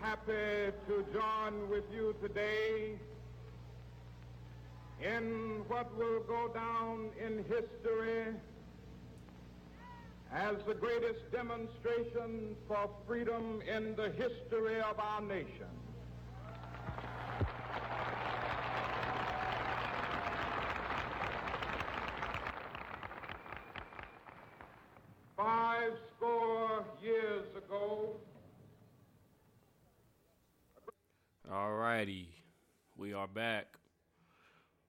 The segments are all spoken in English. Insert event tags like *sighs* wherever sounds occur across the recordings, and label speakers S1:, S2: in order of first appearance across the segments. S1: happy to join with you today in what will go down in history as the greatest demonstration for freedom in the history of our nation. Five score years ago,
S2: All righty, we are back.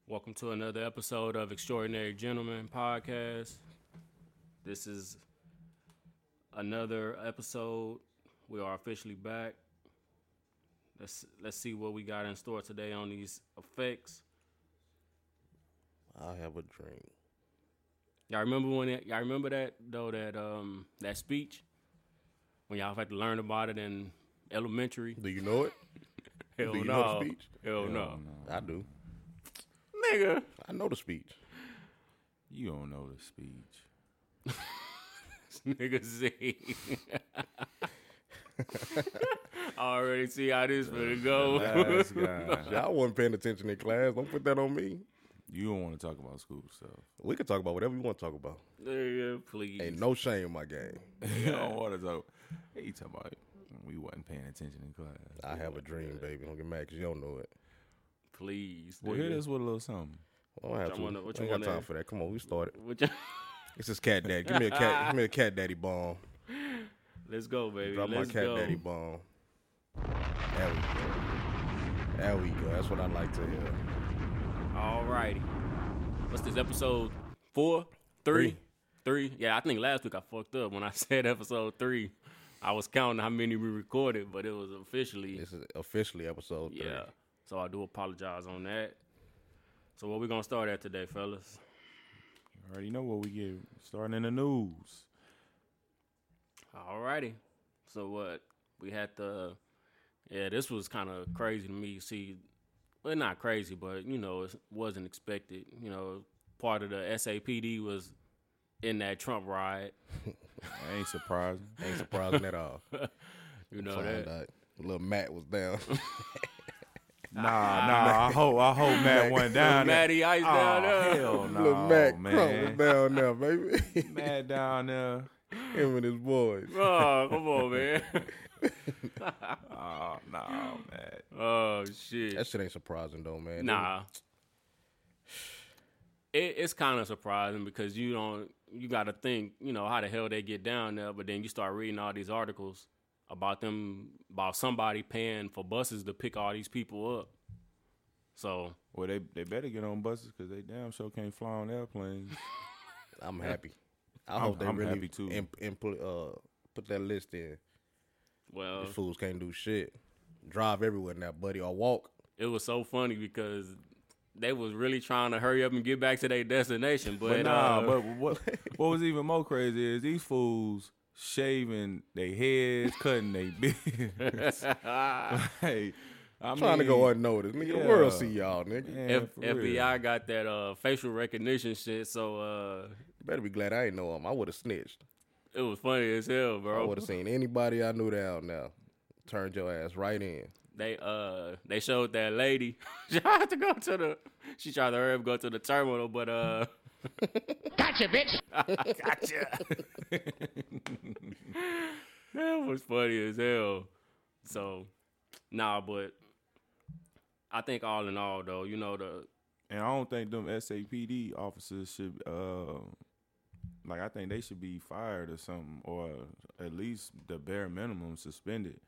S2: Welcome to another episode of Extraordinary Gentlemen Podcast. This is another episode. We are officially back. Let's let's see what we got in store today on these effects.
S3: I'll have a drink.
S2: Y'all remember when it, y'all remember that though that um that speech when y'all had to learn about it in elementary.
S3: Do you know it?
S2: Hell
S3: do you
S2: no.
S3: know the speech?
S2: Hell, no.
S3: I do.
S2: nigga.
S3: I know the speech.
S4: You don't know the speech.
S2: *laughs* Nigga Z. I already see how this gonna go.
S4: *laughs* Last guy.
S3: I wasn't paying attention in class. Don't put that on me.
S4: You don't want to talk about school *laughs* stuff.
S3: We can talk about whatever you want to talk about.
S2: Nigga, please.
S3: Ain't no shame in my game.
S4: you don't want to talk. Hey, you talking about we wasn't paying attention in class.
S3: I have a dream, baby. Don't get mad because you don't know it.
S2: Please.
S4: Well,
S2: nigga.
S4: here this with a little something.
S3: I don't have
S2: What
S3: to.
S2: you wanna- what you
S3: I ain't got
S2: wanna-
S3: time for that. Come on, we started.
S2: What you-
S3: It's just cat daddy. Give me a cat. give me a cat daddy bomb.
S2: Let's go, baby.
S3: Drop
S2: Let's
S3: my cat
S2: go.
S3: daddy bomb. There we go. There we go. That's what I like to hear.
S2: All righty. What's this episode four? Three? Three? Yeah, I think last week I fucked up when I *laughs* said episode three. I was counting how many we recorded, but it was officially
S3: This is officially episode three.
S2: yeah. So I do apologize on that. So what we gonna start at today, fellas?
S4: You already know what we get. Starting in the news.
S2: Alrighty. So what we had to yeah, this was kind of crazy to me. See, well, not crazy, but you know, it wasn't expected. You know, part of the SAPD was in that Trump riot.
S4: That ain't surprising.
S3: Ain't surprising
S2: *laughs*
S3: at all.
S2: You know
S3: Find
S2: that.
S3: out Little Matt was down.
S4: *laughs*
S3: *laughs*
S4: nah, nah. I hope I hope Matt went down there.
S2: Matty Ice down
S4: Aw,
S2: there.
S4: Oh, hell no,
S3: Little Mac crumbling
S4: man.
S3: down there, baby. *laughs*
S4: Matt down there.
S3: Him and his boys.
S2: Oh, come on, man. *laughs*
S4: Oh no, Matt.
S2: Oh shit.
S3: That shit ain't surprising though, man.
S2: Nah. It, it's kind of surprising because you don't you got to think you know how the hell they get down there, but then you start reading all these articles about them about somebody paying for buses to pick all these people up. So
S4: Well, they they better get on buses because they damn sure can't fly on airplanes.
S3: I'm happy. I
S4: I'm-
S3: hope they
S4: I'm
S3: really
S4: happy, too.
S3: imp- impl- uh, put that list in.
S2: well,
S4: Uh-huh.
S3: These fools can't do shit. Drive everywhere now, buddy, or walk.
S2: it was so funny because they was really trying to hurry up and get back to their destination, but,
S4: But nah,
S2: uh,
S4: but what *laughs* what was even more crazy is these fools shaving their heads, cutting their *laughs*
S2: *laughs*
S4: beards. like, I'm
S3: Trying to go unnoticed. Nigga, the
S4: yeah.
S3: world see y'all, nigga.
S2: F- FBI got that uh, facial recognition shit, so uh,
S3: Better be glad I ain't know him. I would have snitched.
S2: it was funny as hell,
S3: I
S2: bro.
S3: would have seen anybody I knew down now. Turned your ass right in.
S2: they uh they showed that lady *laughs* she tried to go to the she tried to hurry up and go to the terminal, but uh *laughs*
S5: Gotcha, bitch.
S2: that was funny as hell. So nah, but I think all in all though, you know the
S4: And I don't think them SAPD officers should uh like I think they should be fired or something or at least the bare minimum suspended.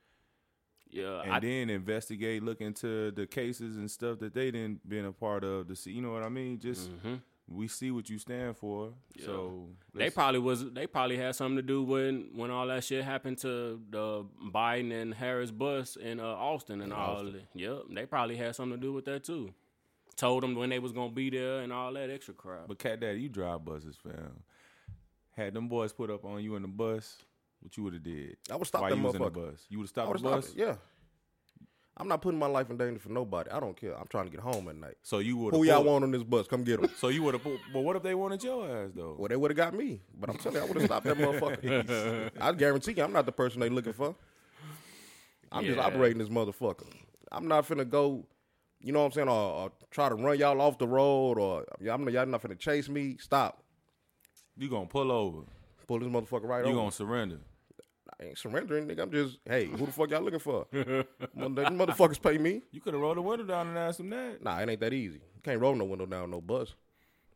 S2: yeah
S4: And
S2: I,
S4: then investigate, look into the cases and stuff that they didn't been a part of to see you know what I mean? Just we see what you stand for. So
S2: Mm-hmm. they
S4: let's-
S2: probably was they probably had something to do when when all that shit happened to the Biden and Harris bus in uh, Austin and all
S3: Austin.
S2: that. Yep, they probably had something to do with that too. Told them when they was gonna be there and all that extra crap.
S4: But Cat Daddy, you drive buses, fam. Had them boys put up on you in the bus, what you would have did?
S3: I would've stopped
S4: While
S3: that
S4: you was in the
S3: motherfucker.
S4: bus. You would
S3: *laughs*
S4: have
S3: I
S4: stopped
S3: would
S4: the
S3: have
S4: bus.
S3: stopped it. Yeah. I'm not putting my life in danger for nobody. I don't care. I'm trying to get home at night.
S4: So you would.
S3: Who y'all want on this bus? Come get them.
S4: So you would have. But what if they wanted your ass though?
S3: Well, they would have got me, but
S4: *laughs*
S3: I'm telling you, I would have stopped that motherfucker. I guarantee you, I'm not the person they looking for. I'm just
S2: Yeah.
S3: operating this motherfucker. I'm not finna go, you know what I'm saying, or, or try to run y'all off the road, or yeah, I'm not, y'all not finna chase me. Stop.
S4: You gonna pull over.
S3: Pull this motherfucker right
S4: You
S3: over.
S4: gonna surrender.
S3: I ain't surrendering, nigga. I'm just, hey, who the fuck y'all looking for?
S4: *laughs*
S3: Mother- motherfuckers pay me.
S4: You could have rolled the window down and asked him that.
S3: Nah, it ain't that easy. Can't roll no window down no bus.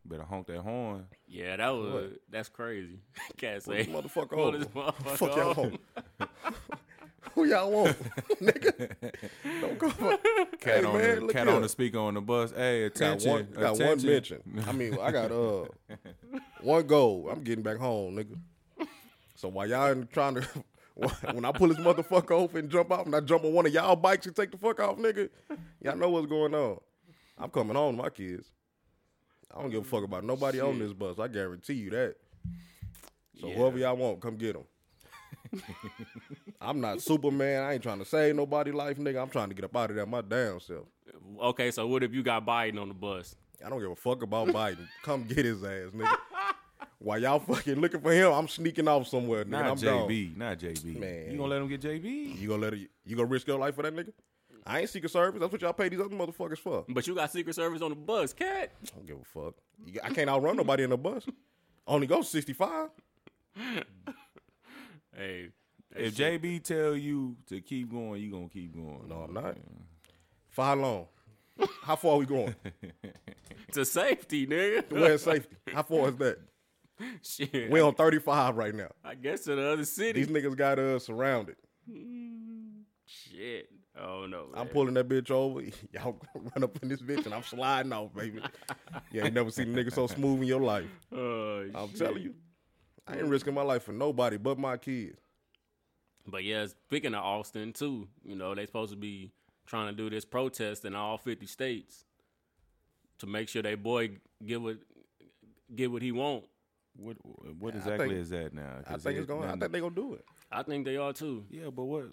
S4: Better honk that horn.
S2: Yeah, that was that's crazy. *laughs* Cat say,
S3: Pull this motherfucker
S2: pull
S3: over.
S2: this motherfucker
S3: Fuck y'all
S2: over.
S3: want. *laughs* Who y'all
S4: *laughs*
S3: want, nigga? Don't go.
S4: Cat
S3: hey,
S4: on
S3: man,
S4: the
S3: look
S4: cat
S3: here.
S4: on the speaker on the bus. Hey,
S3: Got
S4: attention.
S3: one, got one
S4: attention.
S3: mention.
S4: *laughs*
S3: I mean, I got uh one goal. I'm getting back home, nigga. So while y'all in- trying to, *laughs* when I pull this motherfucker off and jump off, and I jump on one of y'all bikes and take the fuck off, nigga, y'all know what's going on. I'm coming home to my kids. I don't give a fuck about nobody on this bus. I guarantee you that. So
S2: Yeah.
S3: whoever y'all want, come
S4: *laughs*
S3: get them. I'm not Superman. I ain't trying to save nobody life, nigga. I'm trying to get up out of there my damn self.
S2: Okay, so what if you got Biden on the bus?
S3: I don't give a fuck about Biden. Come get his ass, nigga. While y'all fucking looking for him, I'm sneaking off somewhere, nigga.
S4: Not
S3: I'm
S4: JB. Not JB.
S3: Man.
S4: You gonna let him get JB?
S3: Gone. You gonna let it, you gonna risk your life for that nigga? I ain't Secret Service. That's what y'all pay these other motherfuckers for. I
S2: But you got Secret Service on the bus, cat.
S3: don't give a fuck. You, I can't outrun nobody in the bus. Only go 65.
S2: Hey, that
S4: If
S2: shit-
S4: JB tell you to keep going, you gonna keep going.
S3: No, I'm not. For how long? How far are we going?
S2: to safety,
S3: *laughs*
S2: nigga.
S3: Where's safety? How far is that?
S2: *laughs* Shit,
S3: we on 35 right now.
S2: I guess to the other city.
S3: These niggas got us surrounded.
S2: Shit, oh no.
S3: I'm pulling that bitch over. *laughs* Y'all run up in this bitch and I'm sliding off, baby. You ain't never seen a nigga so smooth in your life.
S2: Uh,
S3: I'm telling you. I ain't risking my life for nobody but my kids.
S2: But yeah, speaking of Austin too, you know they supposed to be trying to do this protest in all fifty states to make sure they boy get what get what he want.
S4: What uh, what exactly
S3: think-
S4: is that now?
S3: I think it's going. I think they gonna do it.
S2: I think they are too.
S4: Yeah, but what?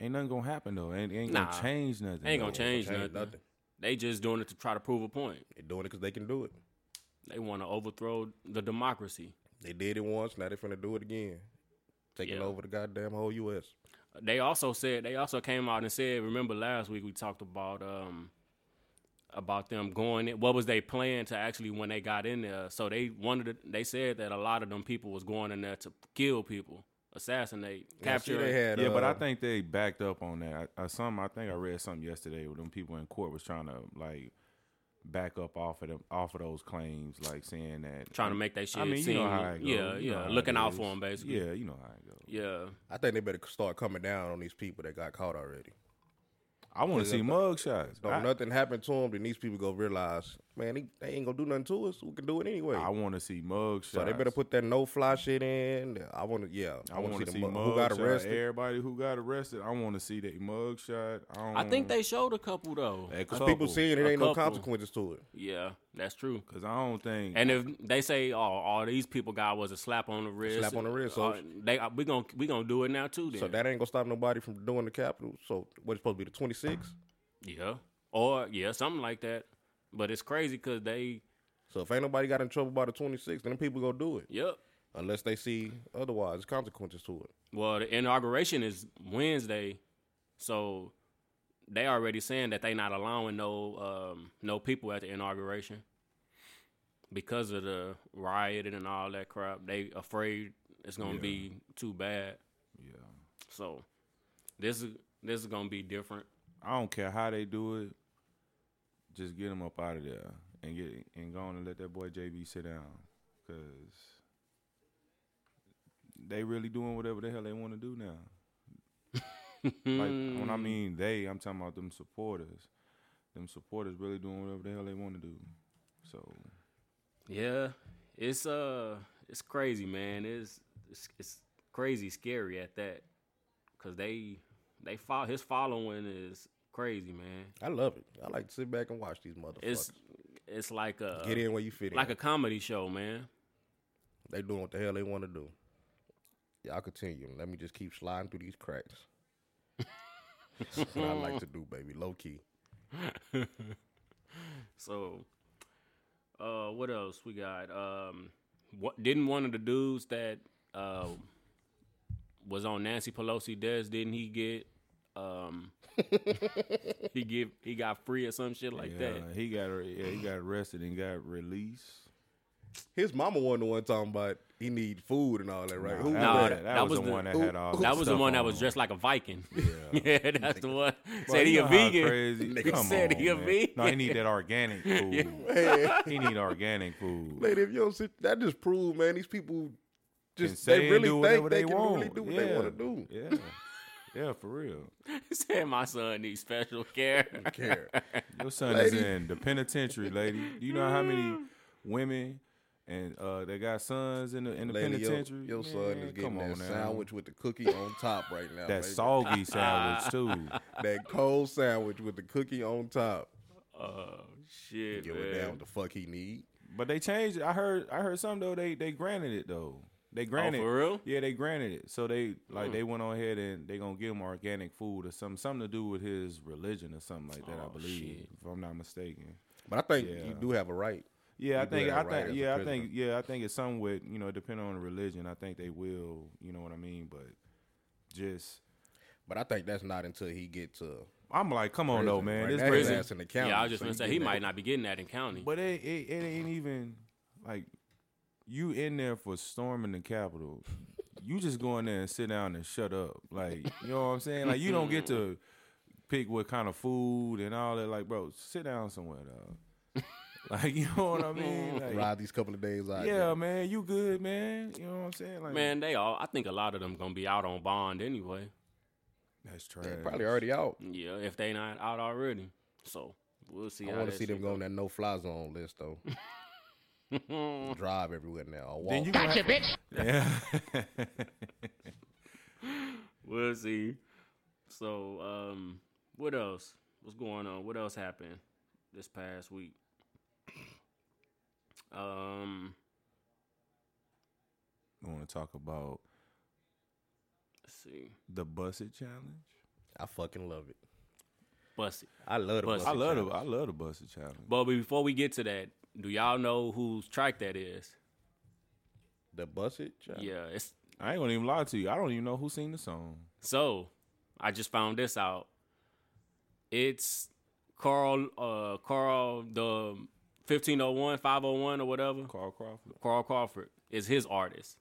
S4: Ain't nothing gonna happen though. Ain't ain't
S2: Nah.
S4: gonna change nothing.
S2: Ain't gonna
S4: though.
S2: change,
S3: Change
S2: nothing.
S3: nothing.
S2: They just doing it to try to prove a point.
S3: They doing it because they can do it.
S2: They want to overthrow the democracy.
S3: They did it once. Now they finna do it again. Taking
S2: Yeah.
S3: over the goddamn whole U.S.
S2: They also said they also came out and said, remember last week we talked about um about them going in, what was they plan to actually when they got in there. So they wanted to, they said that a lot of them people was going in there to kill people, assassinate,
S3: Now, see,
S2: capture.
S3: They had.
S4: Yeah, but I
S3: uh,
S4: think they backed up on that. I, I, some I think I read something yesterday where them people in court was trying to like back up off of them off of those claims, like saying that
S2: trying to make that shit
S4: I mean,
S2: seem
S4: you know how it goes.
S2: yeah,
S4: You know
S2: yeah,
S4: how it
S2: looking out
S4: is.
S2: for them basically.
S4: Yeah, you know how it goes.
S2: Yeah.
S3: I think they better start coming down on these people that got caught already.
S4: I want to see mugshots.
S3: Don't
S4: I,
S3: nothing happen to them, then these people go realize, man, they, they ain't gonna do nothing to us. We can do it anyway.
S4: I want to see mugshots.
S3: So they better put that no fly shit in. I want to, yeah.
S4: I
S3: wanna
S4: want to see,
S3: mu-
S4: mugshots.
S3: who got arrested.
S4: Everybody who got arrested. I want to see that mugshot. I, don't,
S2: I think they showed a couple though.
S3: Cause people seeing it
S2: A
S3: ain't no
S2: couple.
S3: consequences to it.
S2: Yeah, that's true.
S4: because I don't think
S2: And if they say, "Oh, all these people got was a slap on the wrist,"
S3: Slap on the wrist, so-
S2: uh, they uh, we gonna we gonna do it now too. Then,
S3: So that ain't gonna stop nobody from doing the capital. So what's supposed to be the twenty sixth?
S2: yeah, or yeah, something like that. But it's crazy because they,
S3: So if ain't nobody got in trouble by the twenty sixth, then people gonna do it
S2: yep.
S3: unless they see otherwise. There's consequences to it.
S2: Well, the inauguration is Wednesday, so they already saying that they not allowing no um, no people at the inauguration because of the rioting and all that crap. They afraid it's gonna be too bad.
S4: yeah.
S2: So this is this is gonna be different.
S4: I don't care how they do it. Just get him up out of there and get and go on and let that boy JB sit down, cause they really doing whatever the hell they want to
S2: *laughs*
S4: do now. like when I mean they, I'm talking about them supporters. Them supporters really doing whatever the hell they want to do. So
S2: Yeah, it's uh, it's crazy, man. It's it's, it's crazy scary at that, cause they they follow his following is crazy, man.
S3: I love it. I like to sit back and watch these motherfuckers.
S2: It's it's like a
S3: Get in where you fit in.
S2: like a comedy show, man.
S3: they doing what the hell they want to do. Y'all continue. Let me just keep sliding through these cracks. *laughs* That's what I like to do, baby. Low key.
S2: So, uh, what else we got? Um, what didn't one of the dudes that uh was on Nancy Pelosi desk? Didn't he get Um, *laughs* he give he got free or some shit like
S4: yeah,
S2: that.
S4: He got ar- yeah, he got arrested and got released.
S3: His mama wasn't the one talking about he need food and all that, right? Who was
S2: nah,
S3: that?
S4: that,
S3: *laughs*
S4: that
S2: that
S4: was,
S2: was
S4: the,
S2: the-
S4: one that
S3: who-
S4: had all.
S2: That was the
S4: stuff
S2: one that
S4: on
S2: was
S4: him.
S2: dressed like a Viking.
S4: Yeah.
S2: *laughs* Yeah, that's the one.
S4: Bro,
S2: Said he
S4: you
S2: a
S4: know how
S2: vegan.
S4: Crazy.
S2: Nigga
S4: Come
S2: said *laughs*
S4: on,
S2: he a
S4: man.
S2: vegan. *laughs*
S4: No, he need that organic food.
S3: Man,
S4: he need organic food.
S3: lady, if you don't sit, that just proves, man, these people
S4: Can
S3: just
S4: say
S3: they
S4: and
S3: really
S4: do
S3: think
S4: whatever
S3: they,
S4: they,
S3: can
S4: want.
S3: really do what
S4: yeah.
S3: they want to do.
S4: Yeah, yeah, for real.
S2: Said my son needs
S4: *laughs*
S2: special care.
S3: Care.
S4: Your son is
S3: Lady.
S4: in the penitentiary, lady. Do you know how many women and uh, they got sons in the in the
S3: Lady, your,
S4: penitentiary?
S3: your son
S4: Man,
S3: is getting
S4: come on
S3: that
S4: now.
S3: sandwich with the cookie on top right now.
S4: That
S3: baby. *laughs*
S4: soggy sandwich too.
S3: that cold sandwich with the cookie on top.
S2: Oh shit,
S3: Give it down
S2: man.
S3: what the fuck he need.
S4: But they changed it. I heard I heard something though. They they granted it though.
S3: Oh,
S4: They granted
S2: for real?
S4: Yeah, they granted it. So they like
S3: Hmm.
S4: they went on ahead and they gonna give him organic food or something something to do with his religion or something like that. I
S2: Oh,
S4: believe,
S2: shit.
S4: if I'm not mistaken.
S3: But I think
S4: Yeah.
S3: you do have a right.
S4: Yeah, I
S3: You do
S4: think
S3: have
S4: I
S3: a right
S4: think
S3: as a
S4: yeah, I
S3: prisoner.
S4: think yeah, I think it's something with you know depending on the religion. I think they will. You know what I mean? But just
S3: But I think that's not until he get to
S4: I'm like, come on though, man.
S3: Right
S4: This
S3: now, his
S4: prison,
S3: ass in the county.
S2: yeah, I was just
S3: so
S2: gonna
S3: you
S2: say
S3: getting
S2: he
S3: that-
S2: might not be getting that in county.
S4: But it, it it ain't even like you in there for storming the Capitol. You just go in there and sit down and shut up. Like you know what I'm saying? Like you don't get to pick what kind of food and all that. Like, bro, sit down somewhere, dog. *laughs* Like you know what I mean? Like,
S3: ride these couple of days out.
S4: yeah, man, you good, man. You know what I'm saying? Like,
S2: man, they all. I think a lot of them gonna be out on bond anyway.
S4: that's trash.
S3: They're probably already out.
S2: Yeah, if they not out already. So we'll see.
S3: I
S2: how
S3: want
S2: that
S3: to see them
S2: shit
S3: go
S2: go.
S3: on that no fly zone list though. Drive everywhere now. Or walk.
S4: Then you gonna
S5: Gotcha,
S4: have,
S5: bitch.
S4: yeah.
S2: *laughs*
S4: *laughs*
S2: We'll see. So, um, what else? What's going on? What else happened this past week? Um,
S4: I want to talk about
S2: let's see.
S4: the busset challenge.
S3: I fucking love it.
S2: Bust it.
S3: I love the
S2: Bus-
S3: bus.
S4: I love the I love the busset challenge.
S2: But before we get to that, do y'all know whose track that is?
S3: the bus it. child.
S2: Yeah, it's
S4: I ain't gonna even lie to you. I don't even know who sing the song.
S2: so. I just found this out. It's Carl, uh, Carl the 1501, 501 or whatever.
S4: Carl Crawford.
S2: Carl Crawford is his artist.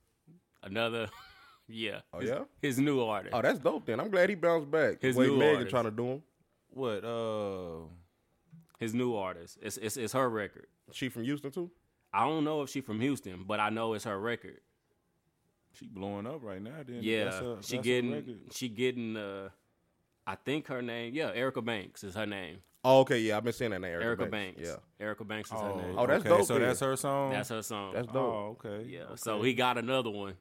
S2: Another, *laughs* yeah.
S3: Oh,
S2: his,
S3: yeah?
S2: His new artist.
S3: Oh, that's dope. Then I'm glad he bounced back.
S2: His
S3: Wait,
S2: new
S3: Megan
S2: artist.
S3: trying to do him.
S4: What? Uh,
S2: His new artist. It's, it's it's her record.
S3: She from Houston too.
S2: I don't know if she from Houston, but I know it's her record.
S4: she blowing up right now. Then
S2: Yeah,
S4: That's
S2: she
S4: her- that's her
S2: getting
S4: record.
S2: she getting. Uh, I think her name. Yeah, Erica Banks is her name.
S3: Oh, okay, yeah, I've been saying that name. Erica,
S2: Erica Banks.
S3: Yeah,
S2: Erica Banks is
S4: Oh,
S2: her name.
S3: Oh, that's
S4: okay,
S3: dope
S4: So
S3: then.
S4: that's her song.
S2: That's her song.
S3: that's dope.
S4: Oh, okay.
S2: yeah.
S4: Okay.
S2: So he got another one.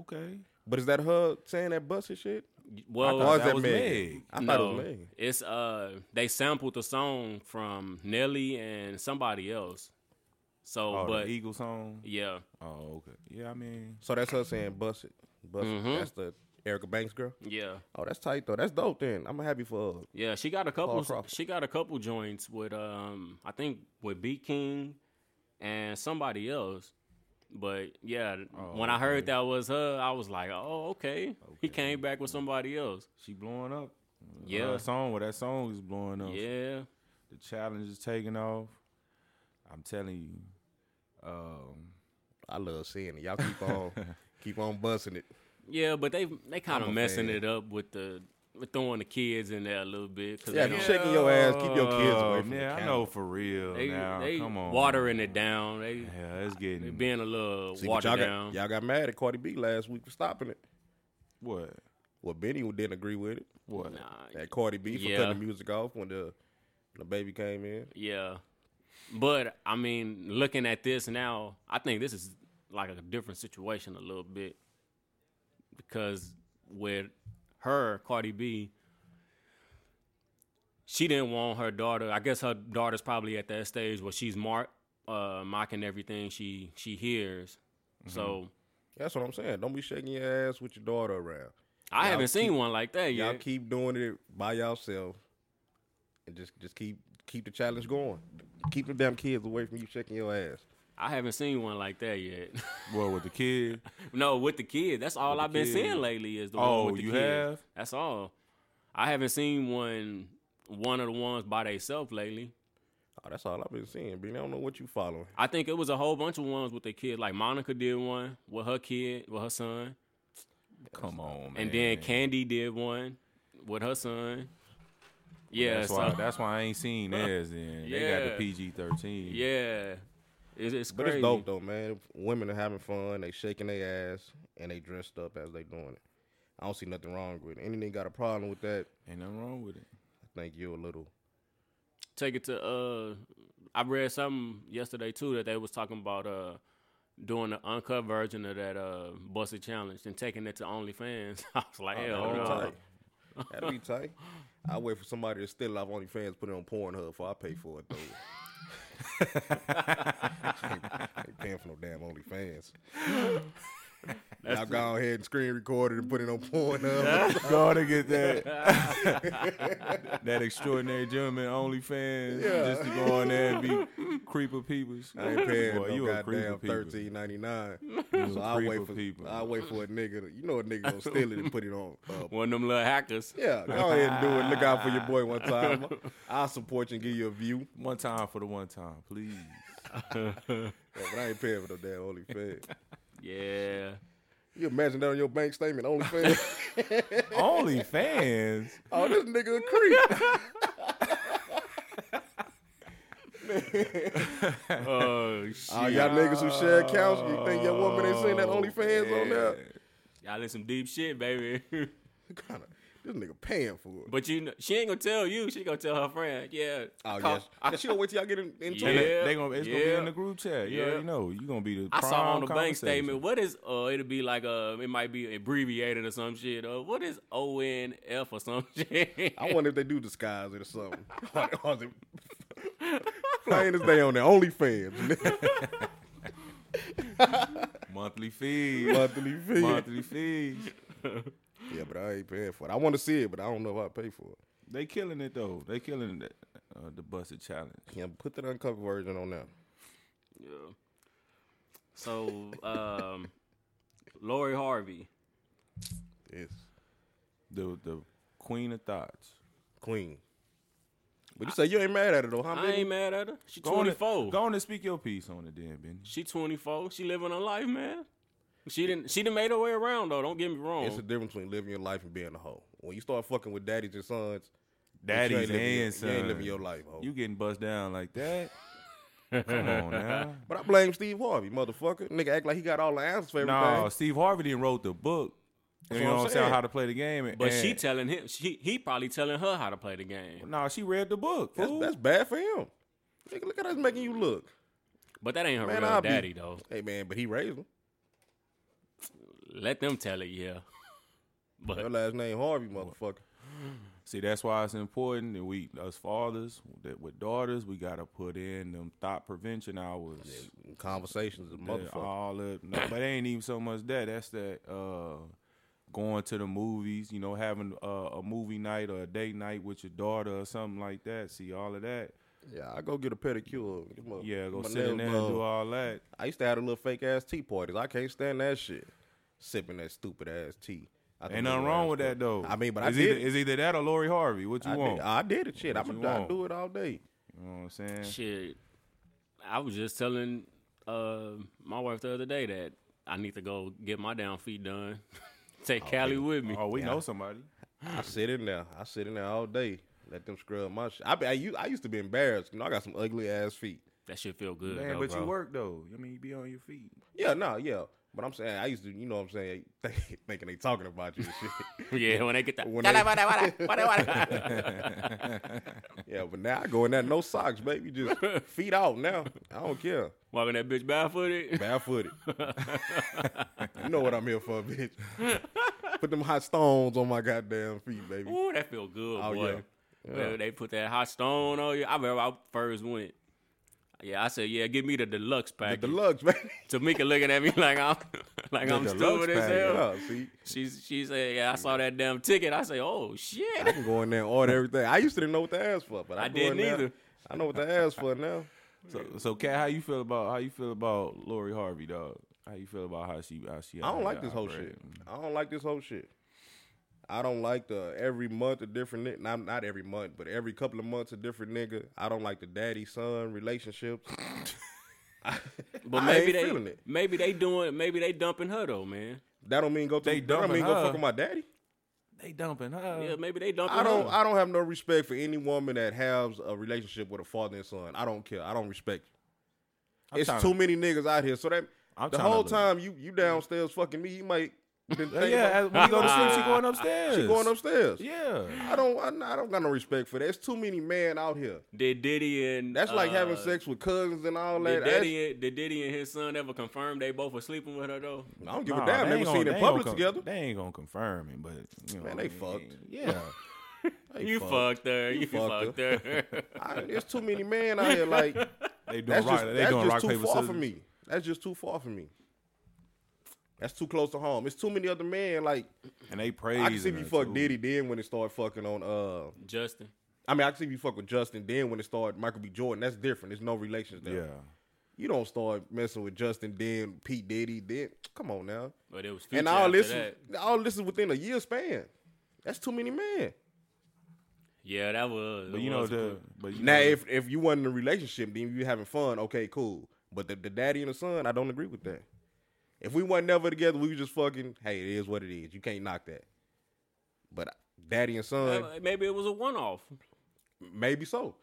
S4: okay.
S3: But is that her saying that bus and shit?
S2: Well,
S3: Or is
S4: that
S3: that
S4: was
S3: Meg?
S4: Meg.
S3: I
S2: no,
S3: thought it was Meg.
S2: it's uh they sampled the song from Nelly and somebody else. So,
S4: Oh,
S2: but
S4: the Eagle song.
S2: yeah,
S4: Oh, okay. Yeah, I mean,
S3: So that's her saying bus it. Bus it. That's the Erica Banks girl.
S2: yeah,
S3: Oh, that's tight though. That's dope. Then I'm happy for her.
S2: yeah. She got a couple.
S3: Crawford.
S2: She got a couple joints with um I think with B King and somebody else. But yeah,
S3: Oh,
S2: when I heard that was her, I was like, oh okay. He came back with somebody else.
S4: she blowing up.
S3: Uh,
S2: Yeah.
S4: Her song. Well, that song is blowing up.
S2: Yeah,
S4: The challenge is taking off. I'm telling you. Um,
S3: I love seeing it. Y'all keep on, keep on busting it.
S2: yeah. But they they kind
S3: I'm
S2: of
S3: a
S2: messing
S3: fan.
S2: it up with the with throwing the kids in there a little bit. Cause
S3: Yeah,
S2: they
S3: you
S2: don't-
S3: shaking your ass. Keep your kids away
S4: oh,
S3: from
S4: yeah,
S3: the
S4: I
S3: camera.
S4: know for real.
S2: They,
S4: now,
S2: they
S4: come on.
S2: watering it down. They,
S4: Yeah, it's
S2: they
S4: getting
S2: being a little
S3: See, but
S2: watered
S3: y'all
S2: down.
S3: got, y'all got mad at Cardi B last week for stopping it.
S4: what?
S3: Well, Benny didn't agree with it.
S4: What?
S2: Nah,
S3: That Cardi B for
S2: Yeah.
S3: cutting the music off when the the baby came in.
S2: yeah. But I mean, looking at this now, I think this is like a different situation a little bit because with her, Cardi B, she didn't want her daughter. I guess her daughter's probably at that stage where she's mark, uh, mocking everything she she hears.
S3: Mm-hmm.
S2: So
S3: That's what I'm saying. Don't be shaking your ass with your daughter around.
S2: I
S3: Y'all
S2: haven't seen
S3: keep-
S2: one like that
S3: Y'all
S2: yet.
S3: keep doing it by yourself, and just just keep keep the challenge going. Keep the damn kids away from you shaking your ass.
S2: I haven't seen one like that yet. *laughs*
S4: Well, with the kid.
S2: No, with the kid. That's all
S4: the
S2: I've been
S4: kid.
S2: seeing lately is the one
S4: Oh,
S2: with the
S4: you
S2: kid.
S4: have?
S2: That's all. I haven't seen one one of the ones by themselves lately.
S3: Oh, that's all I've been seeing. B, I don't know what you following.
S2: I think it was a whole bunch of ones with their kid. Like Monica did one with her kid, with her son,
S4: Come on, man.
S2: and then Candy did one with her son. Yeah,
S4: That's
S2: so
S4: why, that's why I ain't seen theirs then. They got
S2: Yeah.
S4: the PG 13.
S2: yeah, it's, it's
S3: But
S2: crazy.
S3: it's dope though, man. Women are having fun. They shaking their ass and they dressed up as they doing it. I don't see nothing wrong with it. Anything got a problem with that?
S4: Ain't nothing wrong
S3: *laughs*
S4: with it.
S3: I think you're a little.
S2: take it to uh I read something yesterday too that they was talking about uh doing the uncut version of that uh busted challenge and taking it to OnlyFans. *laughs* I was like,
S4: Oh,
S2: hell
S3: that'd be
S2: no.
S3: tight. That'd be tight. I wait for somebody to steal it off OnlyFans, put it on Pornhub before I pay for it though. I ain't paying for no damn OnlyFans. Y'all go ahead and screen record it and put it on Pornhub.
S4: Go to get that. *laughs* that extraordinary gentleman OnlyFans. Just to go on there and be creeper peepers.
S3: I ain't paying
S4: Boy,
S3: no
S4: you a creeper
S3: goddamn
S4: peeper.
S3: thirteen ninety
S4: *laughs*
S3: nine.
S4: a
S3: So I
S4: creeper
S3: wait for
S4: peeper.
S3: I wait for a nigga. To, you know a nigga gonna steal it and put it on. Uh,
S4: *laughs*
S2: One of them little hackers.
S3: yeah, go ahead and do it. Look out for your boy one
S4: *laughs*
S3: time. I'll support you and give you a view,
S4: One time for the one time,
S3: *laughs*
S4: please.
S3: Yeah, but I ain't paying for no damn OnlyFans.
S2: Yeah.
S3: You imagine that on your bank statement, *laughs* OnlyFans.
S4: OnlyFans.
S3: oh, this nigga a creep.
S2: Oh shit.
S3: Oh, y'all niggas who share accounts, you think your woman ain't seen that OnlyFans on there?
S2: Y'all in some deep shit, baby. *laughs*
S3: Kind of. This nigga paying for it.
S2: but you know, she ain't gonna tell you. She gonna tell her friend. Yeah.
S3: Oh
S2: Call-
S3: yes, I, she'll wait till y'all get in, into
S4: And
S2: Yeah.
S3: it.
S4: they, they gonna, it's gonna be
S2: yeah.
S4: in the group chat. You
S2: Yeah.
S4: already know. You gonna be the
S2: I saw on
S4: prime
S2: the bank
S4: conversation.
S2: statement. What is uh? It'll be like uh. It might be abbreviated or some shit. Uh, what is O N F or some *laughs* shit?
S3: I wonder if they do disguise it or something. *laughs* oh, Or is it- Plain as day on their OnlyFans. *laughs* nigga.
S4: Monthly fees.
S3: Monthly fee.
S4: Monthly fees.
S3: Yeah, but I ain't paying for it. I want to see it, but I don't know if I pay for it.
S4: They killing it though. They killing it. Uh, the busted challenge.
S3: Yeah, put that uncovered version on there.
S2: Yeah. So, um, Lori Harvey.
S3: Yes.
S4: The the queen of thoughts.
S3: Queen. But you say you ain't mad at it though. How
S2: I
S3: many?
S2: ain't mad at her. She
S4: Go on, and,
S2: 24.
S4: go on and speak your piece on it, then, Benny.
S2: She 24. She living her life, man. She didn't. She didn't made her way around though. Don't get me wrong.
S3: It's the difference between living your life and being a hoe. When you start fucking with daddies and sons, you
S4: Daddy's
S3: ain't living,
S4: and
S3: your, you ain't
S4: son.
S3: living your life. Hoe.
S4: You getting bust down like that? Come
S3: *laughs*
S4: on now.
S3: but I blame Steve Harvey, motherfucker. Nigga act like he got all the answers for everything.
S4: No, Steve Harvey didn't wrote the book. You
S3: That's
S4: know
S3: what I'm
S4: what I'm saying?
S3: saying.
S4: How to play the game. and-
S2: but she
S4: and-
S2: telling him. She he probably telling her how to play the game.
S4: no, she read the book.
S3: that's,
S4: fool.
S3: that's bad for him. Nigga, look at us making you look.
S2: But that ain't her
S3: Man,
S2: real
S3: I'll be-
S2: daddy though.
S3: Hey man, but he raised him.
S2: Let them tell it. Yeah. But
S3: Her last name Harvey, motherfucker.
S4: See, that's why it's important that we, us fathers, that with daughters, we gotta put in them thought prevention hours.
S3: Conversations is a
S4: That
S3: motherfucker.
S4: all the, no, but it ain't even so much that. That's that uh, going to the movies, you know, having uh, a movie night or a date night with your daughter or something like that. See, all of that.
S3: Yeah, I go get a pedicure. Get my-
S4: Yeah, go
S3: my
S4: sit in there
S3: nails
S4: and do
S3: done.
S4: all that.
S3: I used to have a little fake ass tea parties. I can't stand that shit. Sipping that stupid ass tea. I think
S4: Ain't nothing
S3: it's
S4: wrong
S3: ass
S4: with that
S3: stupid.
S4: though.
S3: I mean, but
S4: it's
S3: I did.
S4: either,
S3: it.
S4: it's either that or Lori Harvey. What you
S3: I
S4: want?
S3: did, I did it. Shit,
S4: What
S3: I'm
S4: you
S3: gonna
S4: want?
S3: do it all day.
S4: you know what I'm saying?
S2: Shit, I was just telling uh, my wife the other day that I need to go get my down feet done. *laughs* Take Callie with me.
S4: Oh, we know somebody. *sighs*
S3: I sit in there. I sit in there all day. Let them scrub my shit. I, be, I, u- I used to be embarrassed. You know, I got some ugly ass feet.
S2: That shit feel good,
S4: Man,
S2: though,
S4: but
S2: bro.
S4: you work though. I mean, you be on your feet.
S3: Yeah, no, yeah. But I'm saying, I used to, you know what I'm saying, *laughs* think, thinking they talking about you and
S4: *laughs*
S3: shit.
S2: yeah, when they get that.
S3: When
S2: Wada,
S3: they-
S2: wada, wada, wada,
S3: *laughs*
S2: wada.
S3: yeah, but now I go in there, no socks, baby.
S4: *laughs*
S3: Just feet out now. I don't care.
S2: Walking that bitch barefooted.
S3: Barefooted. you know what I'm here for,
S4: *laughs*
S3: bitch. Put them hot stones on my goddamn feet, baby.
S2: Ooh, that feel good,
S3: Oh,
S2: boy.
S3: yeah.
S2: Well,
S3: Yeah.
S2: They put that hot stone on you. I remember I first went. Yeah, I said, yeah, give me the deluxe
S3: The
S2: package.
S3: deluxe, baby.
S2: Tamika looking at me *laughs* like I'm like I'm
S4: deluxe
S2: stupid as
S4: package.
S2: hell.
S3: Yeah, see,
S2: She she said, yeah, I saw that damn ticket. I say, oh shit.
S3: I can go in there and order everything. I used to didn't know what to ask for, but I,
S2: I
S3: go
S2: didn't
S3: in there,
S2: either.
S3: I know what to ask for now.
S4: So, so Kat, how you feel about how you feel about Lori Harvey, dog? How you feel about how she how she?
S3: I don't like this whole shit. I don't like this whole shit. I don't like the every month a different nigga. Not, not every month, but every couple of months a different nigga. I don't like the daddy son relationships. *laughs*
S2: But
S3: I
S2: maybe
S3: ain't
S2: they
S3: feeling it.
S2: maybe they doing maybe they dumping her though, man.
S3: That don't mean go through.
S4: They
S3: That don't
S4: dumping
S3: mean go
S4: her.
S3: fuck with my daddy.
S4: They dumping her.
S2: Yeah, maybe they dumping
S3: Uh, I don't.
S2: her.
S3: I don't have no respect for any woman that has a relationship with a father and son. I don't care. I don't respect.
S4: I'm
S3: it's
S4: tryna-
S3: too many niggas out here. So that
S4: I'm
S3: the
S4: tryna
S3: whole
S4: look.
S3: time you you downstairs fucking me, you
S4: *laughs*
S3: might been
S4: Yeah,
S3: thinking
S4: yeah,
S3: about
S4: when you go to sleep, she going
S3: *laughs*
S4: upstairs.
S3: she going upstairs.
S4: Yeah.
S3: I don't. I, I don't got no respect for that. It's too many men out here.
S2: Did Diddy and
S3: That's like having
S2: uh,
S3: sex with cousins and all that.
S2: Did
S3: That's-
S2: Diddy, and, did Diddy and his son ever confirm they both were sleeping with her though?
S3: I don't give
S4: Nah,
S3: a damn.
S4: they
S3: Never
S4: ain't
S3: seen
S4: gonna-
S3: in
S4: they ain't
S3: public
S4: gonna con-
S3: together.
S4: They ain't gonna confirm it, but you know,
S3: Man, they
S4: I
S3: fucked.
S4: Yeah,
S3: *laughs*
S2: you fucked her. You, fucked,
S3: fucked
S2: her.
S3: I, there's too many men out here. Like
S4: they *laughs* doing
S3: that's
S4: rock.
S3: just,
S4: they
S3: that's
S4: doing
S3: just
S4: rock
S3: too
S4: paper
S3: far
S4: scissors.
S3: for me. That's just too far for me. That's too close to home. It's too many other men. Like
S4: and they praise.
S3: I can see if you fuck Diddy then when it started fucking on. Uh,
S2: Justin.
S3: I mean I can see if you fuck with Justin then when it started Michael B. Jordan. That's different. There's no relations there.
S4: Yeah,
S3: You don't start messing with Justin then Pete Diddy then. Come on now.
S2: But it was future
S3: And all
S2: after
S3: this,
S2: that.
S3: is- all this is within a year span. That's too many men.
S2: Yeah, that was.
S4: but
S2: it
S4: you know
S2: was
S4: the.
S2: cool.
S4: But you
S3: Now,
S4: know,
S3: if if you wasn't in a relationship, then you having fun. Okay, cool. But the, the daddy and the son, I don't agree with that. If we wasn't never together, we was just fucking. Hey, it is what it is. You can't knock that. But daddy and son,
S2: Uh, maybe it was a one off.
S3: maybe so.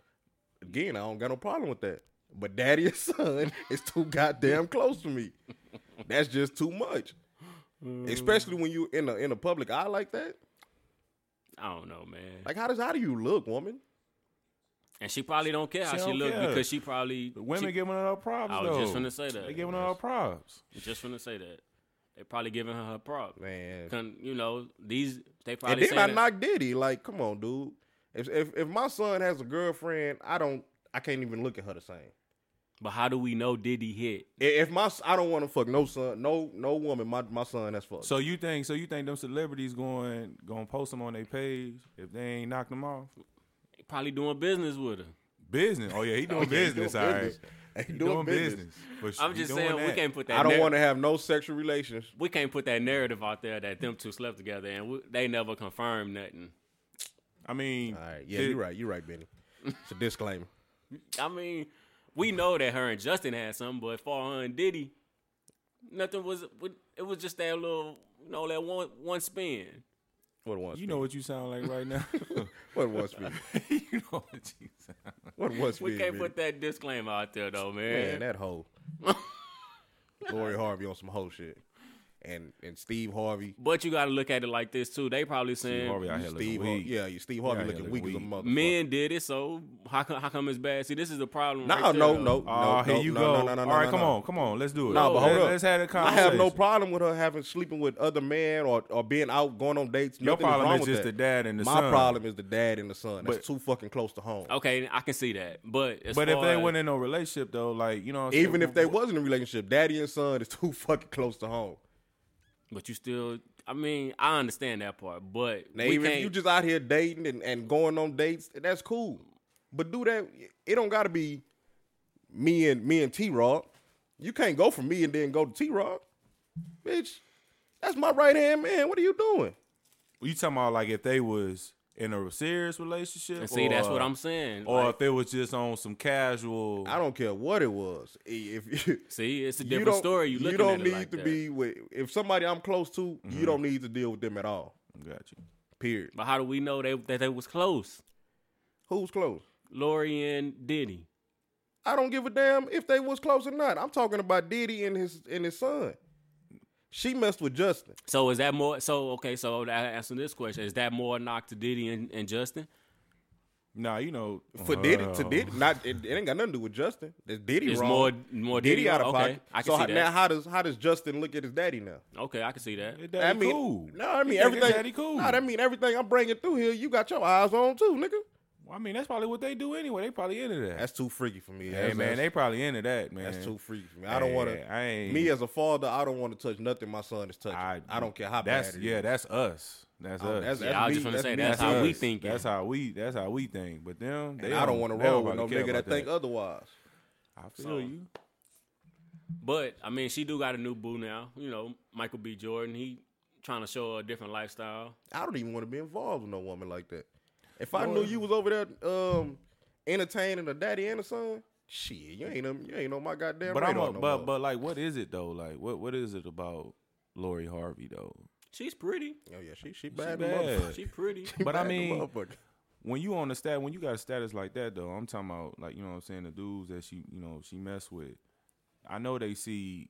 S3: Again, I don't got no problem with that. But daddy and son *laughs* is too goddamn close to me. That's just too much. Especially when you in a in a public eye like that.
S2: I don't know, man.
S3: Like how does how do you look, woman?
S2: And she probably don't care how
S4: She
S2: she,
S4: don't
S2: looked
S4: care.
S2: because she probably
S4: the women
S2: she,
S4: giving her her props.
S2: I was just
S4: though.
S2: finna say that.
S4: They giving her her props.
S2: just finna say that they probably giving her her prop.
S3: Man.
S2: Con- you know these they
S3: And
S2: probably
S3: then I
S2: saying that-
S3: knock Diddy. Like, come on, dude. If, if if my son has a girlfriend, I don't. I can't even look at her the same.
S2: But how do we know Diddy hit?
S3: I- If my s- I don't want to fuck no son, no no woman. My my son has fucked.
S4: So you think? So you think them celebrities going gonna post them on their page if they ain't knocked them off?
S2: They probably doing business with her.
S4: Business.
S3: *laughs*
S4: Oh yeah, he doing
S3: Yeah, he doing
S4: business. All right.
S3: business. He
S4: He
S3: doing business.
S4: But
S2: I'm
S4: he
S2: just
S4: doing
S2: saying we
S4: that.
S2: can't put that.
S3: I don't
S2: nar-
S3: want to have no sexual relations.
S2: We can't put that narrative out there that them two slept together and we, they never confirmed nothing.
S4: I mean,
S3: All right. Yeah,
S4: did-
S3: you're right. You're right, Benny. It's a disclaimer.
S2: I mean, we know that her and Justin had something, but for her and Diddy, nothing was. It was just that little, you know, that one one spin.
S3: What one?
S4: You know what you sound like
S3: *laughs*
S4: right now.
S3: what one speed?
S4: you know what you sound. Like.
S3: What one
S2: We
S3: speed?
S2: can't
S3: Benny?
S2: put that disclaimer out there though, man.
S3: Man,
S2: *laughs*
S3: that hoe. Lori Harvey on some hoe shit, and and Steve Harvey.
S2: but you got to look at it like this too. They probably saying
S4: Harvey out here
S3: Steve,
S4: looking
S3: Har-
S4: weak.
S3: yeah, you Steve Harvey
S4: Yeah, yeah,
S3: looking weak as a
S4: weak.
S3: motherfucker.
S2: men did it, so how come, how come it's bad? See, this is the problem.
S3: No,
S2: right there,
S3: no,
S2: though.
S3: no,
S4: Oh,
S3: no,
S4: here
S3: no,
S4: you
S3: no,
S4: go.
S3: No, no, no,
S4: All
S3: no,
S4: right,
S3: no,
S4: come
S3: no.
S4: on, come on, let's do it.
S3: No, but hold
S4: Let-
S3: up.
S4: Let's have a
S3: I
S4: conversation.
S3: have no problem with her having sleeping with other men or, or being out going on dates.
S4: Your
S3: Nothing
S4: problem
S3: wrong
S4: is
S3: with
S4: just
S3: that.
S4: the dad and the
S3: My
S4: son.
S3: problem is the dad and the son. That's
S4: But-
S3: too fucking close to home.
S2: Okay, I can see that, but as
S4: But if
S2: far
S4: they
S2: as-
S4: weren't in no relationship though, like you know, what I'm
S3: Even
S4: saying?
S3: if they wasn't in a relationship, daddy and son is too *laughs* fucking close to home.
S2: but you still, I mean, I understand that part, but
S3: Now,
S2: we
S3: even
S2: can't.
S3: if you just out here dating and, and going on dates, that's cool. But do that. It don't gotta be me and me and T Rod. You can't go from me and then go to T Rod, bitch. That's my right hand man. What are you doing?
S4: you talking about like if they was in a serious relationship.
S2: and see, that's
S4: or-
S2: what I'm saying.
S4: Or
S2: Like,
S4: if it was just on some casual.
S3: I don't care what it was. If *laughs* you,
S2: see, it's a
S3: you
S2: different
S3: don't,
S2: story. You, looking at
S3: don't
S2: it
S3: need
S2: like
S3: to
S2: that. Mm-hmm.
S3: be with if somebody I'm close to. You don't need to deal with them at all.
S4: Got you.
S3: Period.
S2: But how do we know they, that they was close?
S3: Who's close?
S2: Lori and Diddy.
S3: I don't give a damn if they was close or not. I'm talking about Diddy and his and his son. She messed with Justin.
S2: So is that more? So okay, so that answer this question: Is that more knock to Diddy and, and Justin?
S4: Nah, you know, Oh.
S3: For Diddy to
S4: well,
S3: Diddy, not it, it ain't got nothing to do with Justin. It's Diddy
S2: It's
S3: wrong.
S2: more more
S3: Diddy,
S2: Diddy,
S3: out of
S2: okay,
S3: pocket.
S2: I can
S3: so
S2: see
S3: how-
S2: that.
S3: now how does how does Justin look at his daddy now?
S2: okay, I can see that.
S4: It daddy
S3: I mean,
S4: cool.
S3: no, I mean
S4: Yeah, his
S3: everything.
S4: daddy cool.
S3: Nah, that mean everything I'm bringing through here. You got your eyes on too, nigga.
S4: I mean, that's probably what they do anyway. They probably into that.
S3: That's too freaky for me.
S4: hey
S3: That's-
S4: man,
S3: that's-
S4: they probably into that man.
S3: That's too freaky for me. I don't
S4: Hey,
S3: want to.
S4: I ain't-
S3: Me as a father, I don't want to touch nothing my son is touching. I, don't care how
S4: that's,
S3: bad it is.
S4: yeah, that's us. That's
S3: I-
S4: us.
S3: that's-
S2: yeah, I was
S3: me-
S2: just gonna
S3: that's
S2: say
S3: me
S2: that's
S3: as
S2: how we
S4: us.
S2: think.
S4: That's how we. That's how we think. But them, they
S3: And I don't want to
S4: they
S3: roll with
S4: really
S3: no
S4: care
S3: nigga
S4: about
S3: that think "Oh, otherwise.
S4: I feel
S2: So-
S4: you.
S2: But I mean, she do got a new boo now. You know, Michael B. Jordan. He trying to show a different lifestyle.
S3: I don't even want to be involved with no woman like that. If I knew you was over there um, entertaining a daddy and a son, shit, you ain't um, you ain't on my goddamn
S4: But I'm
S3: radar
S4: a,
S3: no
S4: but
S3: more.
S4: but like what is it though? Like what what is it about Lori Harvey though?
S2: She's pretty.
S3: oh yeah, she she bad,
S4: bad.
S3: motherfucker.
S2: She
S3: *laughs*
S2: pretty.
S4: But I
S3: Bad
S4: mean,
S3: motherfucker.
S4: when you on the stat, when you got a status like that though, I'm talking about like you know what I'm saying the dudes that she you know she mess with. I know they see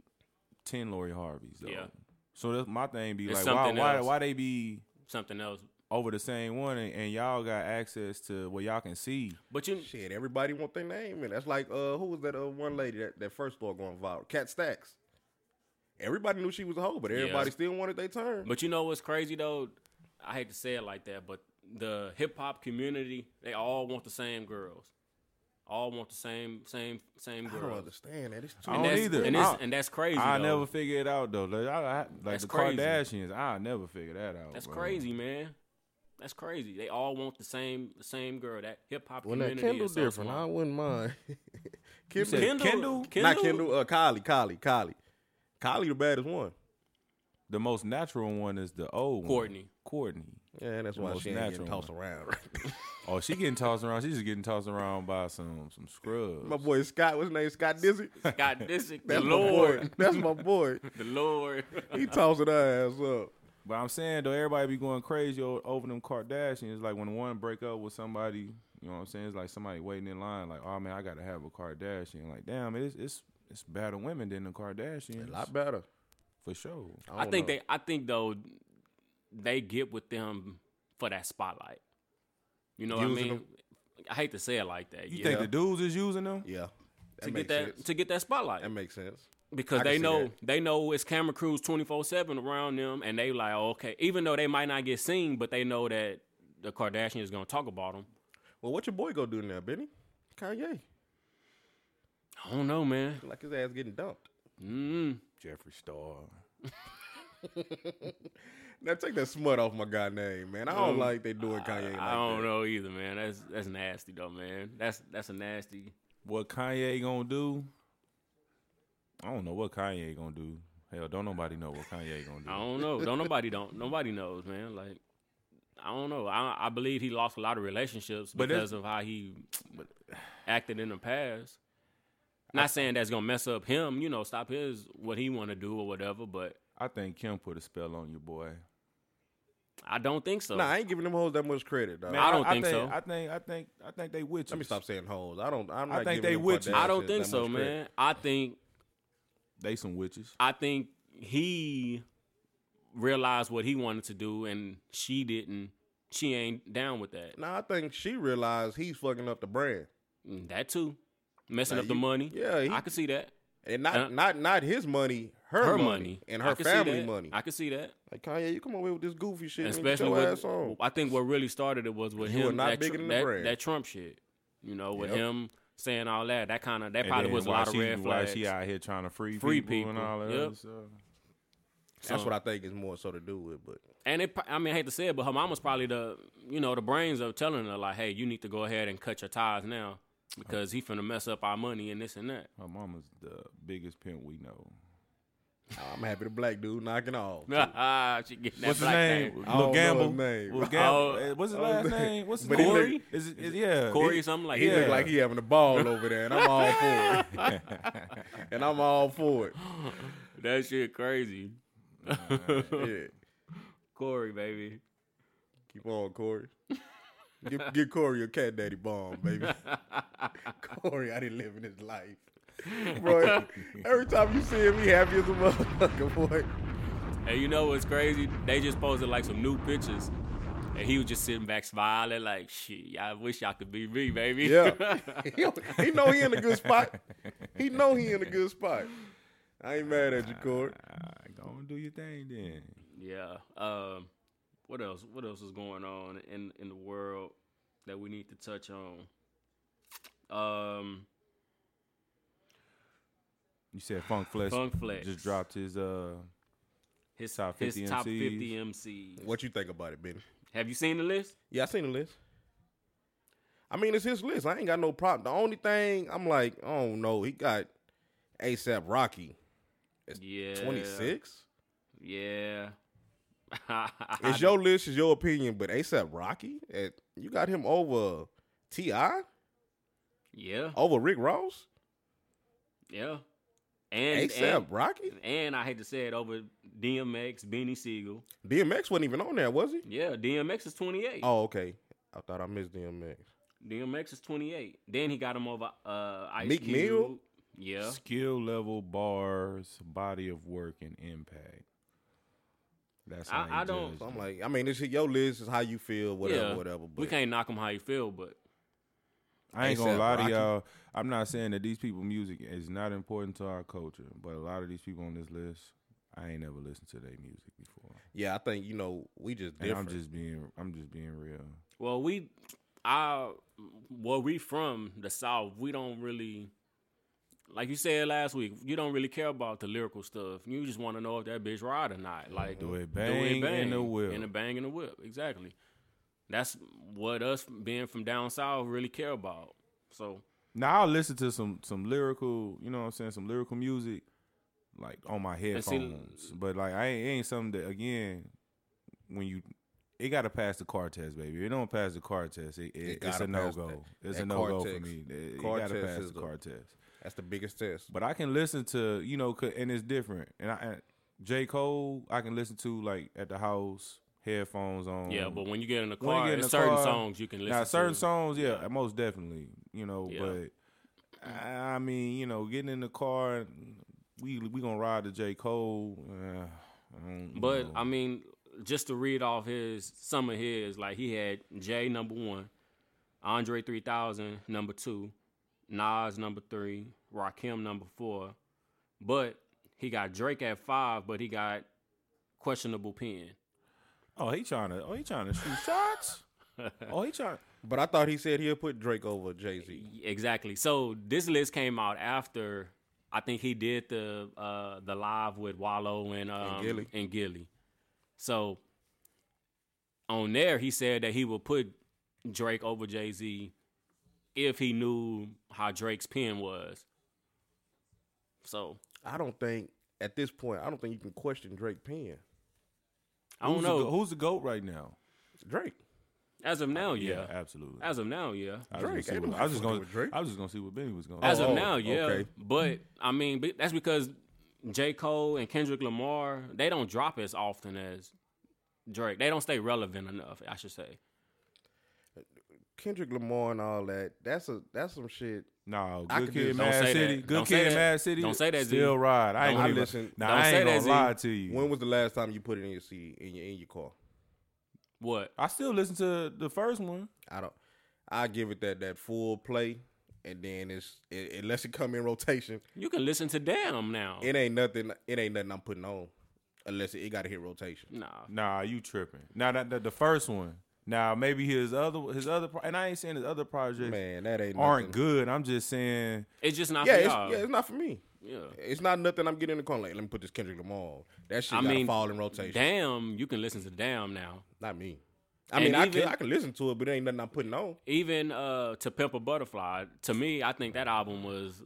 S4: ten Lori Harveys though.
S2: Yeah.
S4: So that's my thing be
S2: It's
S4: like why
S2: something
S4: why
S2: else.
S4: why they be
S2: Something else.
S4: over the same one and, and y'all got access to what y'all can see.
S2: But you
S3: shit, everybody want their name, and that's like uh, who was that uh, one lady that, that first started going viral? Cat Stacks. Everybody knew she was a hoe, but everybody still wanted their turn.
S2: But you know what's crazy though? I hate to say it like that, but the hip hop community, they all want the same girls. All want the same, same, same
S3: I don't
S2: girls.
S3: understand that. It's too
S4: I
S2: And
S4: don't
S2: that's,
S4: either.
S2: And, it's,
S4: I-
S2: and that's crazy.
S4: I
S2: though.
S4: never figure it out though. Like, I- I- like
S2: That's
S4: the
S2: crazy.
S4: Kardashians, I never figure that out.
S2: That's
S4: bro.
S2: crazy, man. That's crazy. They all want the same, the same girl. That hip hop
S3: When
S2: community
S3: that Kendall
S2: is so
S3: different, I
S2: small.
S3: wouldn't *laughs* mind. *laughs* Kendall,
S2: Kendall,
S4: Kendall?
S2: Kendall,
S3: not Kendall, uh, Kylie, Kylie, Kylie, Kylie, the baddest one.
S4: The most natural one is the old
S2: Courtney.
S4: One. Courtney.
S3: Yeah, that's
S4: The
S3: why
S4: most
S3: she ain't getting
S4: natural
S3: tossed around.
S4: Oh, she getting tossed around. She's just getting tossed around by some some
S3: *laughs*
S4: scrubs.
S3: my boy Scott, what's his name?
S2: *laughs*
S3: Scott Dizzy.
S2: God,
S3: *laughs*
S2: this is the
S3: That's my boy.
S2: Lord,
S3: That's my boy.
S2: the
S3: *laughs*
S2: Lord. *laughs*
S3: He tossing her ass up.
S4: But I'm saying though, everybody be going crazy o- over them Kardashians. Like when one break up with somebody, you know what I'm saying? It's like somebody waiting in line. Like, oh man, I gotta have a Kardashian. Like, damn, it's it's it's better women than the Kardashians
S3: A lot better.
S4: for sure.
S2: I, think
S3: know.
S2: they, I think though, they get with them for that spotlight. You know what I
S3: Using
S2: mean?
S3: them.
S2: I hate to say it like that.
S4: You
S2: yeah.
S4: think the dudes is using them?
S3: Yeah.
S2: to
S3: That
S2: get
S3: makes
S2: that
S3: sense.
S2: to get that spotlight
S3: that makes sense.
S2: because
S3: I can
S2: they
S3: see
S2: know
S3: that.
S2: they know it's camera crews 24/7 around them and they like oh, okay even though they might not get seen but they know that the Kardashian is going to talk about them.
S3: Well, what your boy go do now, Benny? Kanye.
S2: I don't know, man.
S3: Like his ass getting dumped.
S2: Mm.
S4: Jeffree Star.
S3: Now take that smut off my guy name, man. I don't
S2: Um,
S3: like they doing
S2: I,
S3: Kanye. like
S2: I don't
S3: that.
S2: know either, man. That's that's nasty though, man. That's that's a nasty.
S4: What Kanye gonna do? I don't know what Kanye gonna do. Hell, don't nobody know what Kanye gonna do.
S2: I don't know. don't nobody don't nobody knows, man. Like I don't know. I I believe he lost a lot of relationships
S4: But it's-
S2: because of how he acted in the past. Not saying that's gonna mess up him, you know, stop his what he want to do or whatever. But
S4: I think Kim put a spell on your boy.
S2: I don't think so.
S3: Nah, I ain't giving them hoes that much credit, dog.
S2: Man, I don't think so.
S4: I think I think I think they with you.
S3: Let me stop saying hoes. I don't. I'm
S4: I
S3: not giving
S4: think they
S3: them
S4: with you.
S3: Kardashians
S2: I don't think
S3: that
S2: so,
S3: much
S2: man.
S3: credit.
S2: I think
S4: They some witches.
S2: I think he realized what he wanted to do, and she didn't. She ain't down with that.
S3: Nah, I think she realized he's fucking up the brand,
S2: That too, messing
S3: Nah,
S2: up the
S3: you-
S2: money.
S3: yeah, he-
S2: I could see that.
S3: and not
S2: Uh,
S3: not not his money, her,
S2: Her,
S3: money,
S2: money.
S3: and
S2: I
S3: her
S2: could see
S3: family
S2: that.
S3: money.
S2: I could see that.
S3: like Kanye, you come away with this goofy shit, and
S2: especially
S3: your
S2: with
S3: ass on.
S2: I think what really started it was with
S3: You are
S2: him
S3: not
S2: that,
S3: bigger
S2: tr-
S3: than the
S2: that,
S3: brand.
S2: that Trump shit. You know, with
S3: Yep.
S2: him saying all that, that kind of that
S4: And
S2: probably
S4: then
S2: was a
S4: why
S2: lot of
S4: she-
S2: red
S4: why
S2: flags.
S4: She out here trying to free,
S2: Free
S4: people, and
S2: people.
S4: all that.
S2: Yep.
S4: other stuff.
S3: That's what I think is more so to do with. But
S2: And it, pro- I mean, I hate to say it, but her mama's probably the, you know, the brains of telling her like, hey, you need to go ahead and cut your ties now because he finna mess up our money and this and that.
S4: My mama's the biggest pimp we know.
S3: I'm happy the black dude knocking off.
S2: *laughs* she getting that
S4: What's his
S2: black
S4: name?
S2: thing.
S3: I don't know
S4: Lil Gamble.
S3: his name.
S4: Lil Gamble.
S2: Oh,
S4: Eh, What's his
S3: oh,
S4: last
S3: his name.
S4: nigga? What's his
S3: But he
S4: name?
S2: Corey?
S4: Is it, is, yeah.
S2: Corey, something like
S3: He
S2: that.
S3: look like he having the ball over there, and I'm all for
S2: *laughs*
S3: it. *laughs* and I'm all for it.
S2: That shit crazy.
S3: Yeah.
S2: *laughs* Corey, baby.
S3: Keep on, Corey. Get, get Corey a cat daddy bomb, *laughs* baby. Corey, I didn't live in his life. *laughs* Bro, every time you see him, he happy as a motherfucker, boy.
S2: And you know what's crazy? They just posted like some new pictures. And he was just sitting back smiling like, shit, I wish y'all could be me, baby.
S3: Yeah. he, he know he in a good spot. He know he in a good spot. I ain't mad at you, Corey.
S4: Ah, Go and do your thing then.
S2: *laughs* yeah. Um, what else? What else is going on in, in the world that we need to touch on? Um,
S4: You said Funk Flex.
S2: Funk Flex.
S4: just dropped his uh.
S2: his
S4: Top
S2: top 50 his
S4: 50
S2: top
S4: MCs.
S2: 50 MCs.
S3: What you think about it, Benny?
S2: Have you seen the list?
S3: Yeah, I seen the list. I mean, it's his list. I ain't got no problem. The only thing I'm like, oh no, he got ASAP Rocky
S2: Yeah.
S3: 26.
S2: Yeah. *laughs*
S3: It's your list, it's your opinion, but ASAP Rocky, eh, you got him over T.I.,
S2: yeah,
S3: over Rick Ross?
S2: yeah. And,
S3: ASAP
S2: and
S3: Rocky?
S2: and I hate to say it over DMX, Benny Siegel.
S3: DMX wasn't even on there, was he?
S2: Yeah, DMX is 28.
S3: Oh, okay. I thought I missed DMX.
S2: DMX is 28. Then he got him over uh, Ice
S3: Meek
S2: Cube.
S3: Mill?
S2: Yeah.
S4: Skill level, bars, body of work, and impact. That's how
S2: I-
S4: you
S2: I don't-
S3: So
S4: judge.
S3: I'm like, I mean, it's your list, is how you feel, whatever,
S2: yeah.
S3: whatever. But
S2: we can't knock him how you feel, but
S4: I ain't
S3: A$AP
S4: gonna lie to
S3: Rocky.
S4: y'all. I'm not saying that these people music is not important to our culture, but a lot of these people on this list, I ain't never listened to their music before.
S3: yeah, I think you know we just
S4: And
S3: different.
S4: I'm just being, I'm just being real.
S2: well, we, I, where we from the South, we don't really, like you said last week, you don't really care about the lyrical stuff. You just want to know if that bitch ride or not. Like
S4: Do it bang, in the whip.
S2: in the bang in the whip. Exactly. That's what us being from down south really care about. So
S4: Now I'll listen to some some lyrical, you know what I'm saying, some lyrical music, like on my
S2: see-
S4: headphones. but like I ain't, it ain't something that again, when you it gotta pass the car test, baby. If It don't pass the car test. It, it, it's
S3: gotta
S4: a no
S3: pass
S4: go.
S3: that-
S4: It's
S3: that
S4: a no go
S3: car
S4: for
S3: test.
S4: me. It, it
S3: Car
S4: gotta
S3: test
S4: pass
S3: is
S4: the
S3: the-
S4: car test.
S3: That's the biggest test.
S4: But I can listen to you know, 'cause- and it's different. And I and J Cole, I can listen to like at the house, headphones on.
S2: yeah, but when you get in the
S4: Um, When you
S2: car,
S4: get in
S2: there's
S4: the
S2: certain
S4: car-
S2: songs you can listen.
S4: now certain
S2: to.
S4: songs, yeah, most definitely, you know.
S2: Yeah.
S4: But I I mean, you know, getting in the car, and we we gonna ride to J Cole. Uh, I don't
S2: But
S4: know.
S2: I mean, just to read off his some of his, like he had Jay number one, Andre three thousand number two, Nas number three, Rakim number four, but he got Drake at five, but he got questionable pen.
S4: oh, he trying to oh he trying to shoot
S2: *laughs*
S4: shots. oh, he trying.
S3: But I thought he said he'll put Drake over Jay Z.
S2: Exactly. So this list came out after I think he did the uh, the live with Wallow and, um,
S3: Gilly.
S2: and Gilly. So on there, he said that he would put Drake over Jay Z if he knew how Drake's pen was. So
S3: I don't think at this point I don't think you can question Drake pen.
S2: I don't
S4: who's
S2: know.
S4: the, who's the goat right now.
S3: Drake.
S2: As of now, yeah.
S4: absolutely.
S2: As of now, yeah.
S3: Drake,
S4: I was, gonna see
S3: ain't
S4: what, I was
S3: nobody fucking
S4: just gonna
S3: with Drake.
S4: I was just gonna see what Benny was gonna.
S2: As
S3: Oh,
S2: of
S3: oh,
S2: now, yeah.
S3: okay.
S2: But I mean, be- that's because J. Cole and Kendrick Lamar they don't drop as often as Drake. They don't stay relevant enough, I should say.
S3: Kendrick Lamar and all that. That's a that's some shit.
S4: No,
S3: I
S4: good
S3: could do
S4: kid,
S3: that.
S4: Mad
S2: Don't say
S4: City.
S2: that.
S4: Good
S2: Don't say
S4: kid,
S2: that.
S4: Mad City.
S2: Don't say that, Z.
S4: Still ride. I ain't
S2: Don't-
S4: gonna
S3: I listen-
S4: Now
S2: don't
S4: I
S2: say
S4: ain't
S2: that,
S4: gonna
S2: Z.
S4: lie to you.
S3: When was the last time you put it in your CD in your in your car?
S2: What?
S4: I still listen to the first one.
S3: I don't. I give it that that full play, and then it's it, unless it come in rotation,
S2: You can listen to Damn now.
S3: it ain't nothing. It ain't nothing I'm putting on unless it, it got to hit rotation.
S2: nah.
S4: Nah, you tripping. Now that, that the first one. Now maybe his other his other pro- and I ain't saying his other projects
S3: Man, that ain't
S4: aren't
S3: nothing.
S4: good. I'm just saying
S2: It's just not
S3: Yeah,
S2: for
S3: it's,
S2: y'all.
S3: yeah, it's not for me.
S2: Yeah.
S3: It's not nothing I'm getting in the car. Like, let me put this Kendrick Lamar. on. That shit
S2: I
S3: gotta
S2: mean,
S3: fall in rotation.
S2: Damn, you can listen to Damn now.
S3: Not me. I
S2: And
S3: mean, I
S2: even-
S3: can I can listen to it, but it ain't nothing I'm putting on.
S2: Even uh, to Pimp a Butterfly. To me, I think that album was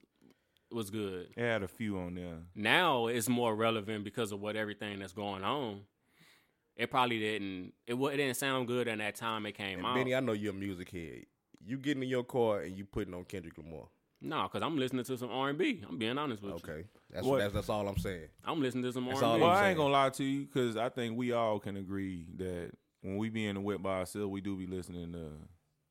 S2: was good.
S4: it had a few on there.
S2: now it's more relevant because of what everything that's going on. It probably didn't. It, wa- it didn't sound good in that time it came
S3: And
S2: out.
S3: Benny, I know you're a music head. You getting in your car and you putting on Kendrick Lamar.
S2: no, because I'm listening to some R and B. I'm being honest with you.
S3: Okay, that's
S4: What-
S3: that's, that's all I'm saying.
S2: I'm listening to some R
S3: That's
S2: and
S3: all
S2: B.
S4: Well,
S3: I'm
S4: I
S3: saying.
S4: ain't gonna lie to you because I think we all can agree that when we be in the whip by ourselves, we do be listening to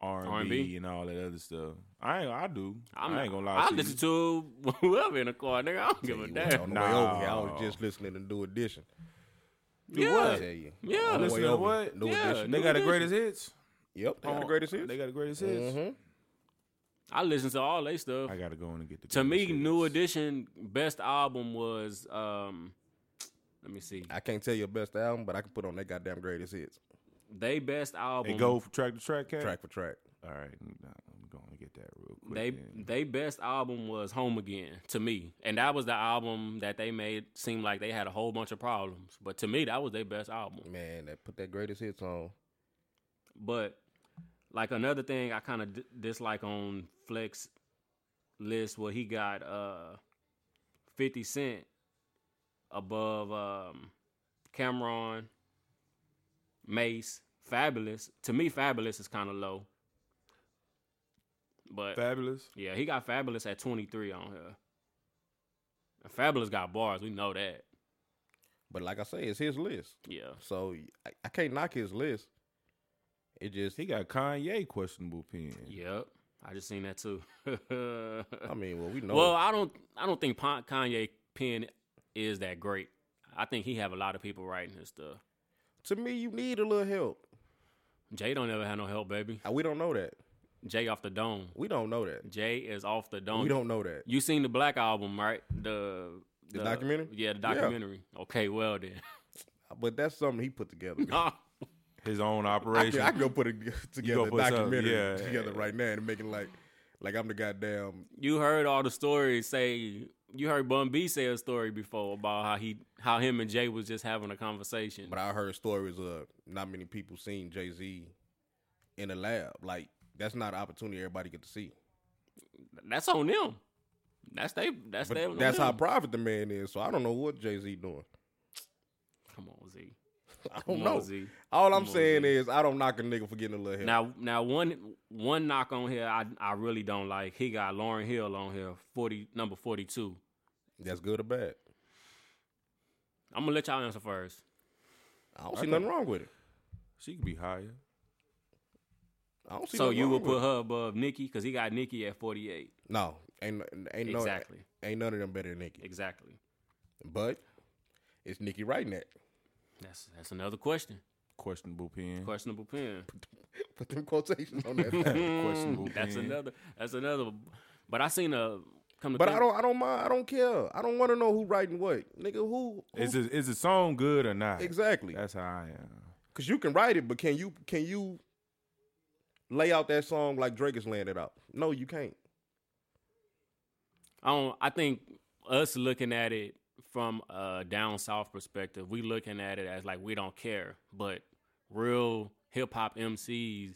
S4: R and
S2: R&B?
S4: B and all that other stuff. I ain't, I do. I'm,
S2: I'm
S4: I ain't gonna lie.
S2: I
S4: to you.
S2: listen to *laughs* whoever in the car, nigga. I don't give a
S3: Tell you what,
S2: damn.
S3: on the way over here, I
S4: Nah.
S3: was just listening to New Edition.
S2: Yeah,
S3: I tell you.
S2: Yeah.
S3: On the
S2: Listen
S3: way
S4: to
S3: over,
S4: what?
S3: New
S2: Yeah.
S3: Edition.
S4: They got the
S2: New Edition.
S4: greatest hits.
S3: Yep, they got the
S4: Oh,
S3: greatest hits.
S4: They got the greatest hits.
S3: Mhm.
S2: I listen to all they stuff.
S4: I gotta go in and get the.
S2: To me,
S4: greatest hits.
S2: New Edition best album was. um Let me see.
S3: I can't tell your best album, but I can put on that goddamn greatest hits,
S2: They best album.
S4: They go from track to track. Cat?
S3: track for track.
S4: All right, nah, I'm going to get that real quick.
S2: They
S4: then.
S2: they best album was Home Again to me, and that was the album that they made seem like they had a whole bunch of problems. But to me, that was their best album.
S3: Man, that put that greatest hits on.
S2: But like another thing I kind of d- dislike on Flex list where he got uh 50 Cent above um Cameron Mace, Fabulous. To me, Fabulous is kind of low. But
S4: Fabulous.
S2: yeah, he got Fabulous at 23 on here. And Fabulous got bars. We know that.
S3: But like I say, it's his list,
S2: Yeah.
S3: so I, I can't knock his list. It just,
S4: He got Kanye questionable opinion.
S2: Yep. I just seen that
S3: *laughs*
S2: too. *laughs*
S3: I mean, well, we know.
S2: Well, I don't. I don't think Pon- Kanye pen is that great. I think he have a lot of people writing his stuff.
S3: to me, you need a little help.
S2: Jay don't ever have no help, baby.
S3: Uh, We don't know that.
S2: Jay off the dome.
S3: We don't know that.
S2: Jay is off the dome.
S3: We don't know that.
S2: You seen the Black album, right? The
S3: The documentary?
S2: Yeah, the
S3: Yeah.
S2: documentary. Okay, well then. *laughs*
S3: *laughs* But that's something he put together.
S4: His own
S3: I
S4: operation.
S3: can, I can go put *laughs* it together
S4: go
S3: a
S4: put something,
S3: documentary
S4: yeah.
S3: together right now and make it like, like I'm the goddamn
S2: you heard all the stories. Say you heard Bun B say a story before about how he, how him and Jay was just having a conversation.
S3: But I heard stories of not many people seeing Jay Z in the lab. Like that's not an opportunity everybody get to see.
S2: that's on them. That's they. That's
S3: But
S2: they.
S3: that's how
S2: them.
S3: private the man is. So I don't know what Jay Z doing. *laughs*
S2: Come on, Z.
S3: I don't
S2: Come on,
S3: know.
S2: Z.
S3: All I'm
S2: Come on,
S3: saying
S2: Z.
S3: is I don't knock a nigga for getting a little help.
S2: Now, now one one knock on here I I really don't like. He got Lauren Hill on here, forty number forty two.
S3: that's good or bad.
S2: I'm gonna let y'all answer first.
S3: I don't see nothing wrong with it.
S4: she could be higher.
S3: I don't see.
S2: So
S3: nothing
S2: you
S3: wrong
S2: would
S3: with
S2: put
S3: it.
S2: her above Nikki because he got Nikki at forty eight.
S3: no. Ain't ain't no
S2: Exactly.
S3: ain't none of them better than Nicki.
S2: Exactly.
S3: But it's Nicki writing that.
S2: That's that's another question.
S4: Questionable opinion.
S2: Questionable pen.
S3: *laughs* Put them quotations on that.
S4: *laughs* questionable
S2: That's
S4: opinion.
S2: another. That's another. But I seen a come to.
S3: but
S2: think-
S3: I don't I don't mind. I don't care. I don't want to know who writing what. Nigga, who, who
S4: Is it is the song good or not?
S3: exactly?
S4: That's how I am.
S3: Cause you can write it, but can you can you lay out that song like Drake is laying it out? No, you can't.
S2: I don't. I think us looking at it from a down south perspective, we looking at it as like we don't care, but real hip hop MCs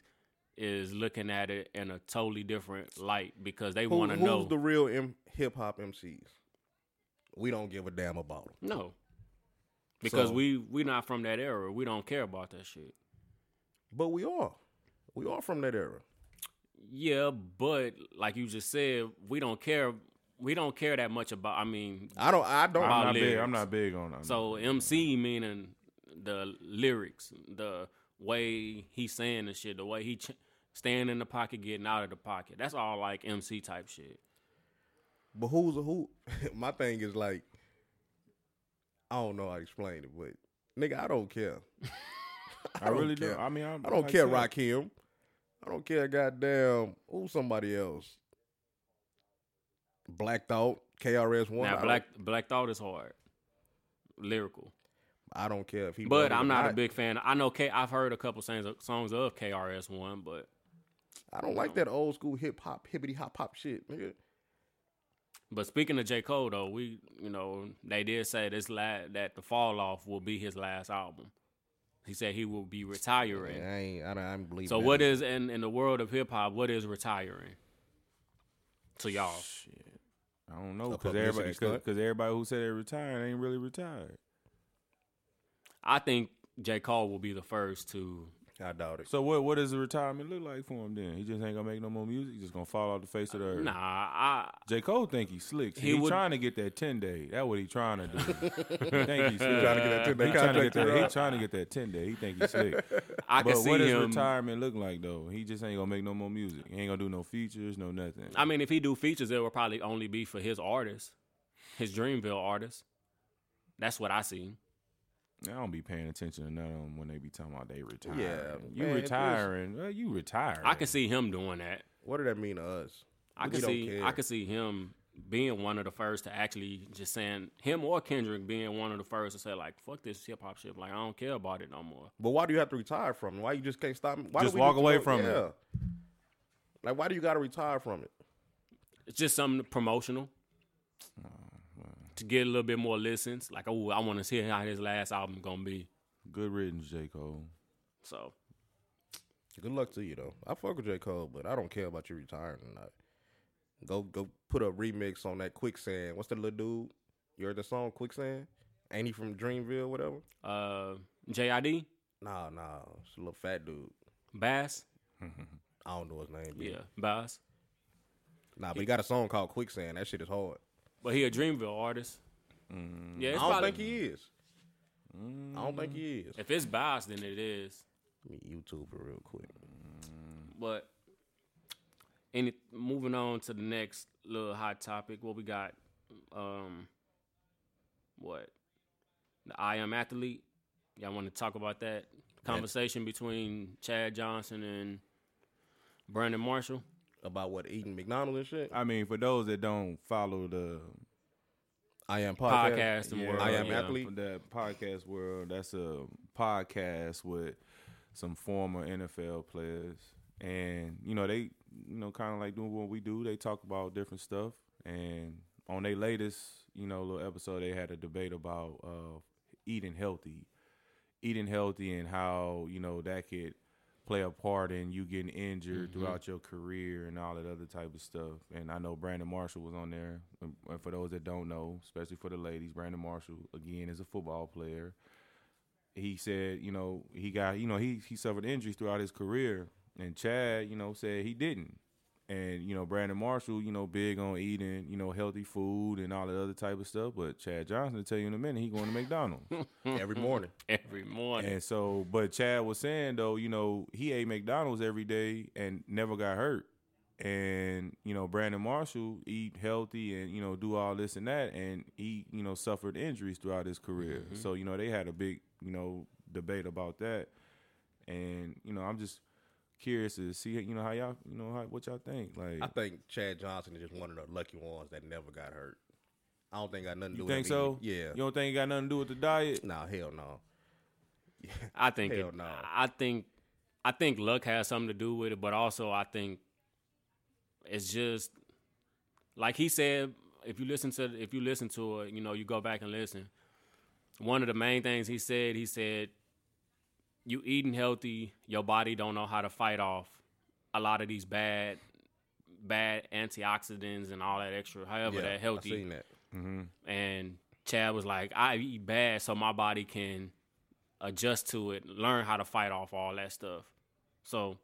S2: is looking at it in a totally different light because they
S3: Who-
S2: want to
S3: who's
S2: know.
S3: the real M- hip hop MCs? We don't give a damn about them.
S2: no, because
S3: So-
S2: we we not from that era. We don't care about that shit.
S3: but we are. We are from that era.
S2: Yeah, but like you just said, we don't care. We don't care that much about. I mean,
S3: I don't. I don't.
S4: I'm
S2: About
S4: not big.
S2: lyrics.
S4: I'm not big on. I'm
S2: So MC meaning the lyrics, the way he's saying the shit, the way he ch- staying in the pocket, getting out of the pocket. That's all like MC type shit.
S3: but who's a who? *laughs* My thing is like, I don't know how to explain it, but nigga, I don't care.
S4: I, really
S3: care.
S4: do. I mean, I'm,
S3: I don't
S4: like
S3: care
S4: that.
S3: Rakim. I don't care goddamn who somebody else. Black Thought, KRS One.
S2: now Black Black Thought is hard, lyrical.
S3: I don't care if he. wrote
S2: But
S3: it
S2: I'm
S3: or
S2: not a big fan. I know K. I've heard a couple songs songs of KRS One, but
S3: I don't like that old school hip hop, hippity hop hop shit, nigga.
S2: but speaking of J Cole though, we you know they did say this la- that the Fall Off will be his last album. He said he will be retiring.
S3: I ain't, I don't, I don't believe.
S2: So what is in in the world of hip hop? What is retiring? To y'all,
S4: I don't know
S3: A
S4: because
S3: publicity
S4: everybody
S3: stunt?
S4: because everybody who said they retired ain't really retired.
S2: I think J Cole will be the first to.
S3: I doubt it.
S4: So what what does the retirement look like for him then? He just ain't gonna make no more music. He's just gonna fall off the face of the earth.
S2: Uh, Nah, I
S4: J Cole think he slick. So
S2: He
S4: he,
S2: would-
S4: trying to get that ten day. That what he trying to do. think he slick.
S3: Trying to get that 10-day
S4: He trying to
S3: contract
S4: get that.
S3: too,
S4: He
S3: right?
S4: trying to get that ten day. He think he slick.
S2: I
S4: but
S2: can
S4: what
S2: see
S4: does
S2: him.
S4: retirement look like though? He just ain't gonna make no more music. He ain't gonna do no features, no nothing.
S2: I mean, if he do features, it will probably only be for his artists, his Dreamville artists. That's what I see.
S4: I don't be paying attention to none of them when they be talking about they retiring.
S3: Yeah,
S4: you
S3: man, if it's-
S4: retiring? Well, you retiring.
S2: I can see him doing that.
S3: What did that mean to us?
S2: I
S3: We
S2: can
S3: don't
S2: see.
S3: care.
S2: I can see him being one of the first to actually just saying him or Kendrick being one of the first to say like, "Fuck this hip hop shit. Like I don't care about it no more."
S3: But why do you have to retire from it? Why you just can't stop? Why
S4: Just
S3: do we
S4: walk
S3: need to
S4: away
S3: go-
S4: from it.
S3: Yeah. Like why do you got to retire from it?
S2: It's just something promotional to get a little bit more listens. Like, oh, I want to see how his last album gonna be.
S4: Good riddance, J Cole.
S2: So
S3: Good luck to you though. I fuck with J Cole, but I don't care about you retiring or not. Go go put a remix on that quicksand. What's that little dude? You heard the song quicksand? Ain't he from Dreamville? Whatever.
S2: uh JID,
S3: Nah, nah. It's a little fat dude.
S2: Bass?
S3: I don't know his name. but-
S2: Yeah, Bass.
S3: Nah, but he got a song called Quicksand. That shit is hard.
S2: But he a Dreamville artist. Yeah,
S3: Mm. I
S2: it's
S3: don't
S2: probably,
S3: think he is. I don't think he is.
S2: if it's Bass, then it is.
S3: Let me YouTube it real quick.
S2: But any moving on to the next little hot topic, what we got? Um, what the I am athlete? Y'all want to talk about that conversation between Chad Johnson and Brandon Marshall?
S3: About what eating McDonald's and shit.
S4: I mean, for those that don't follow the
S3: I am podcast.
S2: Podcast and world,
S3: I am
S2: yeah.
S3: athlete.
S4: that podcast world, that's a podcast with some former NFL players, and you know they, you know, kind of like doing what we do. They talk about different stuff, and on their latest, you know, little episode, they had a debate about uh, eating healthy, eating healthy, and how you know that could play a part in you getting injured throughout your career and all that other type of stuff. And I know Brandon Marshall was on there. And and for those that don't know, especially for the ladies, Brandon Marshall again is a football player. He said, you know, he got, you know, he he suffered injuries throughout his career, and Chad, you know, said he didn't. And you know, Brandon Marshall, you know, big on eating, you know, healthy food and all that other type of stuff. But Chad Johnson, will tell you in a minute, he going to *laughs* McDonald's.
S3: Every
S2: Mm-hmm.
S3: morning.
S2: Every morning,
S4: And so, but Chad was saying though, you know, he ate McDonald's every day and never got hurt. And you know, Brandon Marshall eat healthy and you know do all this and that, and he you know suffered injuries throughout his career.
S3: Mm-hmm.
S4: So you know they had a big you know debate about that. And you know, I'm just curious to see you know how y'all you know how, what y'all think. Like,
S3: I think Chad Johnson is just one of the lucky ones that never got hurt. I don't think got nothing to do
S4: you
S3: with
S4: think
S3: him
S4: so?
S3: eating- Yeah.
S4: You don't think it got nothing to do with the diet?
S3: Nah, hell no.
S2: I think.
S3: Hell
S2: it-
S3: no.
S2: I think. I think luck has something to do with it, but also I think it's just like he said. If you listen to if you listen to it, you know you go back and listen. One of the main things he said, he said, "You eating healthy, your body don't know how to fight off a lot of these bad, bad antioxidants and all that extra. However,
S3: Yeah,
S2: that healthy
S3: I seen that.
S2: and Chad was like, "I eat bad so my body can adjust to it, learn how to fight off all that stuff." So,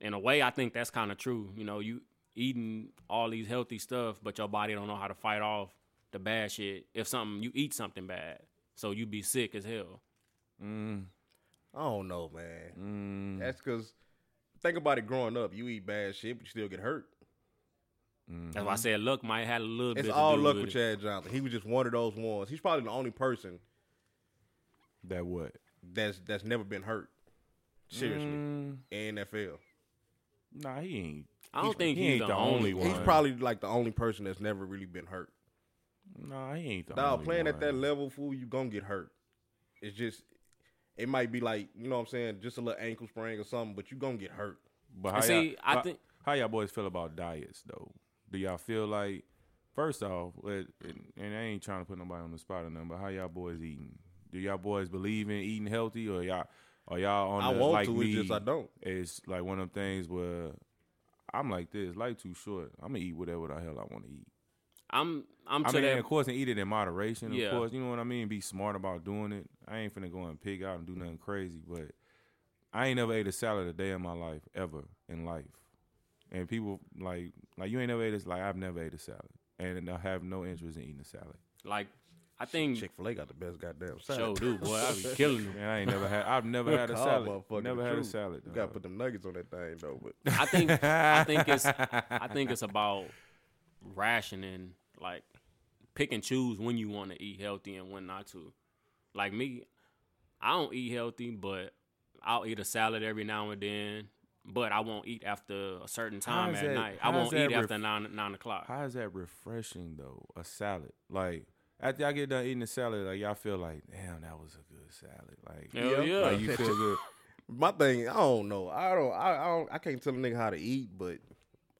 S2: in a way, I think that's kind of true. You know, you eating all these healthy stuff, but your body don't know how to fight off the bad shit. If something you eat something bad, so you be sick as hell.
S3: I don't know,
S2: Mm.
S3: man. That's because think about it. Growing up, you eat bad shit, but you still get hurt.
S2: That's why I said luck might have a little bit.
S3: It's
S2: to
S3: all
S2: do
S3: luck
S2: with
S3: with
S2: it.
S3: Chad Johnson. He was just one of those ones. He's probably the only person
S4: That what?
S3: that's that's never been hurt. Seriously,
S2: Mm.
S3: in NFL,
S4: Mm, Nah, he ain't.
S2: I don't think
S4: he
S2: he's
S4: ain't
S2: the, only one.
S3: he's probably like the only person that's never really been hurt.
S4: Nah, he ain't the
S3: Nah,
S4: only
S3: playing
S4: one.
S3: at that level, fool, you gonna get hurt. It's just, it might be like you know what I'm saying, just a little ankle sprain or something, but you gonna get hurt.
S4: But how
S2: see,
S4: y'all,
S2: I
S4: how-
S2: think-
S4: how y'all boys feel about diets though? Do y'all feel like first off, let- and, and I ain't trying to put nobody on the spot or nothing, but how y'all boys eating? Do y'all boys believe in eating healthy or y'all are y'all on
S3: I
S4: the,
S3: want
S4: like
S3: to,
S4: me?
S3: it's just I don't.
S4: It's like one of them things where I'm like this, life too short. I'm gonna eat whatever the hell I want to eat.
S2: I'm I'm
S4: I
S2: to
S4: mean,
S2: that
S4: of course, and eat it in moderation. Of
S2: Yeah.
S4: course, you know what I mean. Be smart about doing it. I ain't finna go and pig out and do nothing crazy, but I ain't never ate a salad a day in my life ever in life. And people like like you ain't never ate this. Like I've never ate a salad, and I have no interest in eating a salad.
S2: like I think
S3: Chick Fil A got the best goddamn salad.
S2: show
S3: *laughs*
S2: do boy. I be killing him.
S4: And I ain't never had. I've never had a
S3: Call
S4: salad.
S3: motherfucker
S4: Never
S3: the
S4: had a
S3: truth.
S4: salad.
S3: You
S4: dog.
S3: gotta put them nuggets on that thing though. But *laughs*
S2: I think I think it's I think
S4: *laughs*
S2: it's about rationing, like pick and choose when you want to eat healthy and when not to. Like me, I don't eat healthy, but I'll eat a salad every now and then. But I won't eat after a certain time
S4: is
S2: at
S4: that-
S2: night. I
S4: how is
S2: won't
S4: that
S2: eat after
S4: ref-
S2: nine nine o'clock.
S4: How is that refreshing though? A salad, like after y'all get done eating the salad, like y'all feel like, damn, that was a good salad. Like,
S2: Hell yeah.
S4: like you
S3: *laughs*
S4: feel good.
S3: my thing, I don't know. I don't. I, I don't. I can't tell a nigga how to eat, but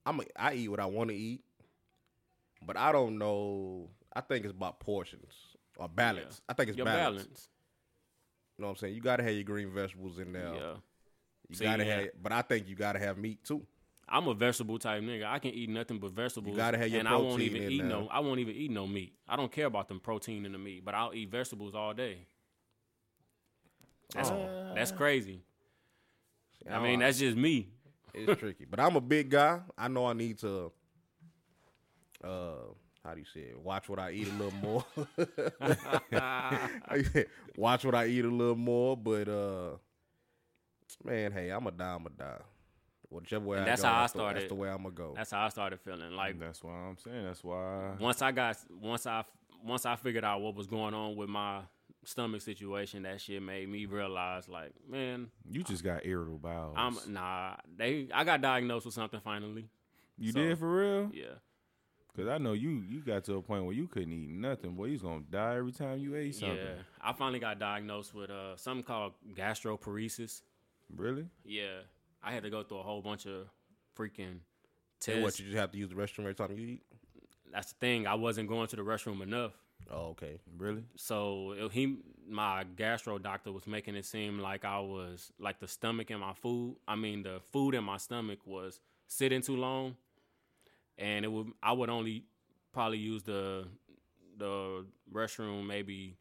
S3: I'm. A, I eat what I want to eat, but I don't know. I think it's about portions or balance. I think it's
S2: Your
S3: balance.
S2: balance.
S3: You know what I'm saying? You gotta have your green vegetables in there.
S2: Yeah.
S3: You
S2: So you
S3: gotta
S2: have-
S3: have, but I think you gotta have meat too.
S2: I'm a vegetable type nigga. I can eat nothing but vegetables.
S3: gotta have your
S2: and I won't
S3: protein
S2: even
S3: in
S2: eat
S3: there.
S2: no I won't even eat no meat. I don't care about them protein in the meat, but I'll eat vegetables all day. That's
S3: Oh.
S2: that's crazy. I mean, that's just me.
S3: It's tricky, but I'm a big guy. I know I need to. Uh, how do you say it? Watch what I eat a little
S2: *laughs*
S3: more. *laughs* Watch what I eat a little more, but uh, man, hey, I'm a die. I'm a die. Whichever way
S2: And
S3: I
S2: that's
S3: go,
S2: how I
S3: the-
S2: started.
S3: that's the way I'm gonna go.
S2: That's how I started feeling. Like
S4: That's why I'm saying. That's why.
S2: once I got once I once I figured out what was going on with my stomach situation, that shit made me realize like, man,
S4: You just got irritable bowels.
S2: I'm nah. They I got diagnosed with something finally.
S4: you
S2: so-
S4: did for real?
S2: Yeah.
S4: Cause I know you. You got to a point where you couldn't eat nothing. Boy, you was gonna die every time you ate something.
S2: Yeah, I finally got diagnosed with uh something called gastroparesis.
S4: Really?
S2: Yeah, I had to go through a whole bunch of freaking
S3: and what
S2: tests.
S3: you just have to use the restroom every time you eat.
S2: That's the thing. I wasn't going to the restroom enough,
S3: Oh, okay.
S4: Really?
S2: so it- he, my gastro doctor, was making it seem like I was like the stomach in my food. I mean, the food in my stomach was sitting too long, and it would. I would only probably use the the restroom maybe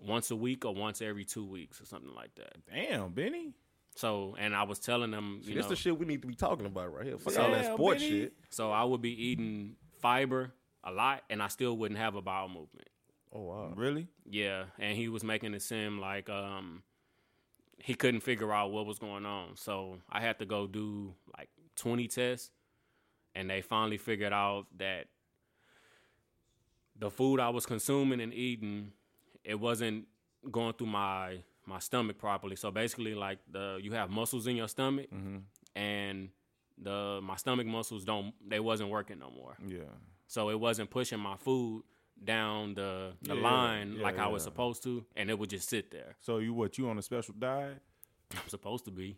S2: once a week or once every two weeks or something like that.
S4: Damn, Benny. So
S2: So, and I was telling them,
S3: See,
S2: you
S3: this
S2: know,
S3: the shit we need to be talking about right here. Fuck all
S4: Yeah,
S3: that sports
S4: Benny.
S3: shit.
S2: so I would be eating fiber a lot, and I still wouldn't have a bowel movement.
S3: Oh wow.
S4: really?
S2: Yeah, and he was making it seem like um, he couldn't figure out what was going on. So I had to go do like twenty tests, and they finally figured out that the food I was consuming and eating, it wasn't going through my my stomach properly. So basically, like the you have muscles in your stomach, and the my stomach muscles don't they wasn't working no more.
S4: Yeah.
S2: So it wasn't pushing my food down the, the
S4: Yeah,
S2: line
S4: yeah,
S2: like I was
S4: yeah.
S2: supposed to, and it would just sit there.
S4: So you what? You on a special diet?
S2: I'm supposed to
S4: *laughs*
S2: be.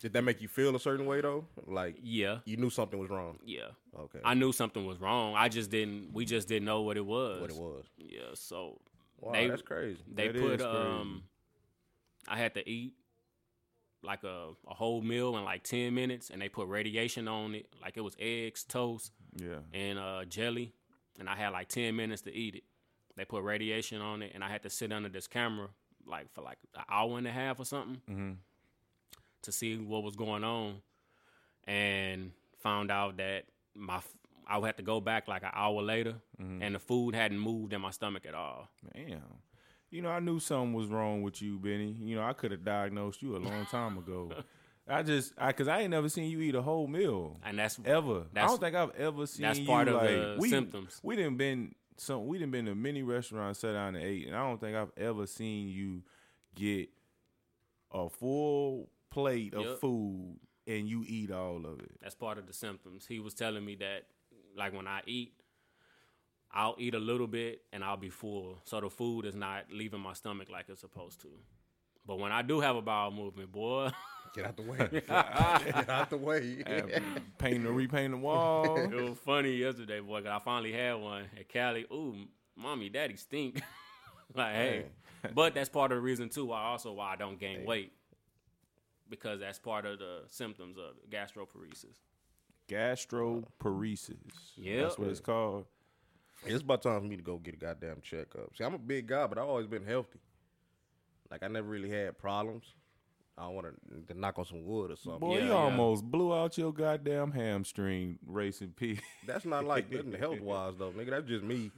S3: Did that make you feel a certain way though? Like
S2: yeah.
S3: you knew something was wrong.
S2: Yeah.
S3: Okay.
S2: I knew something was wrong. I just didn't we just didn't know what it was.
S3: what it was.
S2: Yeah, so
S3: Wow,
S2: They-
S3: that's crazy.
S2: they
S4: That is
S2: put
S4: crazy.
S2: um I had to eat like a, a whole meal in like 10 minutes and they put radiation on it like it was eggs, toast,
S4: Yeah.
S2: and uh, jelly, and I had like ten minutes to eat it. They put radiation on it, and I had to sit under this camera like for like an hour and a half or something
S4: Mhm.
S2: to see what was going on, and found out that my f- I would have to go back like an hour later, and the food hadn't moved in my stomach at all.
S4: Damn. You know, I knew something was wrong with you, Benny. You know, I could have diagnosed you a long time
S2: *laughs*
S4: ago. I just, I, cause I ain't never seen you eat a whole meal
S2: And that's
S4: ever. I
S2: That's-
S4: don't think I've ever seen
S2: that's
S4: you
S2: part of
S4: like
S2: the
S4: we,
S2: symptoms.
S4: We didn't been some. We didn't been to many restaurants, sat down and ate, and I don't think I've ever seen you get a full plate of
S2: Yup.
S4: food and you eat all of it.
S2: That's part of the symptoms. He was telling me that, like when I eat, I'll eat a little bit and I'll be full. So the food is not leaving my stomach like it's supposed to. But when I do have a bowel movement, boy, *laughs*
S3: Get out the way. Get out the way.
S4: Paint and repaint the
S2: *laughs*
S4: wall.
S2: it was funny yesterday, boy, 'cause I finally had one at Cali. Ooh, mommy, daddy stink. *laughs* like, hey.
S4: *laughs*
S2: But that's part of the reason, too, why also why I don't gain weight. Because that's part of the symptoms of gastroparesis.
S4: Gastroparesis.
S2: Yep.
S4: That's what it's called.
S3: It's about time for me to go get a goddamn checkup. See, I'm a big guy, but I've always been healthy. Like I never really had problems. I don't want to knock on some wood or something.
S4: Boy,
S2: Yeah,
S4: you
S2: yeah.
S4: almost blew out your goddamn hamstring racing pig. *laughs*
S3: That's not like nothing health wise though, nigga. That's just me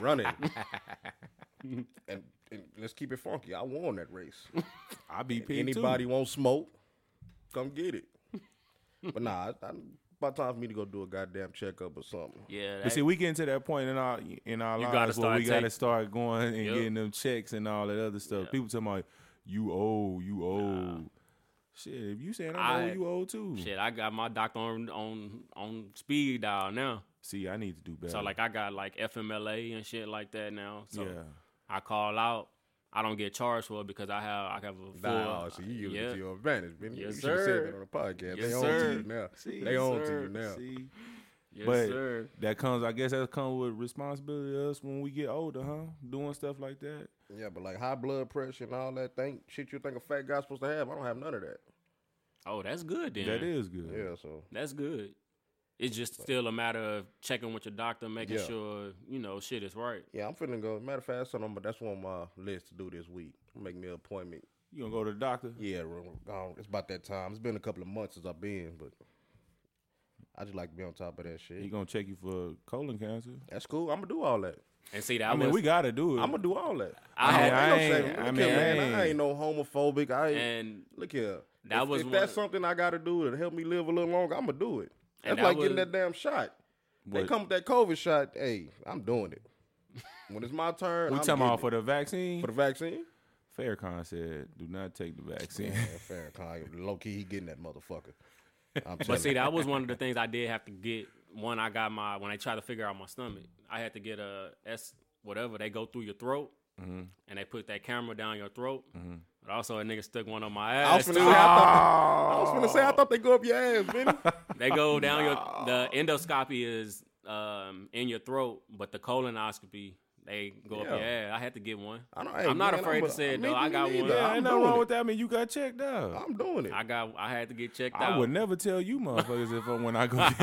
S3: running. and, and let's keep it funky. I won that race.
S4: I be pig
S3: Anybody
S4: too.
S3: want smoke? Come get it. But nah, I, I, about time for me to go do a goddamn checkup or something.
S2: Yeah.
S4: But
S2: that-
S4: see, we getting to that point in our in our
S2: You
S4: lives
S2: gotta
S4: where
S2: start
S4: we got to
S2: taking-
S4: start going and
S2: Yep.
S4: getting them checks and all that other stuff. People talking about you old, you old. Shit, if you saying I'm
S2: I-
S4: old, you old too.
S2: Shit, I got my doctor on on on speed dial now.
S4: See, I need to do better.
S2: So like I got like FMLA and shit like that now. So
S4: yeah,
S2: I call out. I don't get charged for it because I have I have a full.
S3: Nah, so Oh, you use it
S2: yeah.
S3: to your advantage, man.
S2: Yes,
S3: you should have said
S2: sir.
S3: that on the podcast.
S2: Yes,
S3: they own
S2: sir.
S3: to you now.
S4: See,
S3: they own to
S2: sir.
S3: you now.
S4: see,
S2: Yes,
S4: but
S2: sir.
S4: that comes. I guess that comes with responsibility to us when we get older, huh? Doing stuff like that.
S3: Yeah, but like high blood pressure and all that thing, shit you think a fat guy's supposed to have. I don't have none of that.
S2: Oh, that's good then.
S4: That is good.
S3: Yeah, so
S2: That's good. It's just still a matter of checking with your doctor, making
S3: Yeah.
S2: sure you know shit is right.
S3: Yeah, I'm finna go. Matter of fact, that's on my, that's on my list to do this week. Make me an appointment.
S4: You gonna go to the doctor?
S3: Yeah, ro- um, it's about that time. It's been a couple of months since I've been, but I just like to be on top of that
S4: He
S3: shit.
S4: gonna check you for colon cancer.
S3: That's cool. I'm gonna do all that.
S2: And see that
S4: I mean, we gotta do it.
S3: I'm gonna do all that.
S2: I had-
S3: don't- ain't
S4: I ain't-
S3: no
S4: I
S3: shame. Look
S4: mean,
S3: here,
S4: I
S3: man, I
S4: ain't-
S3: ain't no homophobic. I ain't,
S2: and
S3: look here.
S2: That
S3: if,
S2: was
S3: if
S2: one-
S3: that's something I gotta do to help me live a little longer, I'm gonna do it.
S2: And
S3: That's
S2: that
S3: like
S2: was-
S3: getting that damn shot. They
S4: What?
S3: come with that COVID shot. Hey, I'm
S2: *laughs*
S3: doing it. When it's my turn,
S4: We
S3: I'm
S4: talking about
S3: getting
S4: for
S3: it.
S4: the vaccine?
S3: for the
S4: *laughs*
S3: vaccine.
S4: Farrakhan said, "Do not take the vaccine." *laughs*
S3: Yeah, Farrakhan, low key, he getting that motherfucker. I'm
S2: But
S3: telling
S2: see,
S3: you.
S2: that was one of the things I did have to get when I got my when I tried to figure out my stomach. I had to get a S whatever they go through your throat,
S3: Mm-hmm.
S2: and they put that camera down your throat. But also, a nigga stuck one on my
S3: I was
S2: ass.
S3: finna
S2: too.
S3: say, I, thought, I was finna
S4: Oh.
S3: say, I thought they go up your ass, Vinny.
S2: they
S3: *laughs*
S2: go down your the endoscopy is um, in your throat, but the colonoscopy they go up your ass. I had to get one.
S3: I don't- hey,
S2: I'm not
S3: man,
S2: afraid
S3: I'm a-
S2: to say it
S3: me-
S2: though. I
S3: me
S2: got one.
S3: neither.
S4: yeah,
S3: I'm
S4: ain't nothing
S3: doing
S4: wrong
S3: it.
S4: with that. I mean, you got checked out.
S3: I'm doing it.
S2: I got. I had to get checked out.
S4: I would never tell you motherfuckers if I'm
S2: *laughs*
S4: when I go get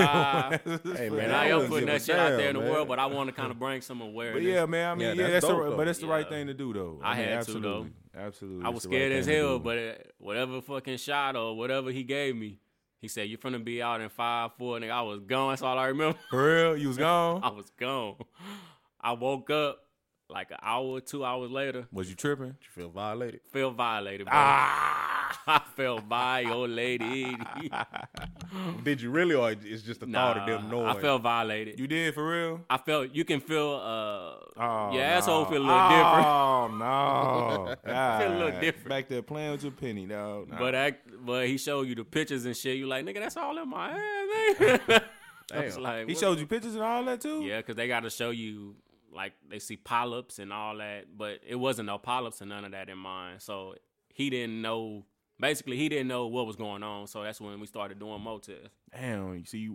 S4: one. *laughs*
S3: Hey,
S2: And
S3: man,
S2: I, am
S3: wouldn't
S2: putting
S3: give a
S2: that shit out there in the
S3: damn,
S2: world,
S3: man.
S2: but I want to kind of bring some awareness.
S4: But yeah, man. I mean,
S3: Yeah,
S4: yeah,
S3: that's
S4: that's,
S3: dope,
S4: the,
S3: though.
S4: but that's the right
S2: Yeah.
S4: thing to do, though.
S2: I
S4: mean,
S2: had to,
S4: absolutely.
S2: though.
S4: Absolutely,
S2: I
S4: it's
S2: was
S4: the right
S2: scared
S4: thing
S2: as
S4: to
S2: hell,
S4: do.
S2: but it, whatever fucking shot or whatever he gave me, he said, You're finna be out in five, four, nigga. I was gone. That's all I remember. *laughs*
S4: for real, you was gone.
S2: I was gone. I woke up like an hour, two hours later,
S4: Was you tripping?
S3: You feel violated.
S2: felt violated, bro.
S3: Ah.
S2: *laughs* I felt
S3: *laughs*
S2: violated.
S3: Did you really, or it's just the
S2: nah,
S3: thought of them knowing?
S2: I felt violated.
S4: *laughs* You did for real.
S2: I felt you can feel
S3: Ah.
S2: uh
S4: Oh,
S2: your asshole
S4: no.
S2: feel a little different.
S4: Oh no,
S2: *laughs* Feel a little
S4: God.
S2: different.
S4: Back there playing with your penny, dog. Nah.
S2: But uh, act, but he showed you the pictures and shit. You like, nigga, that's all in
S3: *laughs*
S2: my ass. Nigga. *laughs* I was
S3: Damn.
S2: like,
S4: he
S2: what
S4: showed you pictures and all that too.
S2: Yeah, because they got to show you like they see polyps and all that, but it wasn't no polyps and none of that in mine. So he didn't know. Basically, he didn't know what was going on. So that's when we started doing mo tests.
S4: Damn. You see,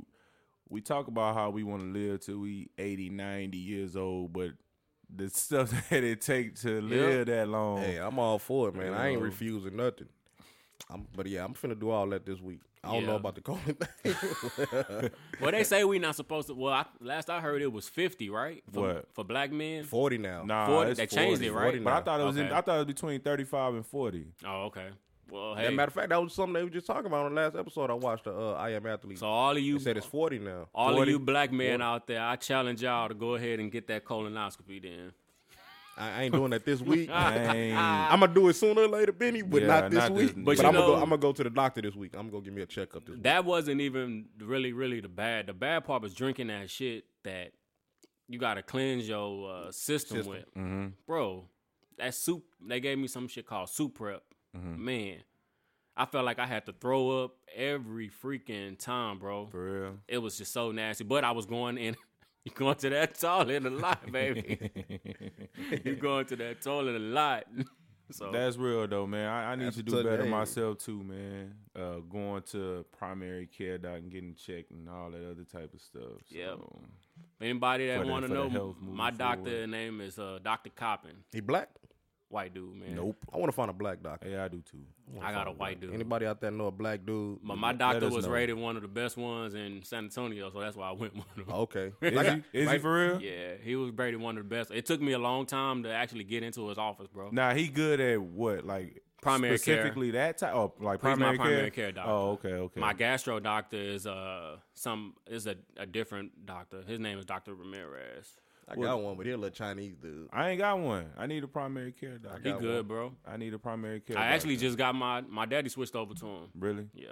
S4: we talk about how we want to live till we 80, 90 years old, but the *laughs* stuff that it takes to live that long.
S3: Hey, I'm all for it, man. I ain't
S4: Yeah.
S3: refusing nothing. I'm, but yeah, I'm finna do all that this week. I don't
S2: Yeah.
S3: know about the COVID thing. *laughs*
S2: Well, they say we not supposed to. Well, I, last I heard it was fifty, right? For,
S4: What?
S2: for black men?
S3: Forty now.
S4: Nah,
S2: 40
S4: it's
S2: they changed
S4: 40.
S2: it, right?
S3: 40
S4: But I thought it was. In,
S2: Okay.
S4: I thought it was between thirty-five and forty.
S2: Oh, okay. Well,
S3: As a
S2: hey.
S3: matter of fact, that was something they were just talking about on the last episode I watched. The uh, I Am Athlete.
S2: So all of you,
S3: they said it's forty now.
S2: all of
S4: 40.
S2: you black men out there, I challenge y'all to go ahead and get that colonoscopy. Then
S3: I, I ain't doing that this
S2: *laughs*
S3: week.
S4: *laughs* Dang.
S3: I'm gonna do it sooner or later, Benny, but
S4: Yeah,
S3: not this
S4: not this-
S3: week.
S4: But
S3: but
S2: you
S3: I'm gonna go.
S2: know-
S3: I'm gonna go to the doctor this week. I'm gonna give me a checkup this week.
S2: that wasn't even really, really the bad. The bad part was drinking that shit that you gotta cleanse your uh, system,
S3: System.
S2: with,
S4: Mm-hmm.
S2: bro. That soup they gave me some shit called soup prep.
S4: Mm-hmm.
S2: Man, I felt like I had to throw up every freaking time, bro.
S4: For real.
S2: It was just so nasty. But I was going in. *laughs* You going to that toilet a
S4: *laughs*
S2: lot, baby. you going to that toilet a lot. So
S4: That's real though, man. I, I need to do
S3: Absolutely.
S4: better myself too, man. Uh, going to primary care doc and getting checked and all that other type of stuff.
S2: Yep.
S4: So.
S2: anybody
S4: For
S2: that
S4: the-
S2: want to
S4: for the
S2: know,
S4: health moving
S2: my doctor
S4: forward.
S2: name is uh, Doctor Coppin,
S3: He black?
S2: white dude, man.
S3: I want to find a black doctor.
S4: Yeah, I do too.
S2: I got a white dude.
S3: Anybody out there know a black dude?
S2: But my
S4: Let
S2: doctor
S4: us
S2: was
S4: know.
S2: rated one of the best ones in San Antonio, so that's why I went *laughs* with him.
S4: *laughs*
S3: Okay.
S4: Is,
S3: Like I-
S4: he, is he
S3: like-
S4: for real?
S2: Yeah, he was rated one of the best. It took me a long time to actually get into his office, bro.
S4: Nah, he good at what? Like
S2: Primary care.
S4: specifically that type. Oh, like
S2: He's my
S4: primary,
S2: primary
S4: care.
S2: care doctor.
S4: Oh, okay, okay.
S2: My gastro doctor is uh some is a, a different doctor. His name is Doctor Ramirez.
S3: I got one, but he a little Chinese dude.
S4: I ain't got one. I need a primary care doctor.
S2: He good, bro.
S4: I need a primary care.
S2: I actually
S4: doctor.
S2: just got my my daddy switched over to him.
S4: really.
S2: Yeah.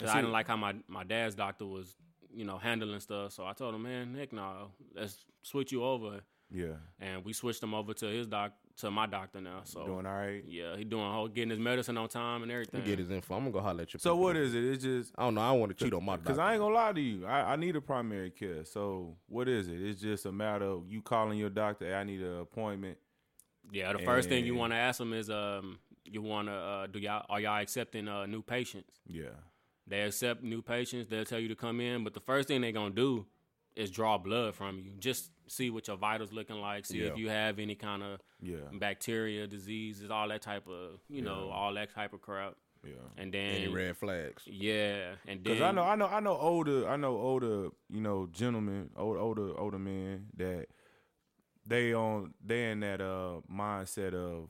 S2: 'Cause I didn't like how my, my dad's doctor was, you know, handling stuff. So I told him, man, heck no, let's switch you over.
S4: Yeah,
S2: And we switched him over to his doc to my doctor now. So
S4: doing all right.
S2: Yeah, he doing whole getting his medicine on time and everything.
S3: Get his info. I'm gonna go holler at you.
S4: So what is it? It's just
S3: I don't know. I don't want to cheat on my doctor.
S4: Because I ain't gonna lie to you, I, I need a primary care. So what is it? It's just a matter of you calling your doctor. "Hey, I need an appointment.
S2: yeah, the first thing you
S4: And-
S2: want to ask him is, um, you want to uh, do y'all are y'all accepting uh, new patients?
S4: Yeah,
S2: They accept new patients. They'll tell you to come in, but the first thing they're gonna do is draw blood from you. Just see what your vitals looking like. See if
S3: Yeah.
S2: you have any kind of
S4: yeah,
S2: bacteria, diseases, all that type of you know all that type of crap.
S4: Yeah.
S2: and then
S3: Any red flags?
S2: yeah, and then
S4: Cause I know, I know, I know older, I know older, you know, gentlemen, old, older, older men that they on they in that uh mindset of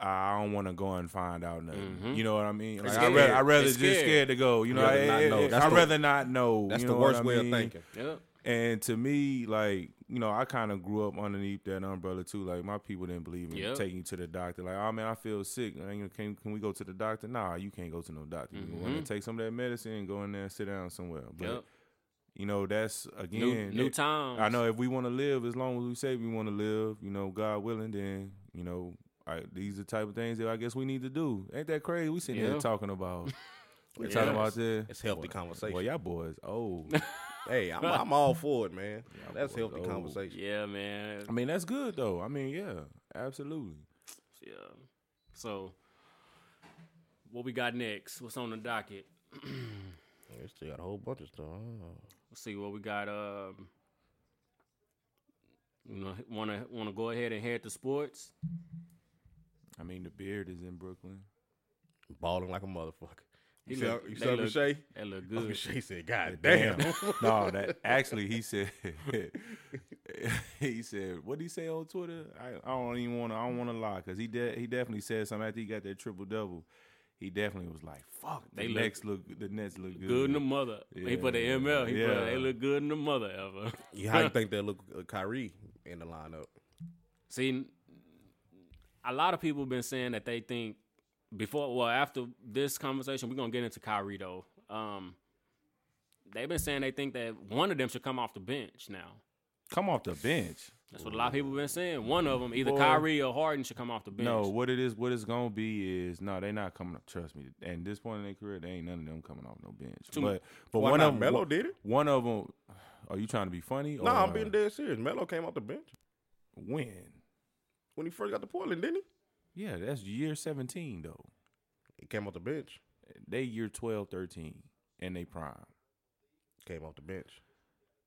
S4: I don't want to go and find out nothing.
S3: Mm-hmm.
S2: Mhm.
S4: You know what I mean? Like, I
S3: scared.
S4: rather, I rather
S2: It's
S4: just
S2: scared.
S4: scared. to go. You know,
S3: Rather
S4: I,
S3: not
S4: I,
S3: know.
S4: I,
S3: That's
S4: I'd
S3: the-
S4: rather not know.
S3: That's
S4: you
S3: the
S4: know what
S3: worst
S4: I
S3: way of
S4: mean?
S3: thinking.
S2: Yep.
S4: And to me, like, you know, I kind of grew up underneath that umbrella too. Like, my people didn't believe in
S2: Yep.
S4: taking you to the doctor. Like, oh man, I feel sick. Like, you know, Can, can we go to the doctor? Nah, you can't go to no doctor. You want to take some of that medicine and go in there and sit down somewhere. But,
S2: Mm-hmm. Yep.
S4: you know, that's
S2: New
S4: again.
S2: new
S4: it-
S2: times.
S4: I know if we want to live, as long as we say we want to live, you know, God willing, then, you know, I, these are the type of things that I guess we need to do. Ain't that crazy? We sitting
S2: Yeah.
S4: here
S2: *laughs*
S4: talking about. we
S3: Yeah.
S4: talking about this.
S3: It's healthy
S4: Well,
S3: conversation.
S4: y'all boys, oh.
S3: Hey, I'm, I'm all for it,
S4: *laughs*
S3: man. That's
S4: boy,
S3: healthy
S4: old.
S3: conversation.
S2: Yeah, man.
S4: I mean, that's good though. I mean, yeah, absolutely.
S2: Yeah. So, what we got next? What's on the docket?
S3: Yeah, still got a whole bunch of stuff. Oh.
S2: Let's see what we got. Um, you know, want to want to go ahead and head to sports?
S4: I mean, the beard is in Brooklyn.
S3: Balling like a motherfucker.
S2: He
S3: You saw,
S2: look-
S3: you
S2: they
S3: saw
S2: look
S3: Shay?
S2: That look
S3: *laughs* Uncle
S2: good.
S3: Shay said, God damn.
S4: *laughs* no, that actually he said. *laughs* he said, "What did he say on Twitter?" I, I don't even want to. I don't want to lie because he de- he definitely said something after he got that triple double. He definitely was like, "Fuck,
S2: They
S4: the
S2: look-
S4: next look, the Nets look good."
S2: Good in the mother. He put the
S4: Yeah.
S2: ML. He put
S4: Yeah.
S2: they look good in the mother ever. *laughs*
S3: yeah,
S4: *laughs*
S3: how *laughs* you think that look uh, Kyrie in the lineup?
S2: See, a lot of people been saying that they think before, well, after this conversation, we're gonna get into Kyrie though. Um, they've been saying they think that one of them should come off the bench now.
S4: Come off the bench.
S2: That's what a lot of people been saying. One of them, either
S4: Boy.
S2: Kyrie or Harden, should come off the bench.
S4: No, what it is, what it's gonna be is no, they not coming up. Trust me. And this point in their career, they ain't none of them coming off no bench.
S2: Too-
S4: but but
S3: Why
S4: one
S3: not?
S4: of them,
S3: Melo
S4: one,
S3: did it.
S4: One of them. Are you trying to be funny?
S3: No, nah,
S4: or
S3: I'm being dead serious. Melo came off the bench
S4: When?
S3: when he first got to Portland, didn't he?
S4: Yeah, that's year seventeen though.
S3: He came off the bench.
S4: They year 12, 13, and they prime.
S3: Came off the bench.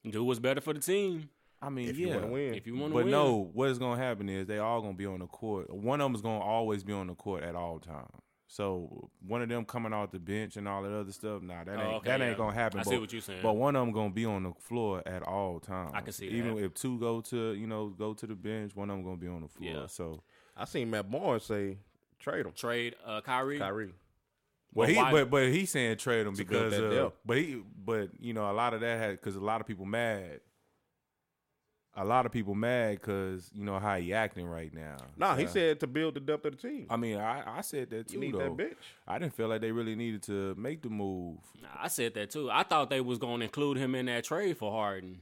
S2: do what's better for the team.
S4: I mean,
S3: If you
S4: yeah.
S3: want to win.
S2: If you want to
S4: but
S2: win,
S4: no, what's gonna happen is they all gonna be on the court. One of them's gonna always be on the court at all times. So one of them coming off the bench and all that other stuff, nah, that
S2: Oh,
S4: ain't
S2: okay,
S4: that
S2: yeah.
S4: ain't gonna happen.
S2: I
S4: but,
S2: see what you're saying.
S4: But one of them gonna be on the floor at all times.
S2: I can see
S4: even
S2: that.
S4: if two go to you know go to the bench, one of them gonna be on the floor.
S2: Yeah.
S4: So
S3: I seen Matt Barnes say, trade him.
S2: trade uh, Kyrie.
S3: Kyrie.
S4: Well,
S2: But
S4: he
S2: why-
S4: but but he's saying trade him
S3: To build
S4: because
S3: that
S4: uh,
S3: depth.
S4: but he but you know a lot of that had because a lot of people mad. A lot of people mad because you know how he acting right now.
S3: Nah, he
S4: Yeah.
S3: said to build the depth of the team.
S4: I mean, I, I said that too.
S3: you need that
S4: though.
S3: bitch.
S4: I didn't feel like they really needed to make the move.
S2: I said that too. I thought they was gonna include him in that trade for Harden,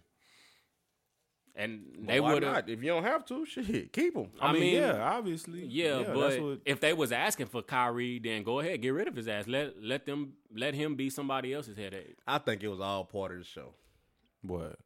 S2: and they
S3: Why
S2: would have.
S3: not? If you don't have to, shit, keep him.
S4: I,
S2: I
S4: mean,
S2: mean,
S4: yeah, obviously,
S2: Yeah,
S4: that's
S2: but
S4: what,
S2: if they was asking for Kyrie, then go ahead, get rid of his ass. Let let them let him be somebody else's headache.
S3: I think it was all part of the show.
S4: what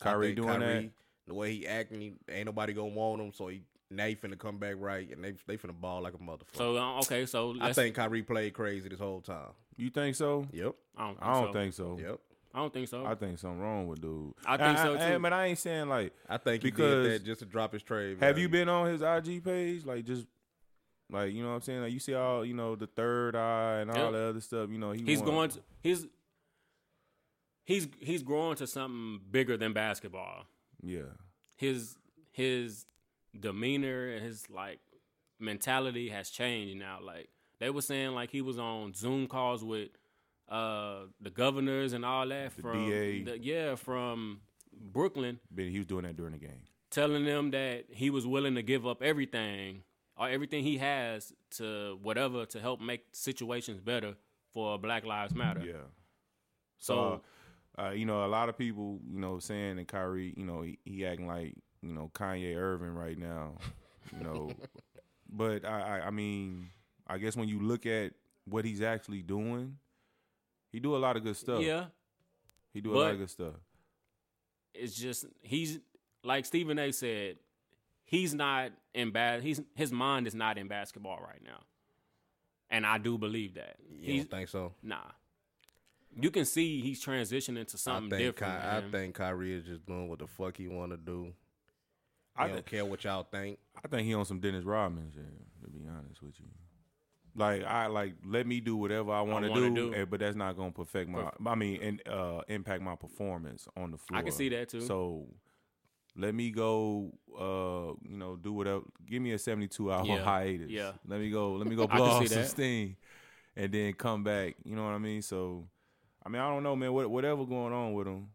S3: I
S4: Kyrie
S3: think
S4: doing that.
S3: The way he acting, he, ain't nobody gonna want him. So he now he finna come back right, and they they finna ball like a motherfucker.
S2: So uh, okay, so
S3: I
S2: let's,
S3: think Kyrie played crazy this whole time.
S4: You think so?
S3: Yep,
S2: I don't, think,
S4: I don't
S2: so.
S4: think so.
S3: yep.
S2: I don't think so.
S4: I think something wrong with dude.
S2: I think
S4: I,
S2: so,
S4: I-
S2: too.
S4: but I ain't saying like
S3: I think he
S4: Because-
S3: did that just to drop his trade.
S4: Have
S3: value.
S4: you been on his IG page? Like just like you know what I'm saying? Like you see all you know the third eye and all
S2: Yeah.
S4: the other stuff. You know he
S2: he's
S4: want-
S2: going. To, he's he's he's growing to something bigger than basketball.
S4: yeah.
S2: His his demeanor and his like mentality has changed now. Like they were saying, like he was on Zoom calls with uh the governors and all that
S4: The
S2: from
S4: DA.
S2: the- yeah from Brooklyn.
S4: But he was doing that during the game.
S2: telling them that he was willing to give up everything or everything he has to whatever to help make situations better for Black Lives Matter.
S4: Yeah.
S2: So
S4: uh, uh, you know a lot of people you know saying that Kyrie you know he, he acting like you know Kanye Irving right now.
S2: *laughs*
S4: You know, but I, I I mean I guess when you look at what he's actually doing, he do a lot of good stuff.
S2: yeah,
S4: he do a lot
S2: but-
S4: of good stuff.
S2: it's just he's like Stephen A said, he's not in bad he's his mind is not in basketball right now. And I do believe that.
S3: You
S2: He's
S3: don't think so?
S2: nah. You can see he's transitioning to
S3: I
S2: something
S3: think Ky-
S2: different.
S3: I
S2: man.
S3: think Kyrie is just doing what the fuck he want to do. He
S4: I
S3: don't
S4: think-
S3: care what y'all think.
S4: I think he on some Dennis Rodman shit. To be honest with you, Like I like let me do whatever I want to
S2: wanna
S4: do,
S2: do.
S4: eh, but that's not gonna perfect my. I mean, and uh, impact my performance on the floor.
S2: see that, too.
S4: So let me go. Uh, you know, do whatever. Give me a seventy-two hour
S2: Yeah,
S4: hiatus.
S2: yeah.
S4: Let me go.
S2: *laughs*
S4: Let me go
S2: can
S4: blow off
S2: see
S4: some
S2: that.
S4: steam, and then come back. You know what I mean? So, I mean, I don't know, man. What whatever going on with him,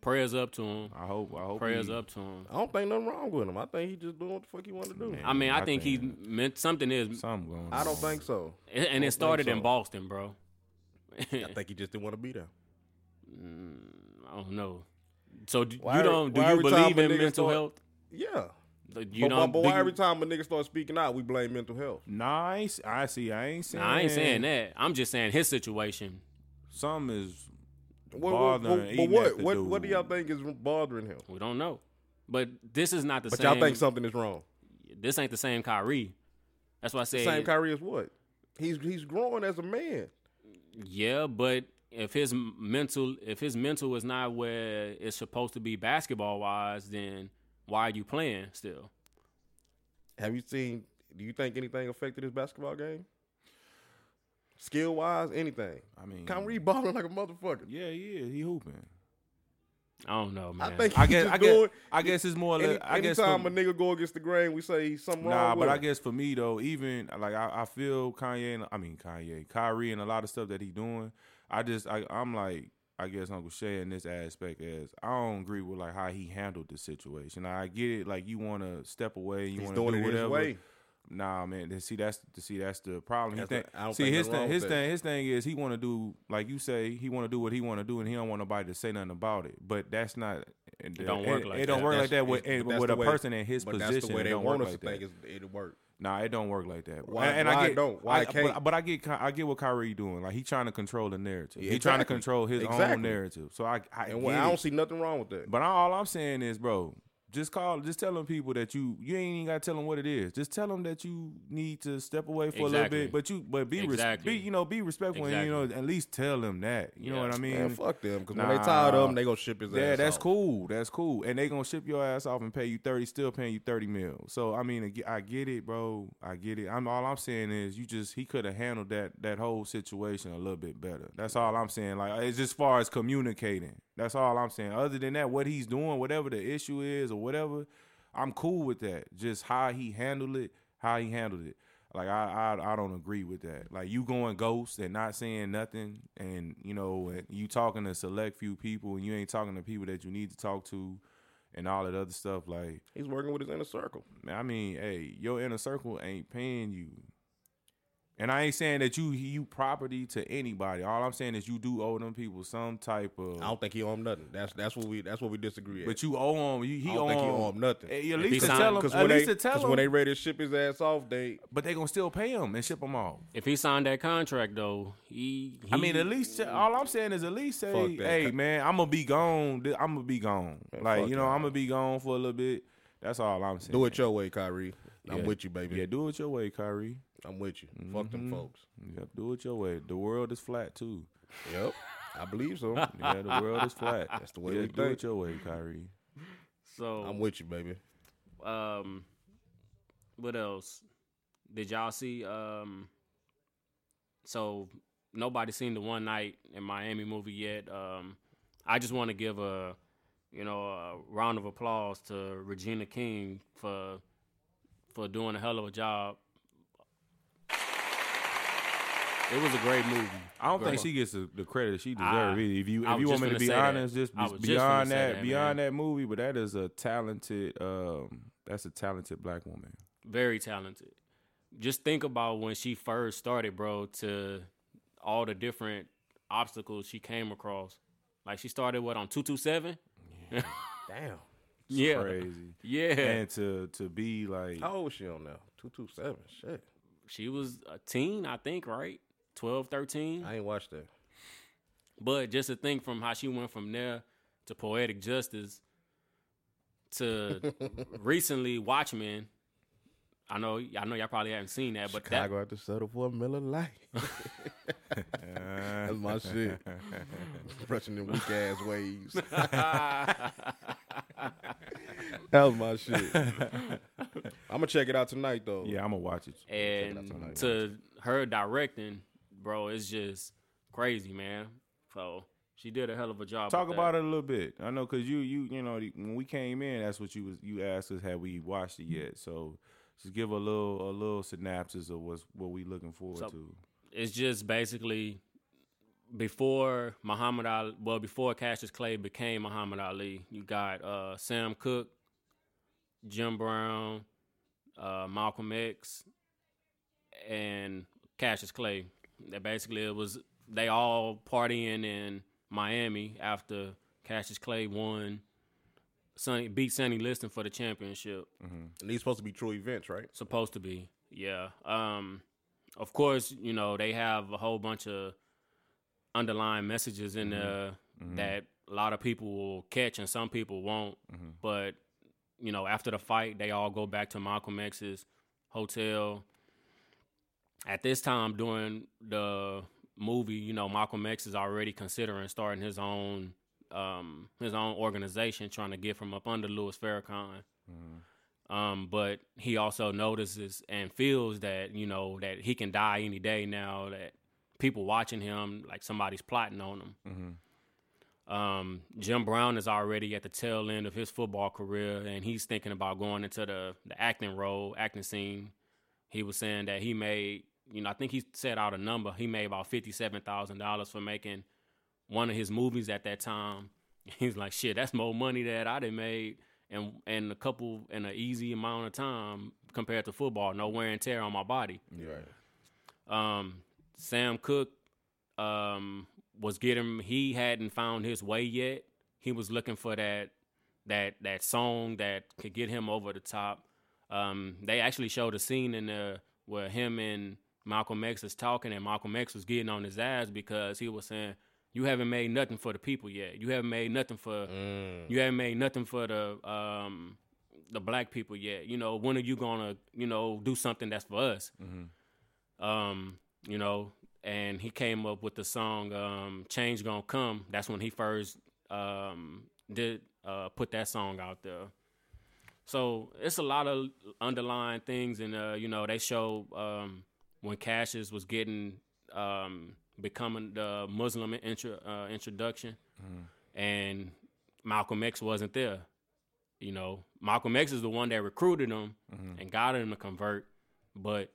S2: Prayers up to him.
S4: I hope. I hope.
S2: Prayers
S4: he-
S2: up to him.
S3: I don't think nothing wrong with him. I think he just doing what the fuck he want to do.
S4: Man.
S2: I mean, I
S4: I
S2: think he
S4: think-
S2: meant something is,
S4: Something going.
S3: I don't
S4: on.
S3: think so.
S2: and- and it started in
S3: so.
S2: Boston, bro. *laughs*
S3: I think he just didn't want to be there.
S2: I don't know. So do,
S3: Why
S2: you
S3: every-
S2: don't? Do
S3: why
S2: you
S3: every time
S2: believe
S3: a
S2: in
S3: nigga
S2: mental
S3: start-
S2: health?
S3: Yeah.
S2: Like, You
S3: but,
S2: don't.
S3: but
S2: do
S3: why
S2: you-
S3: every time a nigga starts speaking out, we blame mental health?
S4: Nice. I see. I ain't saying.
S2: Nah, I ain't saying that. I'm just saying his situation.
S4: Some is
S3: What, what,
S4: Bothering,
S3: what, but
S4: eating at
S3: what,
S4: the
S3: what, what do
S4: dude.
S3: y'all think is bothering him?
S2: We don't know. But this is not the
S3: But
S2: same.
S3: y'all think something is wrong.
S2: This ain't the same Kyrie. That's why I said.
S3: Same Kyrie as what? He's he's growing as a man.
S2: Yeah, but if his m- mental, if his mental is not where it's supposed to be basketball wise, then why are you playing still?
S3: Have you seen? Do you think anything affected his basketball game? Skill wise, anything?
S4: I mean-
S3: Kyrie balling like a motherfucker.
S4: Yeah, yeah,
S3: *laughs*
S4: he hooping.
S2: I don't know, man.
S3: I think
S4: I
S3: he's
S4: guess,
S3: just
S4: I guess,
S3: doing-
S4: I guess it's more. Or less,
S3: Any,
S4: I guess
S3: anytime
S4: for-
S3: a nigga go against the grain, we say he's something
S4: nah,
S3: wrong.
S4: but
S3: with
S4: I
S3: him.
S4: guess for me though, even like I, I feel Kanye, and, I mean Kanye, Kyrie, and a lot of stuff that he doing. I just, I, I'm like, I guess Uncle Shay in this aspect is I don't agree with like how he handled the situation. I get it, like you want to step away, you
S3: He's
S4: want to
S3: doing
S4: do
S3: it his
S4: whatever.
S3: way.
S4: Nah, man. then See, that's see, that's the problem. He
S3: That's
S4: think-
S3: not- I don't
S4: see,
S3: think
S4: his
S3: nothing wrong
S4: thing,
S3: with
S4: his
S3: that.
S4: thing, his thing is he want to do like you say. He want to do what he want to do, and he don't want nobody to say nothing about it. But that's not. It
S2: don't work like
S4: It don't
S2: that.
S4: work
S3: That's-
S4: like that with,
S3: it's-
S4: and-
S3: but that's
S4: with
S3: the
S4: a
S3: way-
S4: person in his
S3: but
S4: position.
S3: That's the way
S4: it
S3: they
S4: don't
S3: want
S4: work
S3: us
S4: like
S3: to think
S4: that.
S3: is, it work.
S4: Nah, it don't work like that. bro.
S3: Why-
S4: and, and I
S3: why
S4: get,
S3: don't? Why
S4: I,
S3: can't?
S4: But, but I get, Ky- I get what Kyrie doing. Like he trying to control the narrative.
S3: Yeah,
S4: he trying to
S3: exactly.
S4: control his own
S3: Exactly.
S4: narrative. So I, I,
S3: And
S4: get
S3: well, I
S4: it.
S3: don't see nothing wrong with that.
S4: But I- all I'm saying is, bro, just call, just telling people that you you ain't even got to tell them what it is. Just tell them that you need to step away for a little
S2: Exactly.
S4: bit. But you, but be, res-
S2: Exactly.
S4: be you know, be respectful. And, you know,
S2: Exactly.
S4: at least tell them that.
S2: Yeah.
S4: You know what I mean?
S3: Man, fuck them. Because when they tired
S4: Nah.
S3: of him, they gonna ship his ass.
S4: Yeah, that's
S3: off.
S4: cool. That's cool. And they gonna ship your ass off and pay you thirty, still paying you thirty mil. So I mean, I get- I get it, bro. I get it. I'm all I'm saying is you just he could have handled that that whole situation a little bit better. That's all I'm saying. Like it's just far as communicating. That's all I'm saying. Other than that, what he's doing, whatever the issue is or whatever, I'm cool with that. Just how he handled it, how he handled it. Like I, I I don't agree with that. Like you going ghost and not saying nothing, and you know and you talking to select few people, and you ain't talking to people that you need to talk to, and all that other stuff. Like
S3: He's working with his inner circle.
S4: man, I mean, hey, your inner circle ain't paying you, and I ain't saying that you you property to anybody. All I'm saying is you do owe them people some type of.
S3: I don't think he own nothing. That's that's what we that's what we disagree.
S4: but
S3: at.
S4: you owe him. You, he
S3: I don't think he
S4: owe
S3: owe 'em nothing.
S4: Eh, At
S2: he
S4: least to
S2: signed-
S4: tell him.
S3: because
S4: At
S3: when they
S4: least to
S3: because
S4: tell
S3: when they
S4: him.
S3: ready to ship his ass off, they
S4: But they gonna still pay him and ship him off.
S2: if he signed that contract though, he.
S4: I mean,
S2: he-
S4: at least all I'm saying is at least say,
S3: Fuck that.
S4: "Hey, man, I'm gonna be gone. I'm gonna be gone.
S3: Man,
S4: like
S3: fuck
S4: you know,
S3: that.
S4: I'm gonna be gone for a little bit. That's all I'm saying.
S3: do it your way, Kyrie. I'm
S4: Yeah.
S3: with you, baby.
S4: yeah, Mm-hmm. do it your way, Kyrie.
S3: I'm with you. Fuck them folks.
S4: Yep, do it your way. The world is flat too.
S3: Yep, I believe
S4: *laughs*
S3: so.
S4: Yeah, the world is
S3: *laughs*
S4: flat. That's
S3: the way
S4: yeah,
S3: we
S4: do
S3: think.
S4: it your way, Kyrie.
S2: so.
S3: I'm with you, baby.
S2: um, what else? Did y'all see? Um, so nobody seen the one night in Miami movie yet. Um, I just want to give a, you know, a round of applause to Regina King for, for doing a hell of a job. It was a great movie.
S4: I don't
S2: Great.
S4: think she gets the, the credit she
S2: I-
S4: deserves. either. If you
S2: I
S4: if you
S2: was
S4: want
S2: just
S4: me to
S2: finna
S4: be
S2: say that.
S4: honest, just
S2: I
S4: be-
S2: was just finna
S4: beyond
S2: say
S4: that,
S2: that,
S4: beyond that movie. But that is a talented. um That's a talented black woman.
S2: very talented. Just think about when she first started, bro, to all the different obstacles she came across. Like she started what on two two seven?
S3: Damn.
S2: Yeah.
S4: Crazy.
S2: Yeah. Oh.
S4: And to to be like
S3: How old is she on now? Two two seven. Shit.
S2: she was a teen, I think, right? 12, 13.
S3: I ain't watched that.
S2: But just to think from how she went from there to poetic justice to recently Watchmen. I know I know y'all probably haven't seen that, but that
S3: Chicago had to settle for a Miller Lite. *laughs* That's my shit. Brushing them weak ass waves.
S2: *laughs*
S3: that was my shit. I'm gonna check it out tonight though.
S4: Yeah, I'm gonna watch it.
S2: And to her directing, bro, it's just crazy, man. So she did a hell of a job.
S4: Talk
S2: with
S4: about
S2: that.
S4: it a little bit. I know because you, you, you know, when we came in, that's what you was. You asked us had we watched it yet. So just give a little, a little synopsis of what's what we looking forward
S2: So-
S4: to.
S2: It's just basically before Muhammad Ali, well, before Cassius Clay became Muhammad Ali, you got uh, Sam Cooke, Jim Brown, uh, Malcolm X, and Cassius Clay. That basically it was they all partying in Miami after Cassius Clay won. Sonny beat Sonny Liston for the championship
S3: And these supposed to be true events, right?
S2: supposed to be yeah um of course you know they have a whole bunch of underlying messages in there that a lot of people will catch and some people won't but you know after the fight they all go back to malcolm x's hotel at this time during the movie you know malcolm x is already considering starting his own um his own organization trying to get from up under louis farrakhan um, but he also notices and feels that you know that he can die any day now. That people watching him, like somebody's plotting on him. Um, Jim Brown is already at the tail end of his football career, and he's thinking about going into the the acting role, acting scene. He was saying that he made, you know, I think he said out a number. He made about fifty seven thousand dollars for making one of his movies at that time. *laughs* He's like, shit, that's more money that I done made and and a couple in an easy amount of time compared to football. No wear and tear on my body.
S3: Right.
S2: Um, Sam Cook um, was getting he hadn't found his way yet. He was looking for that that that song that could get him over the top. Um, they actually showed a scene in there where him and Malcolm X is talking, and Malcolm X was getting on his ass because he was saying, "You haven't made nothing for the people yet. You haven't made nothing for you haven't made nothing for the um, the black people yet. You know, when are you gonna you know do something that's for us?" um, you know, and he came up with the song um, "Change Gonna Come." That's when he first um, did uh, put that song out there. So it's a lot of underlying things, and uh, you know, they show um, when Cassius was getting um, becoming the Muslim intro, uh, introduction, and Malcolm X wasn't there. You know, Malcolm X is the one that recruited him and got him to convert, but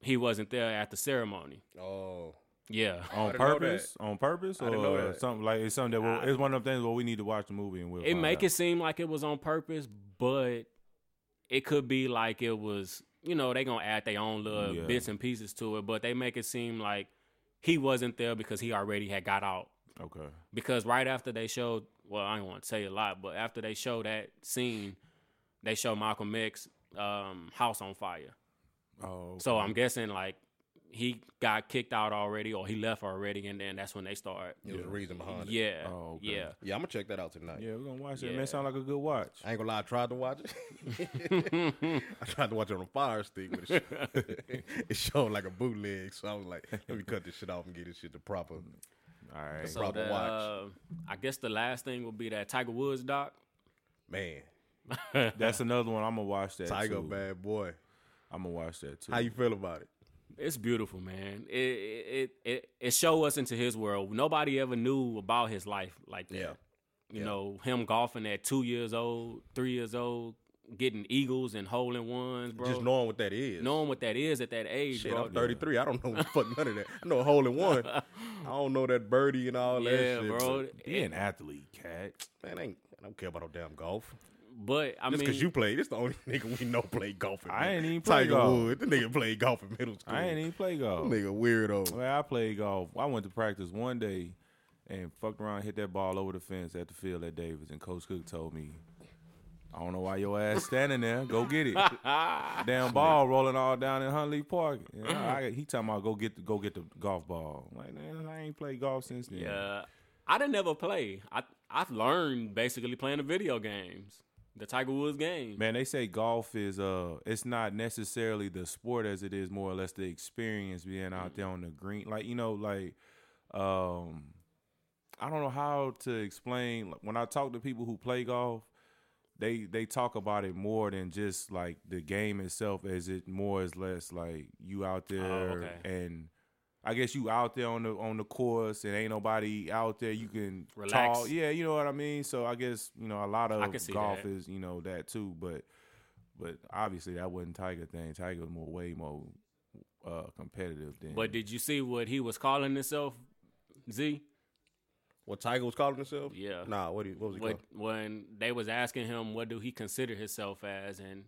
S2: he wasn't there at the ceremony.
S3: Oh,
S2: Yeah.
S4: On
S3: didn't know that.
S4: purpose, on purpose,
S3: didn't know
S4: or
S3: that.
S4: something like it's something that we'll, it's one of them things where we need to watch the movie and we'll.
S2: It
S4: find
S2: make
S4: out.
S2: it seem like it was on purpose, but it could be like it was, you know, they gonna add their own little
S4: Yeah.
S2: bits and pieces to it, but they make it seem like he wasn't there because he already had got out.
S4: okay.
S2: Because right after they showed, well, I don't want to tell you a lot, but after they show that scene, they show Malcolm X um, house on fire.
S4: Oh,
S2: So I'm guessing like he got kicked out already or he left already, and then that's when they start.
S3: it was a reason behind it. Yeah.
S2: Yeah,
S4: Oh, okay.
S2: yeah.
S3: I'm gonna check that out tonight.
S4: yeah, we're gonna watch it. Man,
S2: Yeah.
S4: sound like a good watch.
S3: I ain't gonna lie, I tried to watch it. I tried to watch it on a fire stick, but it, showed, *laughs* it showed like a bootleg. So I was like, let me cut this shit off and get this shit the proper.
S4: All right.
S2: So
S3: proper
S2: the,
S3: watch.
S2: uh, I guess the last thing will be that Tiger Woods doc. *laughs*
S3: Man,
S4: That's another one. I'm gonna watch that.
S3: Tiger,
S4: too.
S3: bad boy.
S4: I'm gonna watch that too.
S3: How you feel about it?
S2: It's beautiful, man. It it it it show us into his world. Nobody ever knew about his life like that.
S3: Yeah.
S2: You know, him golfing at two years old, three years old, getting eagles and hole in ones, bro.
S3: Just knowing what that is.
S2: knowing what that is at that age,
S3: Shit,
S2: bro.
S3: I'm 33. I don't know what the fuck none of that. I know a hole in
S2: *laughs*
S3: one. I don't know that birdie and all that
S2: Yeah,
S3: shit.
S2: bro.
S4: Be an athlete, cat.
S3: but, Man, I, ain't, I don't care about no damn golf.
S2: But I
S3: Just
S2: mean,
S3: because you played, it's the only *laughs* nigga we know played golf. In
S4: I ain't even play
S3: Tiger
S4: golf.
S3: Woods. The nigga played golf in middle school.
S4: I ain't even play golf.
S3: Nigga weirdo.
S4: Well, I played golf. I went to practice one day and fucked around, hit that ball over the fence at the field at Davis, and Coach Cook told me, "I don't know why your ass standing there. Go get it. Damn ball rolling all down in Huntley Park." And I, I- he talking about go get the, go get the golf ball. I'm like man, I ain't played golf since then.
S2: yeah, uh, I didn't ever play. I I've learned basically playing the video games, the Tiger Woods game.
S4: Man, they say golf is uh, it's not necessarily the sport as it is more or less the experience being out there on the green. Like you know, like um, I don't know how to explain. Like, When I talk to people who play golf, they they talk about it more than just like the game itself as it more is less like you out there
S2: Oh, okay.
S4: and I guess you out there on the on the course and ain't nobody out there you can
S2: Relax.
S4: talk. Yeah, you know what I mean? So I guess, you know, a lot
S2: I
S4: of
S2: can see
S4: golf
S2: that.
S4: is you know, that too, but but obviously that wasn't Tiger thing. Tiger was more way more uh competitive than
S2: But did you see what he was calling himself? Z
S3: What Tiger was calling himself?
S2: Yeah.
S3: Nah, what, he, what was he
S2: what,
S3: called?
S2: when they was asking him what do he consider himself as, and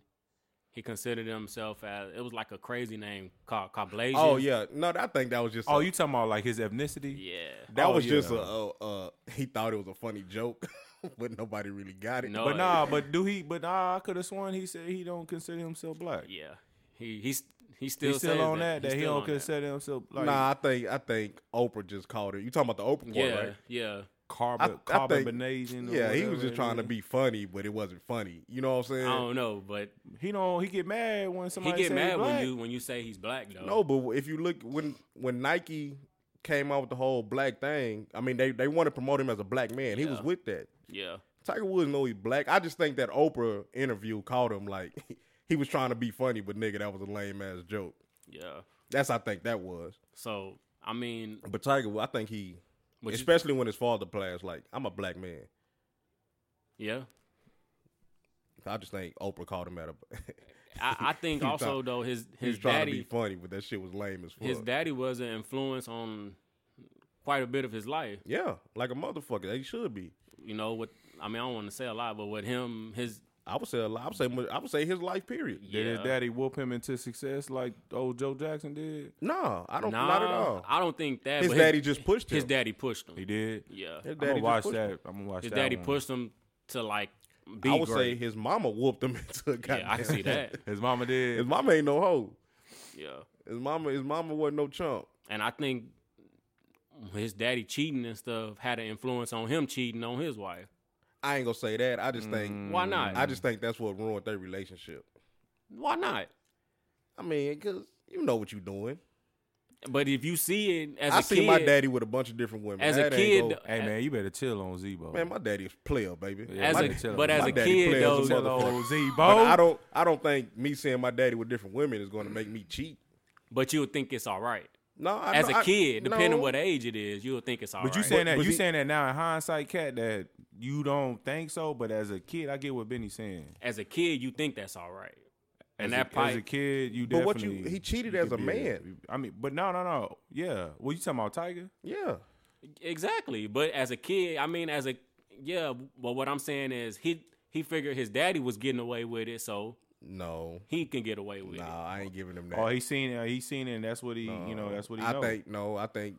S2: he considered himself as it was like a crazy name called Cablasian.
S3: Oh yeah, no, I think that was just.
S4: Oh,
S3: a-
S4: you talking about like his ethnicity?
S2: yeah.
S3: that
S4: oh,
S3: was just a,
S4: yeah.
S3: a, a. He thought it was a funny joke, *laughs* but nobody really got it.
S2: No,
S4: But nah, but do he? But nah, I could have sworn he said he don't consider himself black.
S2: Yeah, he he's he still
S4: He's still
S2: says
S4: on that. That,
S2: He's
S4: he
S2: still
S4: don't
S2: on that.
S4: consider himself like
S3: nah, I think I think Oprah just called it. You talking about the Oprah part,
S2: Yeah,
S3: right?
S2: yeah.
S3: I-
S4: carbon
S3: I think-
S4: carbonation. or
S3: Yeah, he was
S4: whatever
S3: just
S4: it
S3: trying to
S4: is.
S3: be funny, but it wasn't funny. You know what I'm saying?
S2: I don't know, but
S4: He don't. He get mad when
S2: he
S4: somebody
S2: get
S4: say
S2: mad
S4: black.
S2: when you when you say he's black though.
S3: No, but if you look when when Nike came out with the whole black thing, I mean they they want to promote him as a black man. He was
S2: Yeah.
S3: with that.
S2: Yeah,
S3: Tiger Woods know he's black. I just think that Oprah interview called him like *laughs* he was trying to be funny, but nigga, that was a lame ass joke.
S2: yeah.
S3: That's I think that was.
S2: So I mean,
S3: But Tiger, I think he,
S2: But you-
S3: especially when his father plays, like I'm a black man.
S2: yeah.
S3: I just think Oprah called him out. A, *laughs*
S2: I, I think
S3: He was
S2: also
S3: trying-
S2: though his
S3: he was
S2: his
S3: trying to
S2: daddy
S3: be funny, but that shit was lame as fuck.
S2: his daddy was an influence on quite a bit of his life.
S3: yeah, like a motherfucker. He should be.
S2: You know what? I mean, I don't want to say a lot, but with him, his
S3: I would say a lot. I would say mu- I would say his life period.
S4: Did his
S2: yeah.
S4: daddy whoop him into success like old Joe Jackson did?
S3: No, I don't.
S2: Nah,
S3: Oh, Not at all.
S2: I don't think that.
S3: His
S2: but
S3: daddy just pushed him.
S2: His daddy pushed him.
S4: He did.
S2: Yeah,
S3: His
S4: I'm gonna
S3: daddy
S4: watch
S3: just pushed
S4: that.
S3: him.
S4: I'm gonna watch
S2: his
S4: that.
S2: daddy
S4: one.
S2: pushed him to like be
S3: I would say
S2: great.
S3: his mama whooped him *laughs* into a goddamn.
S2: yeah, I can see that.
S4: His
S3: *laughs*
S4: mama
S3: His
S4: did.
S3: mama ain't no hoe.
S2: Yeah.
S3: His mama, his mama wasn't no chump.
S2: And I think his daddy cheating and stuff had an influence on him cheating on his wife.
S3: I ain't gonna say that. I just think.
S2: Mm. Why not?
S3: I just think that's what ruined their relationship.
S2: Why not?
S3: I mean, cause you know what you doing.
S2: But if you see it as a
S3: I seen
S2: kid,
S3: my daddy with a bunch of different women.
S2: as a
S3: That
S2: kid,
S3: ain't go-
S4: Hey man, you better chill on Zebo.
S3: man, my daddy is player, baby.
S4: Yeah,
S2: as
S4: my
S2: a-
S4: daddy chill
S2: but
S4: on
S2: as
S3: my
S2: a
S4: Zebo.
S3: daddy
S2: kid
S3: plays
S2: though,
S3: as a
S4: chill on
S3: motherfucker. But
S2: Oh.
S3: I
S4: Zebo.
S3: don't. I don't think me seeing my daddy with different women is going to make me cheat.
S2: but you would think it's all right
S3: No, I,
S2: as
S3: no, I-
S2: a kid, depending
S3: no.
S2: what age it is, you would think it's all right.
S4: But you saying that
S3: But- but
S4: you
S3: he-
S4: saying that now in hindsight, cat, that you don't think so. But as a kid, I get what Benny's saying.
S2: as a kid, you think that's all right, and
S4: as
S2: that
S4: a,
S2: probably
S4: as a kid, you
S3: But what
S4: definitely.
S3: you- he cheated as
S4: could
S3: a
S4: be
S3: man.
S4: I mean, but no, no, no. Yeah. Well, you talking about Tiger?
S3: Yeah.
S2: exactly. But as a kid, I mean, as a yeah. But what I'm saying is he he figured his daddy was getting away with it, so
S3: No.
S2: he can get away with it.
S3: Nah, I ain't giving him that.
S4: Oh, he seen it. He seen it, and that's what he. you know, that's what he.
S3: Uh, I
S4: know.
S3: think no. I think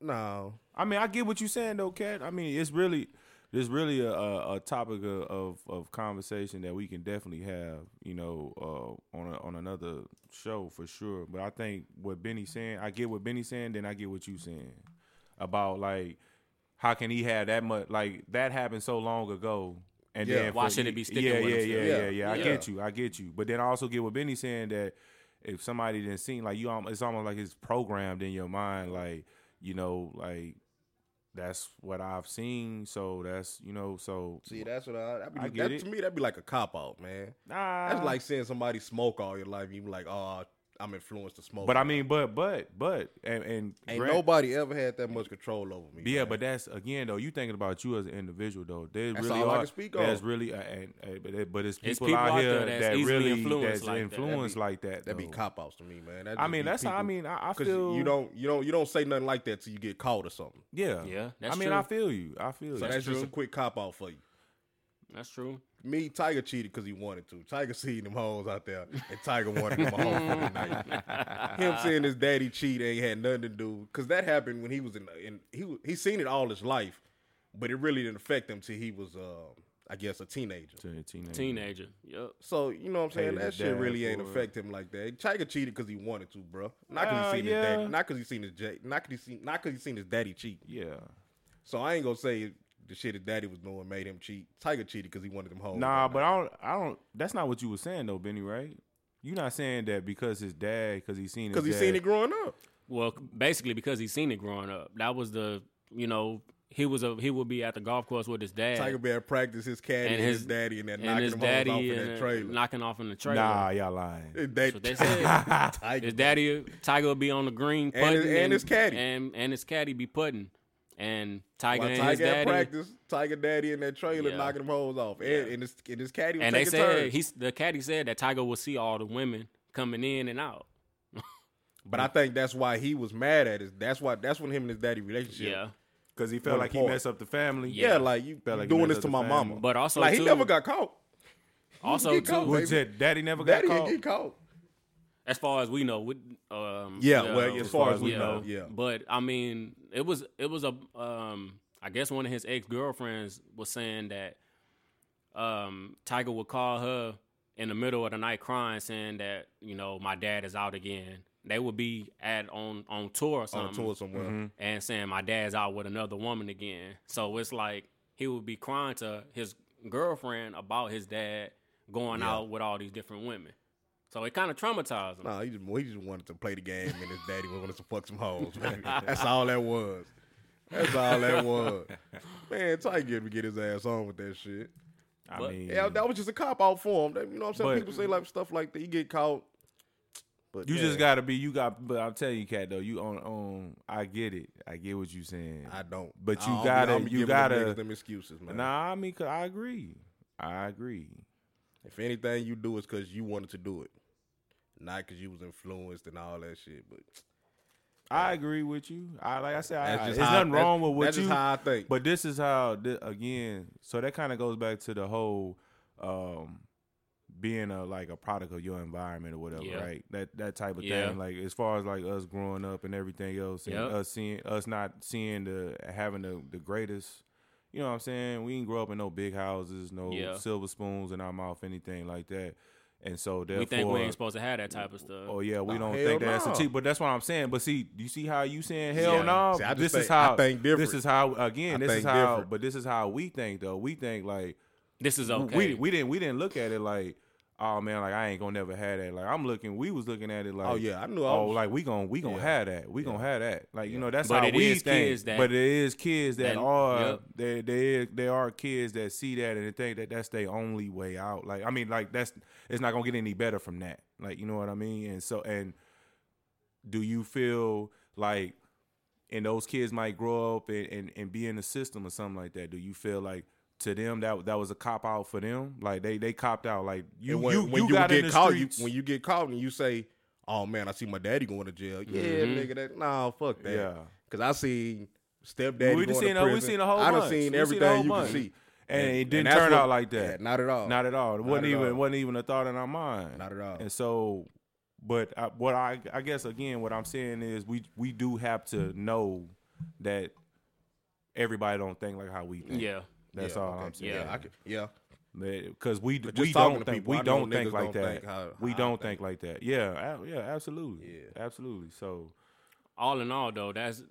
S3: no.
S4: I mean, I get what you're saying though, Cat. I mean, it's really, it's really a, a, a topic of, of of conversation that we can definitely have. You know, uh, on a, on another show for sure. But I think what Benny's saying, I get what Benny's saying, then I get what you saying about like how can he have that much like that happened so long ago. And
S3: Yeah.
S4: then
S2: Why
S4: for
S2: should
S4: you-
S2: it be sticking
S4: yeah,
S2: with
S4: yeah,
S2: him
S4: yeah,
S2: still?
S4: yeah,
S3: Yeah.
S4: yeah, I
S2: Yeah.
S4: get you, I get you. But then I also get what Benny's saying that if somebody didn't seen like you, al- it's almost like it's programmed in your mind. Like you know, like that's what I've seen. So that's you know, so
S3: See, that's what I. That'd be,
S4: I get
S3: that,
S4: it. Uh,
S3: To me, that'd be like a cop out, man.
S4: nah.
S3: That's like seeing somebody smoke all your life. You be like, oh, I'm influenced to smoke.
S4: but I mean, but but but and and
S3: ain't
S4: grant-
S3: nobody ever had that much control over me.
S4: Yeah,
S3: man.
S4: but that's again though. You thinking about you as an individual though. There's
S3: That's
S4: really
S3: all I
S4: are,
S3: can speak
S4: There's
S3: on.
S4: really uh, and, and- but, it- but it's people,
S2: It's people out there that's
S4: that
S2: easily
S4: really
S2: influenced
S4: that's
S2: like that. That'd
S4: influenced
S3: be-
S4: like that.
S3: that'd be
S4: though.
S3: cop outs to me, man. That
S4: I
S3: just
S4: mean,
S3: be
S4: that's how I
S3: people-
S4: mean. I, I
S3: 'cause
S4: feel
S3: you don't, you don't, you don't say nothing like that till you get caught or something.
S4: Yeah,
S2: Yeah,
S4: I
S2: that's
S4: mean,
S2: true.
S4: I feel you. I feel
S3: So
S4: you.
S3: that's, just a quick cop out for you.
S2: That's true.
S3: Me, Tiger cheated because he wanted to. Tiger *laughs* seen them hoes out there, and Tiger wanted them a hoe for the night. Him seeing his daddy cheat ain't had nothing to do because that happened when he was in. in he wa- he seen it all his life, but it really didn't affect him till he was, uh, I guess, a teenager.
S4: To a teenager.
S2: Teenager. Yep.
S3: So you know what I'm saying?
S4: Hated
S3: That
S4: his
S3: shit
S4: dad
S3: really ain't
S4: for it.
S3: affect him like that. Tiger cheated because he wanted to, bro. Not because
S4: Uh,
S3: he seen his
S4: yeah.
S3: daddy. Not because he seen his ja- Not because he seen. Not because he seen his daddy cheat.
S4: Yeah.
S3: So I ain't gonna say the shit his daddy was doing made him cheat. Tiger cheated because he wanted them hoes.
S4: Nah, but I don't. I don't. That's not what you were saying though, Benny. Right? You're not saying that because his dad, because he seen his
S3: because he
S4: dad-
S3: seen it growing up.
S2: Well, basically because he seen it growing up. That was the you know he was a he would be at the golf course with his dad
S3: Tiger Bear practiced his caddy and his, daddy and that
S2: and
S3: knocking
S2: his
S3: him
S2: daddy
S3: off in
S2: and
S3: that trailer.
S2: knocking off in the trailer.
S4: Nah, y'all lying.
S3: And that
S2: That's what they said.
S3: *laughs*
S4: *laughs*
S3: Tiger
S2: his daddy Tiger would be on the green putting
S3: his- and his caddy.
S2: and and his caddy be putting and Tiger
S3: While
S2: and his
S3: Tiger at
S2: daddy
S3: practice, Tiger daddy in that trailer
S2: Yeah.
S3: knocking them hoes off, and, and his and his caddy was
S2: and they
S3: taking
S2: said
S3: turns.
S2: he's the caddy said that Tiger would see all the women coming in and out.
S3: But I think that's why he was mad at his. That's why that's when him and his daddy relationship.
S2: Yeah,
S4: Because he felt
S3: Wanna
S4: like he
S3: part.
S4: messed up the family.
S3: yeah, like you
S4: Felt like he
S3: doing
S4: messed
S3: this
S4: up
S3: to
S4: the
S3: my
S4: family.
S3: mama.
S2: but also
S3: like
S2: too,
S3: he never got caught.
S2: also
S3: get caught,
S2: too
S3: baby.
S4: What's that? Daddy never got
S3: Daddy didn't
S4: caught.
S3: get caught.
S2: as far as we know, we, um, yeah,
S3: Yeah, well, as far as we
S2: yeah.
S3: know, yeah.
S2: But I mean, it was it was a um, I guess one of his ex girlfriends was saying that um, Tiger would call her in the middle of the night crying, saying that you know my dad is out again. They would be at on on tour or something,
S3: On tour somewhere.
S2: and saying my dad's out with another woman again. So it's like he would be crying to his girlfriend about his dad going out with all these different women. So it kind of traumatized him.
S3: Nah, he just he just wanted to play the game, and his daddy wanted to fuck some hoes. man. That's all that was. That's all that was. Man, Tiger had to get his ass on with that shit.
S4: I
S2: But-
S4: mean,
S3: Yeah, that was just a cop out for him. That- you know what I'm saying?
S4: But-
S3: People say like stuff like that. You get caught. But
S4: you just
S3: yeah,
S4: gotta be. You got. But I'm telling you, cat though, you on on. I get it. I get what you saying.
S3: I don't.
S4: But you
S3: I'll be-
S4: gotta-
S3: I'll be
S4: you
S3: giving them
S4: gotta-
S3: niggas Them excuses, man.
S4: Nah, I mean, 'cause I agree. I agree.
S3: If anything you do is because you wanted to do it, not because you was influenced and all that shit. But
S4: I agree with you. I like I said, I,
S3: That's
S4: I,
S3: just
S4: there's
S3: how I-
S4: nothing
S3: that's-
S4: wrong with what
S3: that's
S4: you.
S3: just how I think.
S4: But this is how thi- again. So that kind of goes back to the whole um, being a like a product of your environment or whatever,
S2: Yeah.
S4: right? That that type of
S2: Yeah.
S4: thing. Like as far as like us growing up and everything else, and
S2: Yep.
S4: us seeing us not seeing the having the the greatest. You know what I'm saying? We didn't grow up in no big houses, no
S2: Yeah.
S4: silver spoons in our mouth, anything like that. And so therefore,
S2: we think we ain't supposed to have that type of stuff.
S4: Oh yeah, we
S3: Nah,
S4: don't
S3: hell
S4: think that's
S3: nah.
S4: a cheat, but that's what I'm saying. But see, you see how you saying hell
S2: Yeah.
S4: no?
S3: See, I just
S4: this
S3: think-
S4: is how
S3: I think different.
S4: This is how again.
S3: I
S4: this is
S3: think
S4: how,
S3: different.
S4: but this is how we think though. We think like
S2: This is okay.
S4: we we didn't we didn't look at it like oh man, like I ain't gonna never have that. Like I'm looking, we was looking at it like
S3: Oh, yeah, I knew I
S4: Oh,
S3: was-
S4: like we gonna we gonna have that. We gonna have that. Like you know that's
S2: But
S4: how
S2: it
S4: we
S2: is
S4: think.
S2: kids that-
S4: but it is kids that,
S2: that-
S4: are
S2: yep.
S4: they they they are kids that see that and they think that that's their only way out. Like I mean, like that's it's not gonna get any better from that. Like you know what I mean? And so and do you feel like and those kids might grow up and, and, and be in the system or something like that. Do you feel like to them that that was a cop out for them? Like they they copped out. Like you
S3: and when
S4: you,
S3: when
S4: you, got in
S3: get
S4: the
S3: caught,
S4: streets.
S3: you when you get caught and you say, "Oh man, I see my daddy going to jail." Yeah,
S4: Mm-hmm.
S3: nigga, that nah, fuck that.
S4: Yeah.
S3: because I seen stepdaddy
S4: we
S3: going
S4: done
S3: to
S4: seen a,
S3: prison.
S4: we seen a whole
S3: I done
S4: bunch. We
S3: seen
S4: seen a
S3: everything
S4: whole
S3: you
S4: bunch.
S3: can see,
S4: And it didn't
S3: that's
S4: turn
S3: what-
S4: out like that.
S3: yeah, not at all.
S4: Not at all. It wasn't
S3: at
S4: even
S3: all.
S4: wasn't even a thought in our mind.
S3: Not at all.
S4: And so, but I, what I I guess again what I'm saying is we we do have to know that everybody don't think like how we think.
S2: yeah.
S4: That's
S3: Yeah,
S4: all
S3: okay.
S4: I'm saying.
S3: Yeah, I could, yeah.
S4: because we
S3: But just
S4: we
S3: talking
S4: don't
S3: to
S4: think
S3: people, I
S4: we
S3: know
S4: don't
S3: niggas
S4: think like
S3: don't
S4: that.
S3: think how-
S4: we
S3: how I
S4: don't
S3: think.
S4: think like that. Yeah, a- yeah, absolutely.
S3: Yeah.
S4: absolutely. So
S2: All in all, though, that's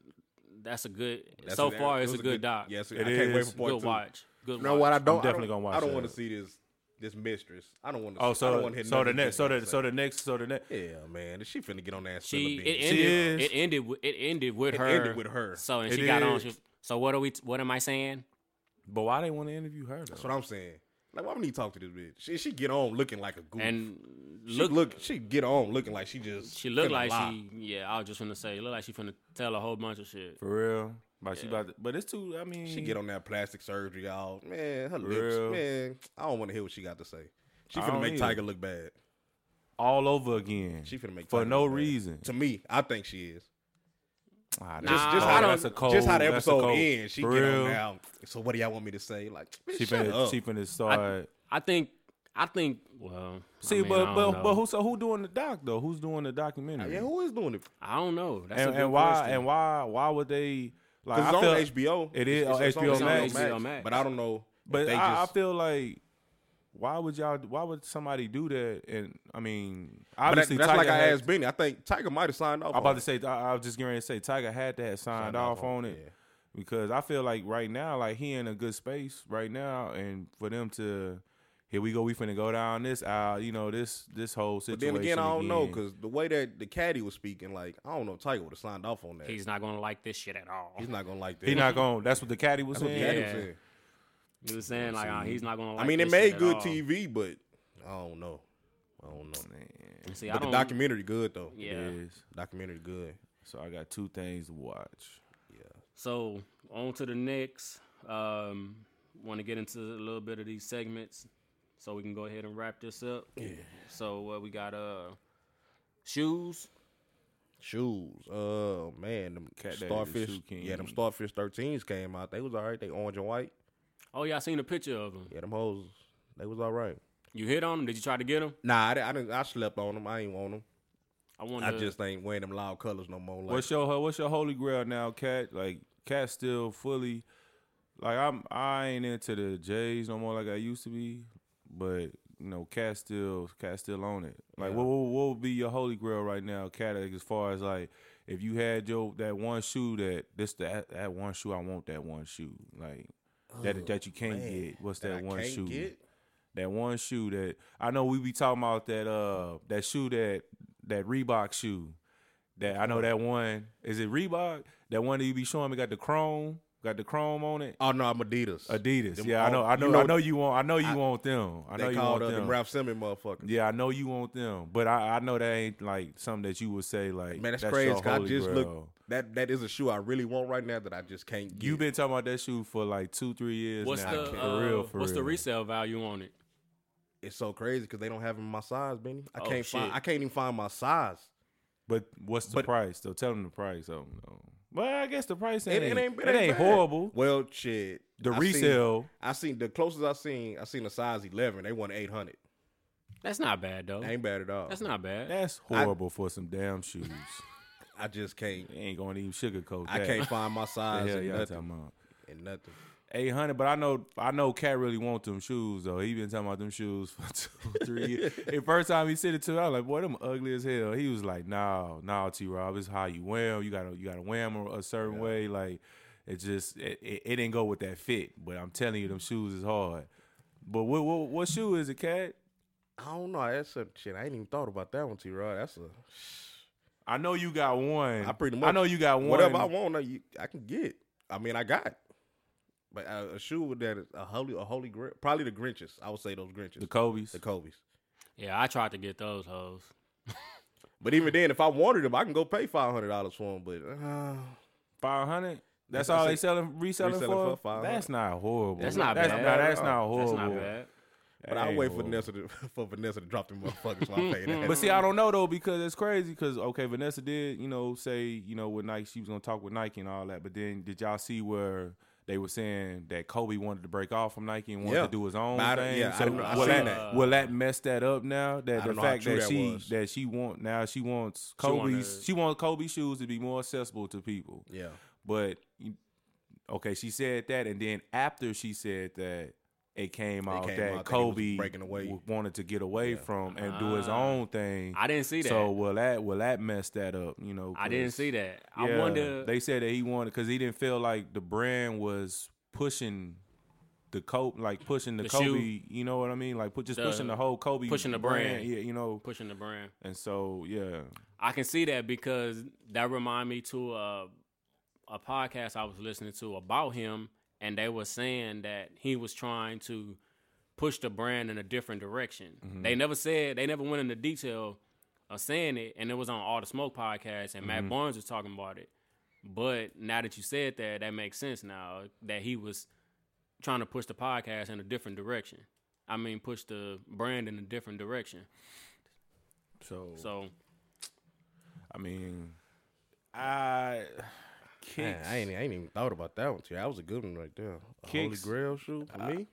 S2: that's a good. so
S3: That's-
S2: far,
S3: it
S2: it's a
S3: was
S2: good, doc.
S3: Yes,
S4: It
S3: I can't wait
S4: is.
S3: for part
S2: good
S3: two.
S2: watch. Good
S3: You know
S2: watch.
S3: what? I don't I
S4: definitely
S3: don't-
S4: gonna watch
S3: I don't
S4: that.
S3: want to see this this mistress. I don't want to.
S4: oh,
S3: I
S4: so
S3: don't wanna hear
S4: so the
S3: nothing
S4: next so
S3: she
S4: the so the next so the next.
S3: gonna say. yeah, man, she finna get on that.
S2: She
S3: She,
S2: it
S4: She
S2: ended.
S4: is.
S2: it ended. with- It ended with
S3: It
S2: her.
S3: ended with her.
S2: So and
S4: It
S2: she got on.
S4: is.
S2: She, so what are we? What am I saying?
S4: But why they want to interview her? Though?
S3: That's what I'm saying. Like, why would he talk to this bitch? She, she get on looking like a goof.
S2: And
S3: Mm. she
S2: look,
S3: look, she get on looking like she just.
S2: she looked
S3: finna
S2: like
S3: lie.
S2: she. Yeah, I was just gonna say, look like she finna tell a whole bunch of shit.
S4: For real. But she about to, but it's too. I mean,
S3: She get
S2: Mm.
S3: on that plastic surgery, y'all. Man, her lips.
S4: Real.
S3: Man, I don't want to hear what she got to say. She
S4: I
S3: finna
S4: don't
S3: make
S4: either.
S3: Tiger look bad.
S4: all over again.
S3: She finna make
S4: for
S3: Tiger
S4: no
S3: look bad.
S4: reason.
S3: To me, I think she is.
S4: Ah, that's-
S3: Just,
S2: Nah,
S3: just
S2: I
S3: how
S2: don't-
S4: that's a cold,
S3: just how the
S4: that's a
S3: episode
S4: cold.
S3: ends. She
S4: For
S3: get
S4: real.
S3: on now. So what do y'all want me to say? Like, bitch,
S4: She
S3: shut
S4: finna,
S3: up.
S4: she finna start.
S2: I think. I think. Well, I
S4: see,
S2: mean, I
S4: but
S2: don't
S4: but
S2: know.
S4: but who so who doing the doc though? Who's doing the documentary?
S3: yeah, who is doing it?
S2: I don't know. That's a
S4: and,
S2: good
S4: and why
S2: question.
S4: and why why would they like?
S3: Because
S4: I
S3: it's on
S4: feel-
S3: HBO.
S4: It is on
S3: it's
S4: HBO,
S2: it's on
S4: Max.
S2: HBO Max.
S3: But I don't know. if
S4: But
S3: they
S4: I,
S3: just,
S4: I feel like why would y'all? Why would somebody do that? And I mean,
S3: But that-
S4: obviously,
S3: that's
S4: Tiger
S3: like I
S4: had,
S3: asked Benny. I think Tiger might have signed off.
S4: I'm
S3: on
S4: about
S3: it.
S4: to say. I, I was just getting ready to say Tiger had to have signed,
S3: Signed
S4: off,
S3: off on
S4: on
S3: it,
S4: it
S3: yeah.
S4: because I feel like right now, like he in a good space right now, and for them to here we go, we finna go down this aisle, you know, this this whole
S3: But
S4: situation.
S3: then again, I don't know
S4: again.
S3: because the way that the caddy was speaking, like I don't know, if Tiger would have signed off on that. He's,
S2: He's not gonna like this shit at all. You know
S3: not gonna like that.
S4: he not going. That's what the caddy was
S3: That's what the
S4: saying.
S3: caddy
S2: Yeah.
S3: was saying.
S2: what I'm saying? Like uh, he's not gonna like
S3: I mean, it
S2: this shit
S3: made
S2: at
S3: good
S2: all.
S3: TV, but I don't know. I don't know.
S2: See, I
S3: But the
S2: don't-
S3: documentary good though.
S2: Yeah.
S4: It is.
S3: documentary good.
S4: So I got two things to watch.
S2: So on to the next. Um, want to get into a little bit of these segments, so we can go ahead and wrap this up. Yeah. So uh, we got uh shoes.
S3: Shoes. Oh man, them
S4: Cat Daddy the
S3: starfish.
S4: Shoe King.
S3: Yeah, them starfish thirteens came out. They was all right. They orange and white.
S2: Oh yeah, I seen a picture of them.
S3: Yeah, them hoes. They was all right.
S2: You hit on them? Did you try to get them?
S3: Nah, I, di- I didn't. I slept on them. I ain't want them.
S2: I want.
S3: I just ain't wearing them loud colors no more. Like,
S4: what's your what's your holy grail now, Cat? Like Cat still fully like I'm I ain't into the J's no more like I used to be, but you know, Cat still Cat still on it. Like what, what what would be your holy grail right now, Cat? Like, as far as like if you had your that one shoe that this that that one shoe I want that one shoe like that that you can't
S3: man,
S4: get. What's that,
S3: that I
S4: one
S3: can't
S4: shoe?
S3: get?
S4: That one shoe that I know we be talking about that uh that shoe that that Reebok shoe. That I know that one is it Reebok? That one that you be showing me got the chrome, got the chrome on it.
S3: Oh no, I'm Adidas.
S4: Adidas.
S3: Them
S4: yeah, I know,
S3: all-
S4: I know,
S3: you know-
S4: I know you want, I know you
S3: I-
S4: want them. I know
S3: They
S4: you want
S3: called uh,
S4: them.
S3: them Ralph Simmons motherfuckers.
S4: yeah, I know you want them, but I, I know that ain't like something that you would say like.
S3: Man, that's,
S4: your
S3: crazy. 'cause I
S4: holy
S3: just
S4: grail.
S3: look that that is a shoe I really want right now that I just can't get.
S4: You've been talking about that shoe for like two, three years
S2: what's
S4: now.
S2: the
S4: for
S2: uh,
S4: real? For
S2: what's
S4: real.
S2: the resale value on it?
S3: it's so crazy because they don't have them my size, Benny. I
S2: Oh,
S3: can't
S2: shit.
S3: find. I can't even find my size.
S4: But what's the
S3: But-
S4: price? Though tell them the price. I don't know. Well, I guess the price ain't
S3: It,
S4: it ain't,
S3: it bad.
S4: horrible.
S3: Well, shit.
S4: The
S3: I seen-
S4: resale.
S3: I seen the closest I seen. I seen a size eleven. They want eight hundred.
S2: That's not bad though.
S3: Ain't bad at all.
S2: That's not bad.
S4: That's horrible for some damn shoes.
S3: I just can't.
S4: They ain't gonna even sugarcoat
S3: I
S4: that.
S3: can't find
S4: *laughs*
S3: my
S4: The
S3: size
S4: hell
S3: and,
S4: y'all
S3: nothing,
S4: talking about?
S3: and nothing.
S4: Eight hundred, but I know I know Cat really want them shoes though. He been talking about them shoes for *laughs* two, three years. the first time he said it to me, I was like, "Boy, them ugly as hell." He was like, "Nah, nah, T. Rob, it's how you wear 'em. You gotta you gotta wear 'em a, a certain way. Like it just it, it, it didn't go with that fit. But I'm telling you, them shoes is hard. But what what, what shoe is it, Cat?
S3: I don't know. That's a shit. I ain't even thought about that one, T. Rod. That's a.
S4: I know you got one. *laughs*
S3: I pretty much.
S4: I know you got one.
S3: Whatever I want, I, you- I can get. I mean, I got. But uh, a, a shoe with that is a holy, a holy grail. Probably the Grinches. I would say those Grinches.
S4: The Kobe's.
S3: the Kobe's.
S2: yeah, I tried to get those hoes.
S3: But even then, if I wanted them, I can go pay five hundred dollars for them. But uh,
S4: Five hundred. That's
S3: That's what
S4: all
S3: I
S4: they
S3: said.
S4: selling reselling,
S3: Reselling
S4: for.
S3: for 500.
S4: That's not horrible.
S2: That's not bad.
S4: Not, that's not horrible.
S2: That's not bad.
S3: but I wait for Vanessa to, *laughs* for Vanessa to drop them motherfuckers. So I pay
S4: *laughs*
S3: that.
S4: But see, I don't know though because it's crazy. Because okay, Vanessa did you know say you know with Nike she was gonna talk with Nike and all that. But then did y'all see where they were saying that Kobe wanted to break off from Nike and wanted
S3: Yeah.
S4: to do his own
S3: But I don't-
S4: thing?
S3: yeah, I
S4: so
S3: don't know. I
S4: will
S3: seen
S4: that,
S3: that.
S4: will that mess that up now? That
S3: I
S4: the
S3: don't know how
S4: fact
S3: true
S4: that,
S3: that
S4: she
S3: was.
S4: that she want now she wants
S2: She wanted-
S4: Kobe's she wants Kobe shoes to be more accessible to people.
S3: yeah,
S4: But you- okay, she said that, and then after she said that, it came out
S3: came out
S4: that
S3: that he was
S4: Kobe
S3: breaking away.
S4: w- wanted to get away from and do his own thing.
S2: I didn't see that.
S4: So will that will that mess that up? You know,
S2: I didn't
S4: 'cause,
S2: see that. I
S4: yeah,
S2: wonder.
S4: They said that he wanted because he didn't feel like the brand was pushing. The Kobe, like pushing the,
S2: The shoe.
S4: Kobe, you know what I mean? Like put, just
S2: The-
S4: pushing the whole Kobe,
S2: pushing the brand.
S4: yeah, you know.
S2: pushing the brand.
S4: And so, yeah,
S2: I can see that because that remind me to a a podcast I was listening to about him, and they were saying that he was trying to push the brand in a different direction. They never said they never went into detail of saying it, and it was on All the Smoke podcast, and Matt Barnes was talking about it. But now that you said that, that makes sense now that he was trying to push the podcast in a different direction. I mean, push the brand in a different direction.
S4: so,
S2: So
S4: I mean, I,
S3: Man, I
S2: e-
S3: ain't, I ain't even thought about that one. Too. That was a good one right there. A Holy
S4: Kicks.
S3: Grail shoe for me.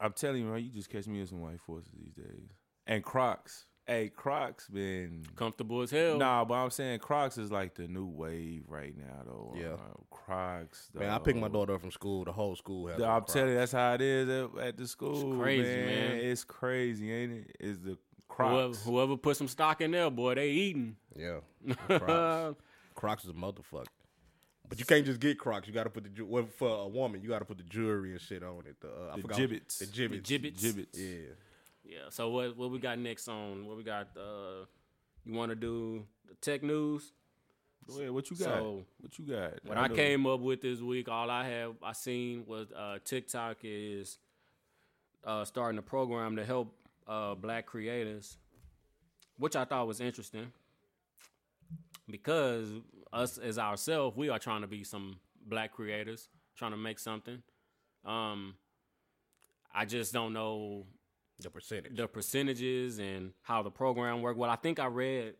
S4: I'm telling you, man, you just catch me in some white forces these days. And Crocs. Hey, Crocs been
S2: comfortable as hell.
S4: Nah, but I'm saying Crocs is like the new wave right now though.
S3: Yeah.
S4: Uh, Crocs though.
S3: Man, I picked my daughter up from school. The whole school had.
S4: I'm
S3: on Crocs.
S4: telling you, that's how it is at, at the school.
S2: crazy,
S4: man.
S2: man.
S4: It's crazy, ain't it? Is the
S2: Whoever,
S4: Crocs.
S2: whoever put some stock in there, boy, they eating.
S3: Yeah, Crocs.
S4: *laughs*
S3: Crocs is a motherfucker. But you can't just get Crocs. You got to put the ju- well, for a woman. You got to put the jewelry and shit on it. The, uh, I
S4: The
S3: forgot
S4: gibbets.
S3: The gibbets.
S2: Gibbets.
S4: Gibbets.
S3: Yeah.
S2: Yeah. So what what we got next on? What we got? Uh, you want to do the tech news?
S4: Go ahead, what you got?
S2: So,
S4: what you got?
S2: What I,
S4: know-
S2: came up with this week, all I have I seen was uh, TikTok is uh, starting a program to help uh, black creators, which I thought was interesting because us as ourselves, we are trying to be some black creators, trying to make something. Um, I just don't know
S3: The percentage.
S2: the percentages and how the program work. Well, I think I read.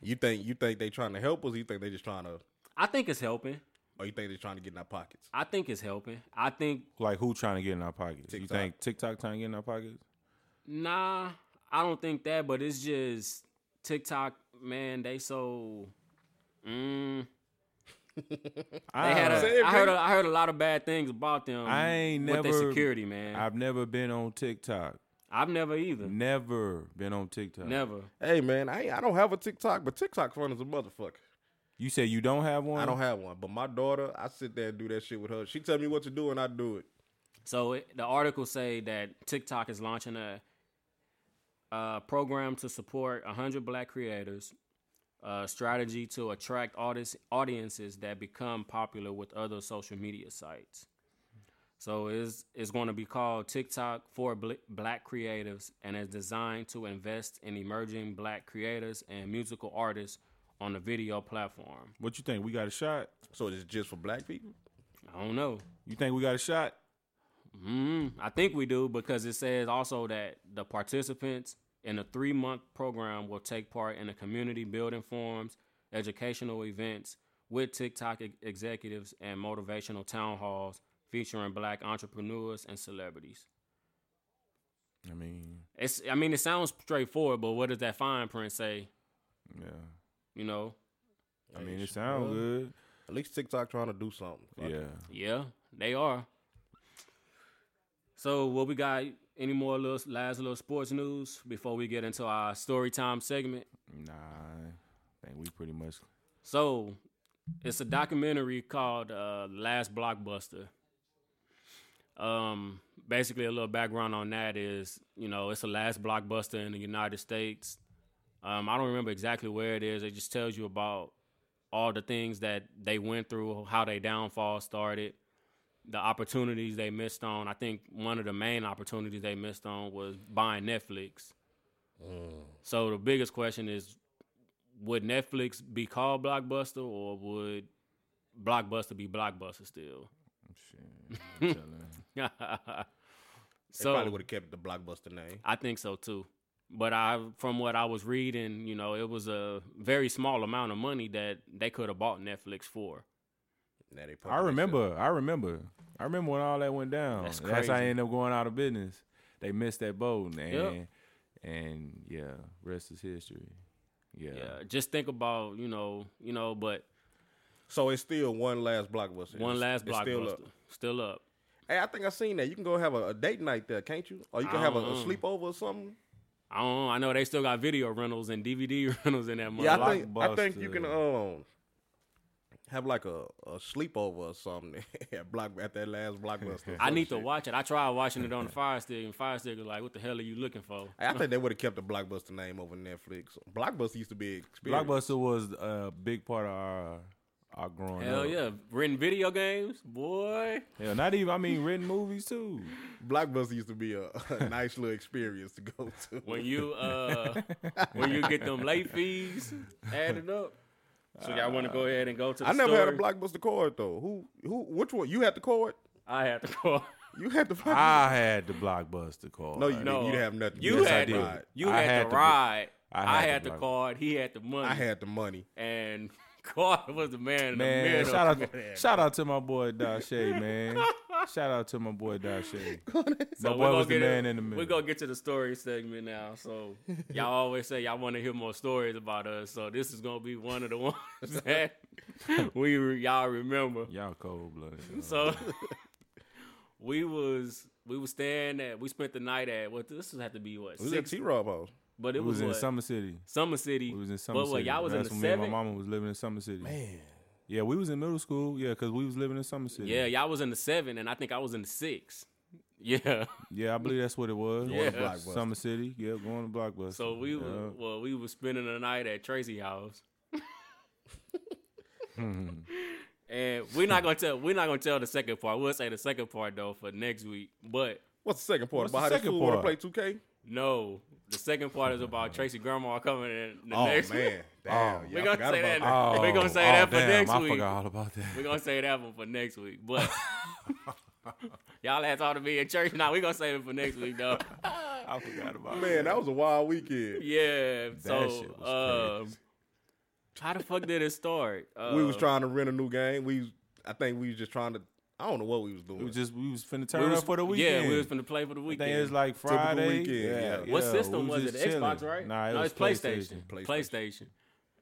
S3: You think you think they trying to help us? Or you think they just trying to?
S2: I think it's helping.
S3: Or you think they trying to get in our pockets?
S2: I think it's helping. I think
S4: Like who trying to get in our pockets? You
S3: TikTok.
S4: think TikTok trying to get in our pockets?
S2: Nah, I don't think that, but it's just TikTok, man, they so mm, they
S4: I,
S2: had a-
S3: Say it,
S2: I heard
S3: baby.
S2: a, I heard a lot of bad things about them.
S4: I ain't
S2: with their
S4: never-
S2: security, man. I've,
S4: I've never been on TikTok.
S2: never either.
S4: Never been on TikTok.
S2: Never.
S3: Hey man, I ain't, I don't have a TikTok, but TikTok fun is a motherfucker.
S4: You say you don't have one?
S3: I don't have one, but my daughter, I sit there and do that shit with her. She tell me what to do and I do it.
S2: So it, the article say that TikTok is launching a, uh program to support 100 black creators, a strategy to attract artists, audiences that become popular with other social media sites. So it's, it's going to be called TikTok for Bl- Black Creatives and is designed to invest in emerging black creators and musical artists on the video platform.
S4: What you think? We got a shot?
S3: So it's just for black people.
S2: I don't know.
S4: You think we got a shot?
S2: Mm, I think we do because it says also that the participants in the three month program will take part in the community building forums, educational events with TikTok ex- executives, and motivational town halls featuring black entrepreneurs and celebrities.
S4: I mean,
S2: It's, I mean, it sounds straightforward, but what does that fine print say?
S4: yeah.
S2: You know,
S4: I mean, it sounds
S3: well,
S4: good.
S3: At least TikTok trying to do something. Fuck
S4: Yeah.
S3: it.
S2: yeah, they are. So, what we got? Any more little last little sports news before we get into our story time segment?
S4: Nah. I think we
S2: *laughs*
S4: pretty much
S2: So it's a documentary called uh, Last Blockbuster. Um, basically, a little background on that is, you know, it's the last blockbuster in the United States. Um, I don't remember exactly where it is. It just tells you about all the things that they went through, how they downfall started, the opportunities they missed on. I think one of the main opportunities they missed on was buying Netflix. So the biggest question is, would Netflix be called Blockbuster or would Blockbuster be Blockbuster still? *laughs*
S4: shit. I'm telling.
S3: They
S2: so
S3: probably would have kept the blockbuster name.
S2: I think so too. But I, from what I was reading, you know, it was a very small amount of money that they could have bought Netflix for.
S3: Now they
S4: I
S3: pumping that shit.
S4: remember. I remember. I remember when all that went down.
S2: That's
S4: That's, how I
S2: crazy.
S4: ended up going out of business. They missed that boat, and
S2: Yep.
S4: and yeah, rest is history. Yeah.
S2: Yeah. just think about, you know, you know, but
S3: So it's still one last blockbuster.
S2: one
S3: It's-
S2: last
S3: it's
S2: blockbuster
S3: still
S2: still
S3: up.
S2: up.
S3: Hey, I think I seen that. You can go have a, a date night there, can't you? Or you can
S2: I
S3: have a,
S2: don't
S3: a
S2: know.
S3: sleepover or something.
S2: I don't. know. I know they still got video rentals and DVD *laughs* rentals in that money.
S3: yeah, I think I think you
S4: Blockbuster.
S3: can um have like a, a sleepover or something *laughs* at block at that last blockbuster.
S2: *laughs* I need to watch it. I tried watching it on the Fire Stick, and Fire Stick was like, "What the hell are you looking for?"
S3: Hey, I think they would have kept the blockbuster name over Netflix. Blockbuster used to be experience.
S4: Blockbuster was a big part of our our growing
S2: Hell
S4: up.
S2: yeah, renting video games, boy.
S4: Hell, not even. I mean, written
S2: *laughs*
S4: movies too.
S3: Blockbuster used to be a, *laughs* a nice little experience to go to.
S2: When you uh, when you get them late fees added up. So y'all want to go ahead and go to? The
S3: I never had a
S2: story?
S3: blockbuster card though. Who who? Which one? You had the card.
S2: I had to call.
S3: You had the.
S2: Ah.
S4: I had the blockbuster card.
S3: no,
S2: No,
S3: you didn't. You didn't have nothing.
S2: You
S3: Yes, I
S2: had
S3: did.
S2: the, you
S4: I
S2: had,
S4: had
S2: the
S4: to-
S2: ride.
S4: I
S2: I
S4: had
S2: had
S4: to
S2: the
S4: block-
S2: card. He had the money.
S3: *laughs* I had the money.
S2: and *laughs* Carter was the man in the
S4: Man,
S2: middle.
S4: shout out, shout out to my boy Dashay, man. shout out to my
S2: *laughs*
S4: boy Dashay.
S2: So we're
S4: my boy
S2: gonna
S4: was the
S2: get
S4: man in the
S2: We're
S4: middle.
S2: gonna get to the story segment now. So y'all always say y'all want to hear more stories about us. So this is gonna be one of the *laughs* ones that we re- y'all remember.
S4: Y'all cold blooded.
S2: *laughs* So we was we was staying at we spent the night at what this would have to be what
S3: It was at
S2: six
S3: T Rob house.
S2: but it
S4: we was
S2: was,
S4: in
S2: what?
S4: Summer City.
S2: Summer City.
S4: We was in Summer
S2: but what
S4: City.
S2: y'all was
S4: That's
S2: in
S4: when
S2: the
S4: Me and
S2: seven.
S4: my mama was living in Summer City. Man. Yeah, we was in middle school. Yeah, because we was living in Summer City.
S2: Yeah, y'all was in the seven, and I think I was in the six. *laughs* Yeah.
S4: Yeah, I believe that's what it was.
S2: Going to
S3: Blockbuster.
S4: Summer City. Yeah, going to Blockbuster.
S2: So we
S4: yeah.
S2: were well, we were spending the night at Tracy
S4: *laughs*
S2: House.
S4: Hmm.
S2: and we're not gonna tell we're not gonna tell the second part. We'll say the second part though for next week. But
S3: What's the second part?
S4: What's the
S3: about how this
S4: second
S3: fool want to
S4: part?
S3: play 2K?
S2: no, the second part is about Tracy Grandma coming in the
S3: Oh,
S2: next week.
S3: man. Damn.
S2: We're
S3: yeah, I
S2: gonna
S3: forgot
S2: say that. *laughs*
S3: about
S4: *laughs*
S2: we're gonna say
S4: oh,
S2: that for
S4: damn,
S2: next
S4: I
S2: week.
S4: forgot all about that.
S2: We're gonna say that one for next week. But y'all had all to be in church now. We're gonna save it for next week
S4: *laughs*
S2: though.
S4: *laughs* I forgot about
S3: Man,
S4: that.
S3: that was a wild weekend.
S2: Yeah. so
S4: shit was
S2: um, how the fuck did it
S4: *laughs*
S2: start? Uh,
S3: we was trying to rent a new game. We, was- I think we was just trying to. I don't know what we was doing.
S4: We was just we was finna
S2: we
S4: turn
S2: was-
S4: up for the weekend.
S2: Yeah, we was finna play for the
S4: I
S2: weekend.
S4: think it's like Friday.
S3: weekend, yeah.
S2: what
S4: yeah,
S2: system
S4: we
S2: was, it?
S4: just
S2: The Xbox,
S4: chilling.
S2: right?
S4: Nah, it
S2: no,
S4: was
S2: it's PlayStation.
S3: PlayStation.
S2: PlayStation.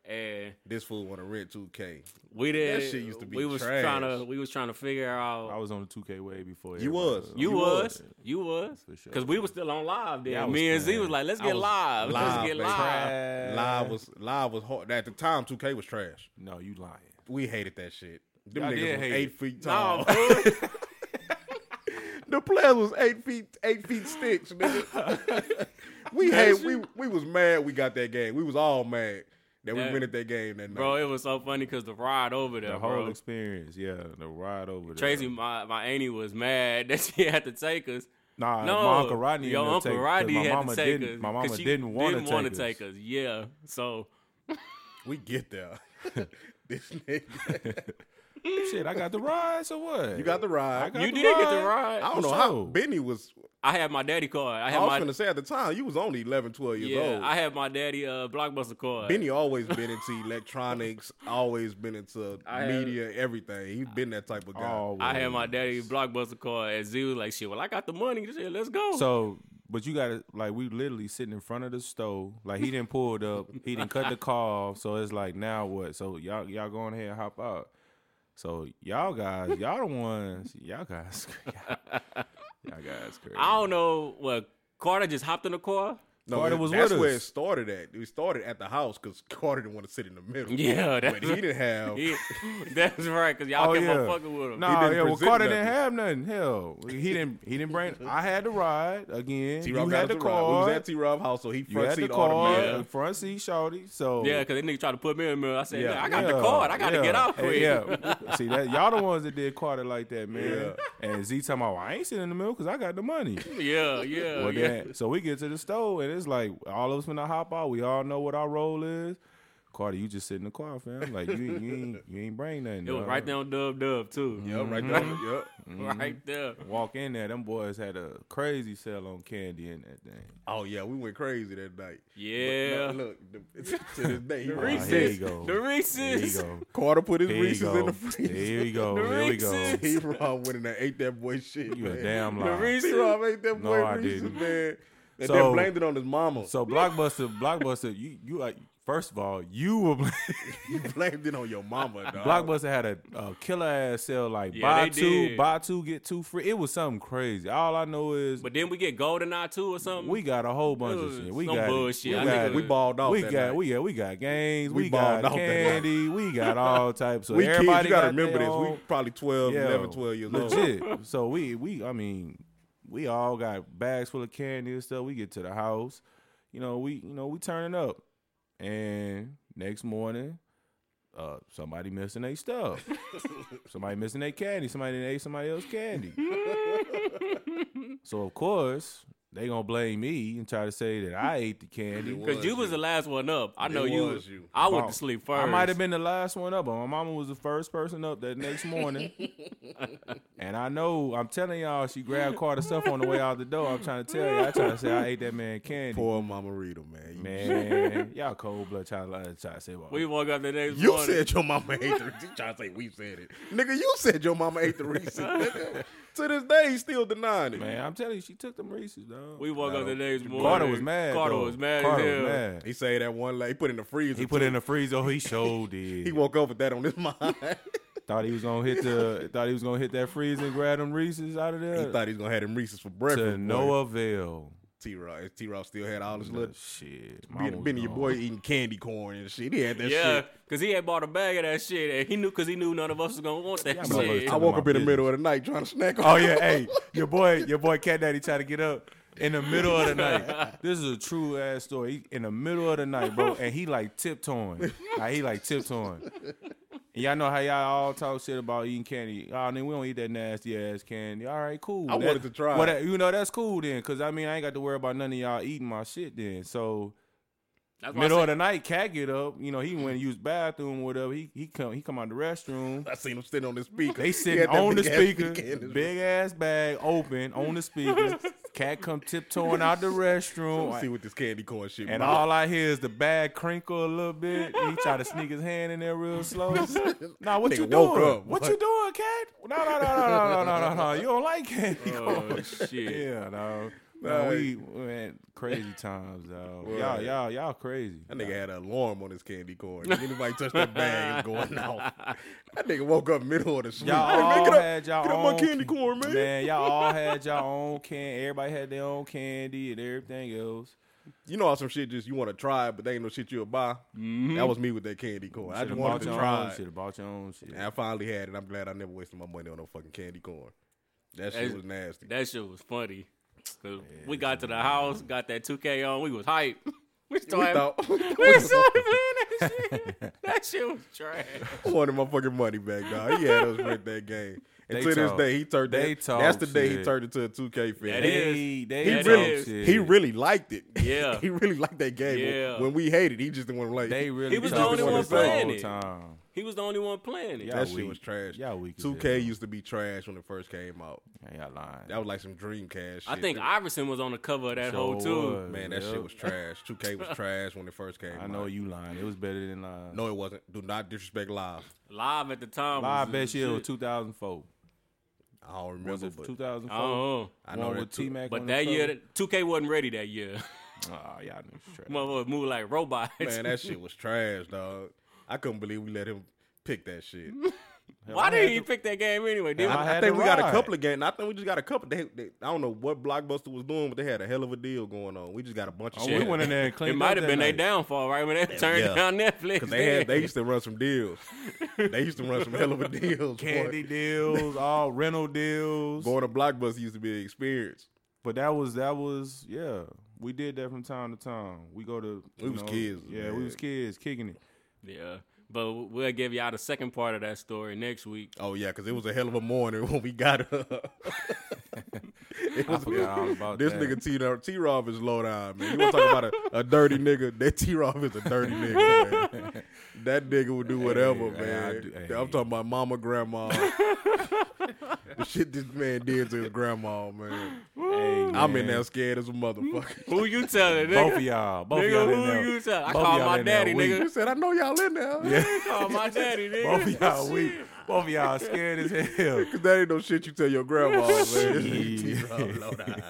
S2: And
S3: this fool want to rent 2K.
S2: we did.
S3: That shit used to be
S2: We was
S3: trash.
S2: trying to. We was trying to figure out.
S4: I was on the 2K way before.
S3: You
S4: everybody
S3: was.
S4: on
S2: you,
S4: it.
S2: was, You was.
S4: For sure.
S2: Because we were still on live then.
S4: Yeah, I was
S2: Me and Z
S4: playing.
S2: was like, let's
S4: I
S2: get
S4: was
S2: live. Let's
S3: live,
S2: get
S3: baby.
S2: live.
S3: Live was live was hard. At the time, 2K was trash.
S4: No, you lying.
S3: We hated that shit. Them
S4: Y'all
S3: niggas
S4: did
S3: was
S4: hate
S3: eight
S4: it.
S3: feet
S2: No,
S3: tall. *laughs*
S4: *laughs*
S2: fool.
S3: The players was eight feet, eight feet sticks, nigga. *laughs* we hate, we we was mad. We got that game. We was all mad that we
S2: Yeah.
S3: rented that game that night.
S2: bro, it was so funny because the ride over there,
S4: The whole
S2: bro.
S4: experience, yeah, the ride over there.
S2: Tracy, my, my auntie was mad *laughs* that she had to take us.
S4: Nah,
S2: No,
S4: Uh, my uncle Rodney.
S2: Your
S4: ended up
S2: uncle
S4: taking- 'cause
S2: Rodney
S4: my
S2: had
S4: mama
S2: to take
S4: didn't,
S2: us.
S4: My
S2: 'cause
S4: mama
S2: she
S4: didn't want
S2: didn't
S4: to
S2: wanna take us. Yeah, so
S3: we get
S4: *laughs*
S3: there. *laughs* this nigga,
S4: Shit, I got the ride. So what?
S3: you got the
S4: I
S3: ride.
S4: got
S2: you
S4: the
S2: did get the
S3: I
S2: ride.
S3: don't know
S4: For
S3: how
S4: sure.
S3: Benny was.
S2: I had my daddy card. I
S3: I
S2: had
S3: was
S2: my
S3: gonna say at the time you was only 11, 12 years
S2: yeah.
S3: old.
S2: I had my daddy uh, blockbuster card.
S3: Benny always been into electronics, always been
S4: *laughs*
S3: into
S2: I had-
S3: media, everything. He's been that type of guy.
S4: Oh,
S2: I had my daddy blockbuster card, and Z was like, "Shit, well, I got the money. Shit, let's go."
S4: So, but you got to like we literally sitting in front of the stove. Like he didn't pull it up. He
S2: *laughs*
S4: didn't cut the call. off, So it's like now what? So y'all y'all go on ahead and hop out. So y'all guys, y'all the ones. Y'all guys, *laughs* y'all, guys crazy.
S2: I don't know. Well, Carter just hopped in the car.
S3: No,
S4: Carter
S3: it-
S4: was
S3: that's
S4: with
S3: where
S4: us.
S3: it started at. We started at the house because Carter didn't want to sit in the
S4: *laughs*
S3: middle.
S2: Yeah, that's
S3: but he didn't have.
S2: He- *laughs* that's right, cause y'all
S4: Oh,
S2: kept on
S4: yeah.
S2: fucking with him.
S4: No, nah,
S3: didn't
S4: yeah, well,
S3: present
S4: Carter didn't
S3: nothing.
S4: have nothing. Hell, he didn't. He
S2: *laughs*
S4: didn't bring. I had the ride again.
S3: T-Rob
S4: you had the
S3: car. We was at
S4: card.
S3: T Rob house, so he
S4: You
S3: front
S4: had the
S3: seat
S4: car.
S3: automatic.
S2: automatic.
S4: Front seat, shorty. So
S2: Yeah, cause that nigga tried to put me in the middle. I said,
S3: Yeah,
S2: "Look, I got
S4: yeah,
S2: the card. I got to
S4: yeah.
S2: get out
S4: Hey,
S2: quick.
S4: Yeah, see that y'all the ones that did Carter like that, man. And Z talking about "Well, I ain't sitting in the middle because I got the money.
S2: *laughs* yeah, yeah,
S4: Well,
S2: Oh, yeah.
S4: then, so we get to the store and it's like all of us finna hop out. We all know what our role is. Carter, you just sit in the car, fam. Like you, ain't- you ain't you ain't bring nothing.
S2: *laughs* It was
S4: dog.
S2: right there on Dub Dub too.
S3: Yep, right there. Yep.
S4: Mm-hmm.
S2: *laughs* Right there.
S4: Walk in there, them boys had a crazy sell on candy in that thing.
S3: Oh yeah, we went crazy that night.
S2: Yeah.
S3: But no, look, *laughs* the, to this day, he
S4: Oh,
S3: reaches.
S4: here
S2: Reese's.
S4: you go.
S2: The
S4: There you
S2: Reese's.
S4: go.
S3: Carter put his
S4: There you
S3: Reese's in
S4: go.
S3: the *laughs*
S4: There
S3: freezer.
S4: you go.
S2: The
S4: There we go.
S2: Reese's.
S3: T Rob went in there, ate that boy shit.
S4: You a
S3: man. *laughs*
S4: damn
S2: The
S4: liar.
S2: Reese's.
S3: T Rob ate that
S4: No,
S3: boy
S4: I
S3: Reese's,
S4: didn't.
S3: man. And
S4: So-
S3: then blamed it on his mama. *laughs*
S4: So blockbuster, blockbuster. You you like first of all, you were. *laughs*
S3: you blamed it on your mama, dog.
S4: Blockbuster had a, a killer ass sale like
S2: Uh, Yeah,
S4: buy
S2: they
S4: two,
S2: did.
S4: buy two, get two free. It was something crazy. All I know is
S2: *laughs* But then we get GoldenEye too or something.
S4: we got a whole bunch of
S2: Dude,
S4: shit. We
S2: some
S4: got
S2: bullshit.
S4: We
S2: I
S4: got,
S2: think it
S3: We balled off.
S4: we
S3: that
S4: got
S3: night.
S4: we yeah, we got games,
S3: We
S4: we, got
S3: balled out that night.
S4: candy, we got all types
S3: *laughs*
S4: of
S3: we kids,
S4: everybody
S3: you gotta
S4: got their
S3: remember this. We
S4: own-
S3: probably 12,
S4: Yeah,
S3: 11, 12 years old.
S4: legit. so we we I mean, we all got bags full of candy and stuff. We get to the house, you know, we you know, we turning up. And next morning, uh, somebody missing
S3: *laughs*
S4: their stuff. somebody missing their candy. Somebody done ate somebody else's candy. so of course they gonna blame me and try to say that I ate the candy.
S2: Because you was the last one up. I
S3: It
S2: know you
S3: was
S2: was.
S3: you.
S2: I went
S4: Well,
S2: to sleep first.
S4: I might have been the last one up, but my mama was the first person up that next morning.
S2: *laughs*
S4: and I know, I'm telling y'all, she grabbed Carter's stuff on the way out the door. I'm trying to tell you, I try to say I ate that man candy.
S3: Poor Mama Rita, man. You-
S4: Man, y'all cold blood try to lie, try to say well,
S2: We woke up the next
S3: You
S2: morning.
S3: said your mama ate the Reese's. You trying to say we said it. Nigga, you said your mama ate the Reese's.
S4: *laughs*
S3: nigga. to this day, he's still denying it.
S4: man, I'm telling you, she took them Reese's, dog.
S2: we woke up the next morning.
S4: Carter was mad.
S2: Carter
S4: though.
S2: was mad
S4: Carter
S2: as hell.
S4: was mad.
S3: He said that one leg. He put it in the freezer.
S4: He put
S3: too.
S4: it in the freezer. Oh,
S2: *laughs*
S4: he showed did.
S3: He woke up with that on his *laughs* mind.
S4: thought he was gonna hit the. Thought he was gonna hit that freezer and grab them Reese's out of there.
S3: he thought he was gonna have them Reese's for breakfast.
S4: to
S3: boy.
S4: no avail.
S3: T Rock. T Rock still had all his little.
S4: shit. mama
S3: Been,
S4: was
S3: been your
S4: gone.
S3: boy eating candy corn and shit. He had that
S2: yeah,
S3: shit.
S2: because he had bought a bag of that shit, and he knew because he knew none of us was gonna want that
S4: motherfuckers
S2: shit.
S3: I
S4: None of
S3: woke
S4: my
S3: up in the middle of the night trying to snack on.
S4: Oh yeah, hey, your boy, your boy Cat Daddy tried to get up in the middle of the night. This is a true ass story. He- in the middle of the night, bro, and he like tiptoeing. Like he like tiptoeing. And y'all know how y'all all talk shit about eating candy. Oh, nigga, we don't eat that nasty ass candy. All right, cool.
S3: I
S4: That-
S3: wanted to try.
S4: Well, that, you know that's cool then, cause I mean I ain't got to worry about none of y'all eating my shit then. So
S2: That's why I
S4: middle of
S2: said-
S4: the night, cat get up. You know he went and use bathroom or whatever. He he come he come out the restroom.
S3: *laughs* I seen him sitting on the speaker. *laughs*
S4: They
S3: He
S4: sitting
S3: had that
S4: on the
S3: big-ass
S4: speaker,
S3: *laughs* in his-
S4: big ass bag open on
S3: *laughs*
S4: the speaker. Cat come tiptoeing out the
S3: Let me see
S4: restroom,
S3: what this candy corn shit.
S4: and
S3: about.
S4: all I hear is the bag crinkle a little bit. He try to sneak his hand in there
S3: *laughs*
S4: real slow. Nah, what
S3: Nigga
S4: you
S3: woke
S4: doing?
S3: up.
S4: What you doing, cat? No, no, no, no, no, no, no, no. You don't like
S3: *laughs*
S4: candy *laughs* corn.
S2: Oh shit!
S4: Yeah, no. Man,
S3: Like-
S4: we went crazy times, though. Y'all,
S3: Right.
S4: y'all, y'all crazy.
S3: That nigga had an alarm on his candy corn.
S4: *laughs*
S3: If anybody touch that bag, it's going off. That nigga woke up middle of the street.
S4: Y'all
S3: Hey, man,
S4: all
S3: get up-
S4: had y'all
S3: get up
S4: own
S3: my candy corn, man.
S4: y'all all had y'all own candy. Everybody had their own candy and everything else.
S3: You know how some shit just you want to try, it, but they ain't no shit you'll buy. That was me with that candy corn. I just
S4: Mm-hmm. Should've
S3: wanted
S4: bought
S3: to
S4: your
S3: try.
S4: Own,
S3: it.
S4: should have bought your own shit.
S3: And I finally had it. I'm glad I never wasted my money on no fucking candy corn. That shit
S2: That's-
S3: was nasty.
S2: That shit was funny. 'Cause we got to the house, got that 2K on, we was hype. *laughs* We
S3: we
S2: started,
S3: *laughs*
S2: *laughs*
S3: thought
S4: *laughs*
S2: we started playing that shit. That shit was trash.
S3: I wanted my fucking money back, dog. He had us with that game. And
S4: They
S3: to this
S4: talk.
S3: day, he turned
S4: They
S3: that. That's the
S4: talk
S3: day he
S4: shit.
S3: turned into a 2K fan.
S2: That
S3: He-
S2: is.
S4: They, they
S3: He
S2: That
S3: really,
S2: is.
S4: shit.
S3: he really liked it. *laughs*
S2: Yeah.
S3: he really liked that game.
S2: Yeah.
S3: When we hated, it, he just didn't want to like.
S4: they really.
S2: He was
S4: they
S2: the
S4: just
S2: only
S4: wanted
S2: one
S4: to play
S2: playing
S4: all
S2: it.
S4: the Time.
S2: He was the only one playing it.
S3: that
S4: Yeah. y'all
S3: shit
S4: weak.
S3: was trash.
S4: Y'all weak as
S3: Two
S4: hell.
S3: K used to be trash when it first came out.
S4: Man, y'all lying.
S3: That was like some Dreamcast. Shit.
S2: I think Iverson was on the cover of that whole too.
S4: Sure
S3: man, that
S4: was.
S3: shit
S4: Yep.
S3: was trash. Two K
S4: *laughs*
S3: was trash when it first came.
S4: I know
S3: out.
S4: you lying. It was better than uh, lying.
S3: No, it wasn't. Do not disrespect live.
S2: Live at the time.
S4: Live
S2: was
S4: best year was
S2: shit.
S4: 2004.
S3: I don't remember.
S4: Was it
S3: but
S4: 2004?
S2: I don't know.
S3: I know
S4: One
S3: that
S4: with
S3: too.
S4: T Mac.
S2: But that year, 2K wasn't ready that year. *laughs*
S4: Ah, y'all
S3: *laughs*
S4: niggas trash.
S2: Motherfucker moved like robots.
S3: man, that shit was trash, dog. I couldn't believe we let him pick that shit.
S2: *laughs* Why did he pick that game anyway? Did
S4: *laughs* I
S3: I,
S4: had
S3: think
S4: to
S3: we got a
S4: ride.
S3: couple of games. I think we just got a couple. They, they, I don't know what Blockbuster was doing, but they had a hell of a deal going on. We just got a bunch of
S4: Oh,
S3: shit.
S4: we went in there and
S2: it
S4: cleaned
S2: might
S4: up
S2: have
S4: that
S2: been their
S4: night.
S2: downfall, right? When they turned
S3: Yeah.
S2: down Netflix.
S3: *laughs* Cause they had
S2: *laughs* then.
S3: they used to run some
S4: *laughs*
S3: deals. they used to run some hell of a deals. boy.
S4: candy deals, all rental deals.
S3: Going to Blockbuster used to be an experience.
S4: But that was that was yeah. We did that from time to time. We go to
S3: We
S4: you
S3: was
S4: know,
S3: kids,
S4: Yeah,
S3: man.
S4: we was kids kicking it.
S2: Yeah. But we'll give y'all the second part of that story next week.
S3: Oh yeah, because it was a hell of a morning *laughs* when we got up. It
S4: I
S3: was-
S4: forgot all about
S3: this
S4: that.
S3: nigga T T Rob is low down, man. You want to talk about a, a dirty nigga? That T Rob is a dirty nigga. Man. That nigga will do whatever,
S4: Hey, I
S3: man.
S4: do- hey.
S3: I'm talking about mama, grandma. the shit this man did to his grandma, man.
S4: Hey,
S3: I'm in
S4: man.
S3: there scared as a motherfucker. *laughs*
S2: Who you telling,
S4: Both of
S2: nigga?
S4: y'all. Both of y'all in
S2: Nigga,
S4: there.
S2: who you telling? I
S4: Both of
S2: called
S4: y'all
S2: my
S4: in there
S2: daddy,
S4: weak.
S3: You
S2: nigga.
S3: said I know y'all in there. huh?"
S2: I *laughs* called my daddy,
S4: Both
S2: nigga.
S4: of y'all weak. Both of y'all scared as hell.
S3: Cause that ain't no *laughs* shit Oh, you tell your grandma, man. This nigga
S4: Yeah.
S3: T-Rob low *laughs* down.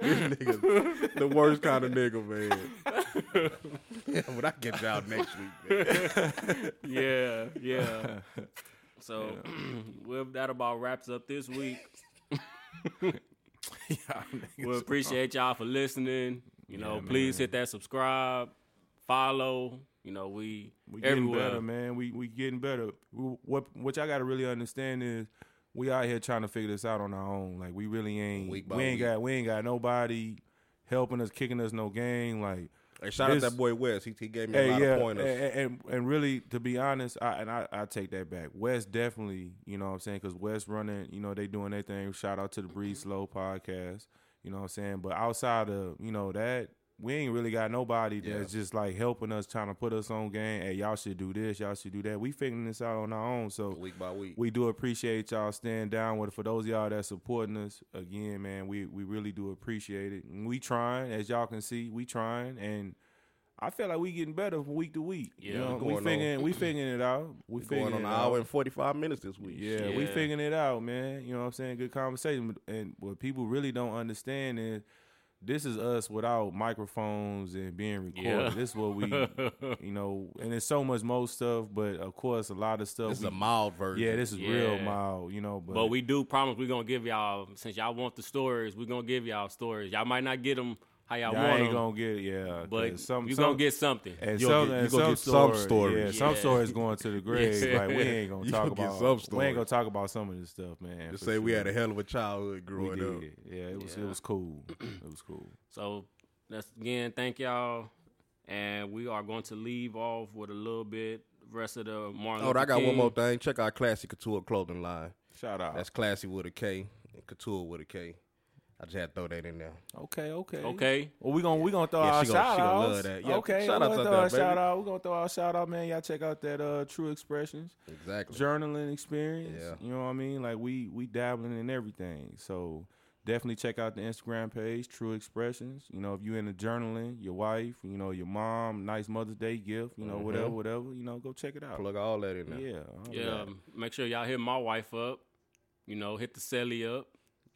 S3: This nigga, the worst kind of nigga, man. *laughs* yeah, but I get y'all next week, man.
S2: Yeah,
S4: *laughs*
S2: yeah. So *clears throat* well, that about wraps up this
S4: *laughs*
S2: week.
S4: Y'all niggas.
S2: We appreciate y'all for listening. You know, please hit that subscribe, follow. You know, we,
S4: We getting
S2: everywhere.
S4: better, man. We we getting better. We- What what y'all got to really understand is we out here trying to figure this out on our own. Like we really ain't.
S3: Week by
S4: we ain't
S3: week.
S4: got we ain't got nobody helping us, kicking us no game. Like
S3: Hey, shout
S4: This-
S3: out that boy West. He, he gave me a
S4: hey,
S3: lot
S4: yeah,
S3: of
S4: and,
S3: pointers.
S4: and and really to be honest, I and I, I take that back. West definitely, you know what I'm saying, because West running, you know, they doing their thing. Shout out to the Breed Slow podcast, you know what I'm saying. But outside of you know that, we ain't really got nobody that's just like helping us, trying to put us on game. Hey, y'all should do this, y'all should do that. We figuring this out on our own, so
S3: week by week.
S4: we do appreciate y'all staying down with it. For those of y'all that's supporting us, again, man, we we really do appreciate it. And we trying, as y'all can see, we trying, and I feel like we getting better from week to week.
S2: Yeah,
S4: you know,
S2: we
S4: we
S3: going
S4: figuring we figuring it out. We figuring
S3: Going on
S4: it
S3: an
S4: out.
S3: hour and forty five minutes this week.
S4: yeah,
S2: Yeah.
S4: we figuring it out, man. You know what I'm saying? Good conversation. And what people really don't understand is this is us without microphones and being recorded.
S2: Yeah.
S4: This is
S3: *laughs*
S4: what we, you know, and it's so much more stuff, but of course, a lot of stuff.
S3: This is
S4: we-
S3: a mild version.
S4: yeah, this is real
S2: Yeah.
S4: mild, you know. But,
S2: But we do promise we're gonna give y'all since y'all want the stories, we're gonna give y'all stories. Y'all might not get them how y'all,
S4: y'all
S2: want
S4: ain't
S2: them,
S4: gonna get, yeah.
S2: but
S4: 'cause some,
S2: you're
S4: some,
S2: gonna get something.
S4: And
S3: You'll
S4: some,
S3: get-
S4: and
S3: you gonna
S4: some
S3: get some
S4: stories,
S3: stories.
S4: Yeah, some
S2: Yeah.
S4: stories going
S3: *laughs*
S4: to the grave.
S2: Yeah.
S4: Like we ain't gonna
S3: You
S4: talk
S3: gonna get
S4: about.
S3: some
S4: we ain't gonna
S3: stories.
S4: talk about some of this stuff, man.
S3: Just
S4: for
S3: say we
S4: sure.
S3: had a hell of a childhood
S4: We
S3: growing up.
S4: did. Yeah, it was it was cool. It was cool.
S2: So that's again, thank y'all. And we are going to leave off with a little bit rest of the Martin.
S3: Oh,
S2: Luther
S3: I got one
S2: King.
S3: more thing. Check our classy couture clothing line.
S4: *clears throat* Shout out.
S3: That's classy with a K and couture with a K. I just had to throw that in there.
S4: okay. Okay.
S2: Okay.
S4: Well, we gonna we gonna throw
S3: Yeah,
S4: our
S3: she gonna- she
S4: shout
S3: gonna
S4: outs.
S3: love that. Yeah, shout
S4: okay.
S3: outs
S4: we gonna
S3: out
S4: throw
S3: there,
S4: our
S3: baby.
S4: shout out. We gonna throw our shout out, man. Y'all check out that uh True Expressions
S3: Exactly.
S4: journaling experience.
S3: Yeah.
S4: You know what I mean? Like we we dabbling in everything. So definitely check out the Instagram page, True Expressions. You know, if you into journaling, your wife, you know, your mom, nice Mother's Day gift, you know, whatever, whatever, you know, go check it out.
S3: Mm-hmm. Plug all that in there.
S4: Yeah. all
S2: Yeah.
S4: that.
S2: Make sure y'all hit my wife up. You know, hit the celly up.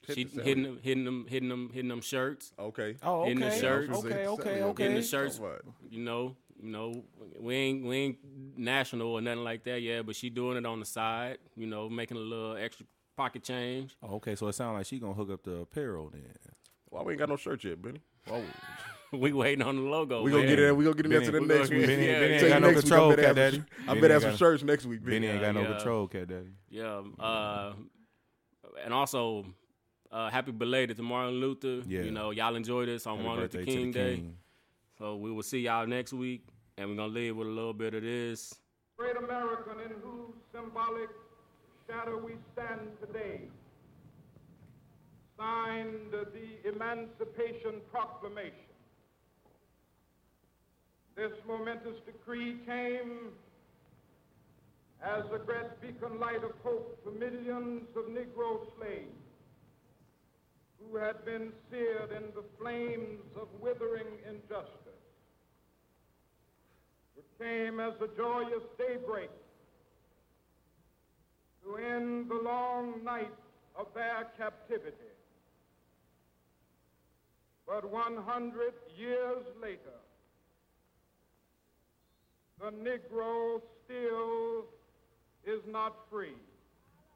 S3: Hit
S2: she
S3: the celly.
S2: hitting them, hitting them, hitting them, hitting them shirts.
S3: Okay.
S4: Oh, okay.
S2: In the shirt.
S4: Okay, okay, okay.
S2: In the shirts.
S3: So what?
S2: You know, you know, we ain't we ain't national or nothing like that. Yeah, but she doing it on the side. You know, making a little extra pocket change. *laughs*
S4: Oh, okay, so it sounds like she gonna hook up the apparel then.
S3: Why we ain't got no shirt yet, Benny?
S2: we waiting on the logo.
S3: We gonna
S2: man.
S3: get it. We gonna get it
S4: Benny-
S3: into the
S4: we
S3: next
S2: gonna
S3: week.
S2: get- Benny-
S3: Yeah,
S2: Benny
S3: tell
S4: ain't
S3: you
S4: got no
S3: next week,
S4: control,
S3: I bet have
S4: Cat
S3: some-
S4: Daddy.
S3: I
S4: Benny
S3: bet
S4: ain't
S3: have some
S4: got-
S3: shirts next week,
S4: Benny
S3: Benny.
S4: ain't got no
S2: yeah.
S4: control, cat daddy.
S2: Yeah. Uh, and also, uh, happy belated to Martin Luther.
S4: Yeah.
S2: You know, y'all enjoy this on
S4: Happy
S2: Martin Luther
S4: birthday to the
S2: King Day.
S4: king.
S2: So we will see y'all next week, and we're gonna leave with a little bit of this.
S1: great American in whose symbolic shadow we stand today, signed the Emancipation Proclamation. This momentous decree came as a great beacon light of hope for millions of Negro slaves who had been seared in the flames of withering injustice. It came as a joyous daybreak to end the long night of their captivity. But 100 years later, the Negro still is not free.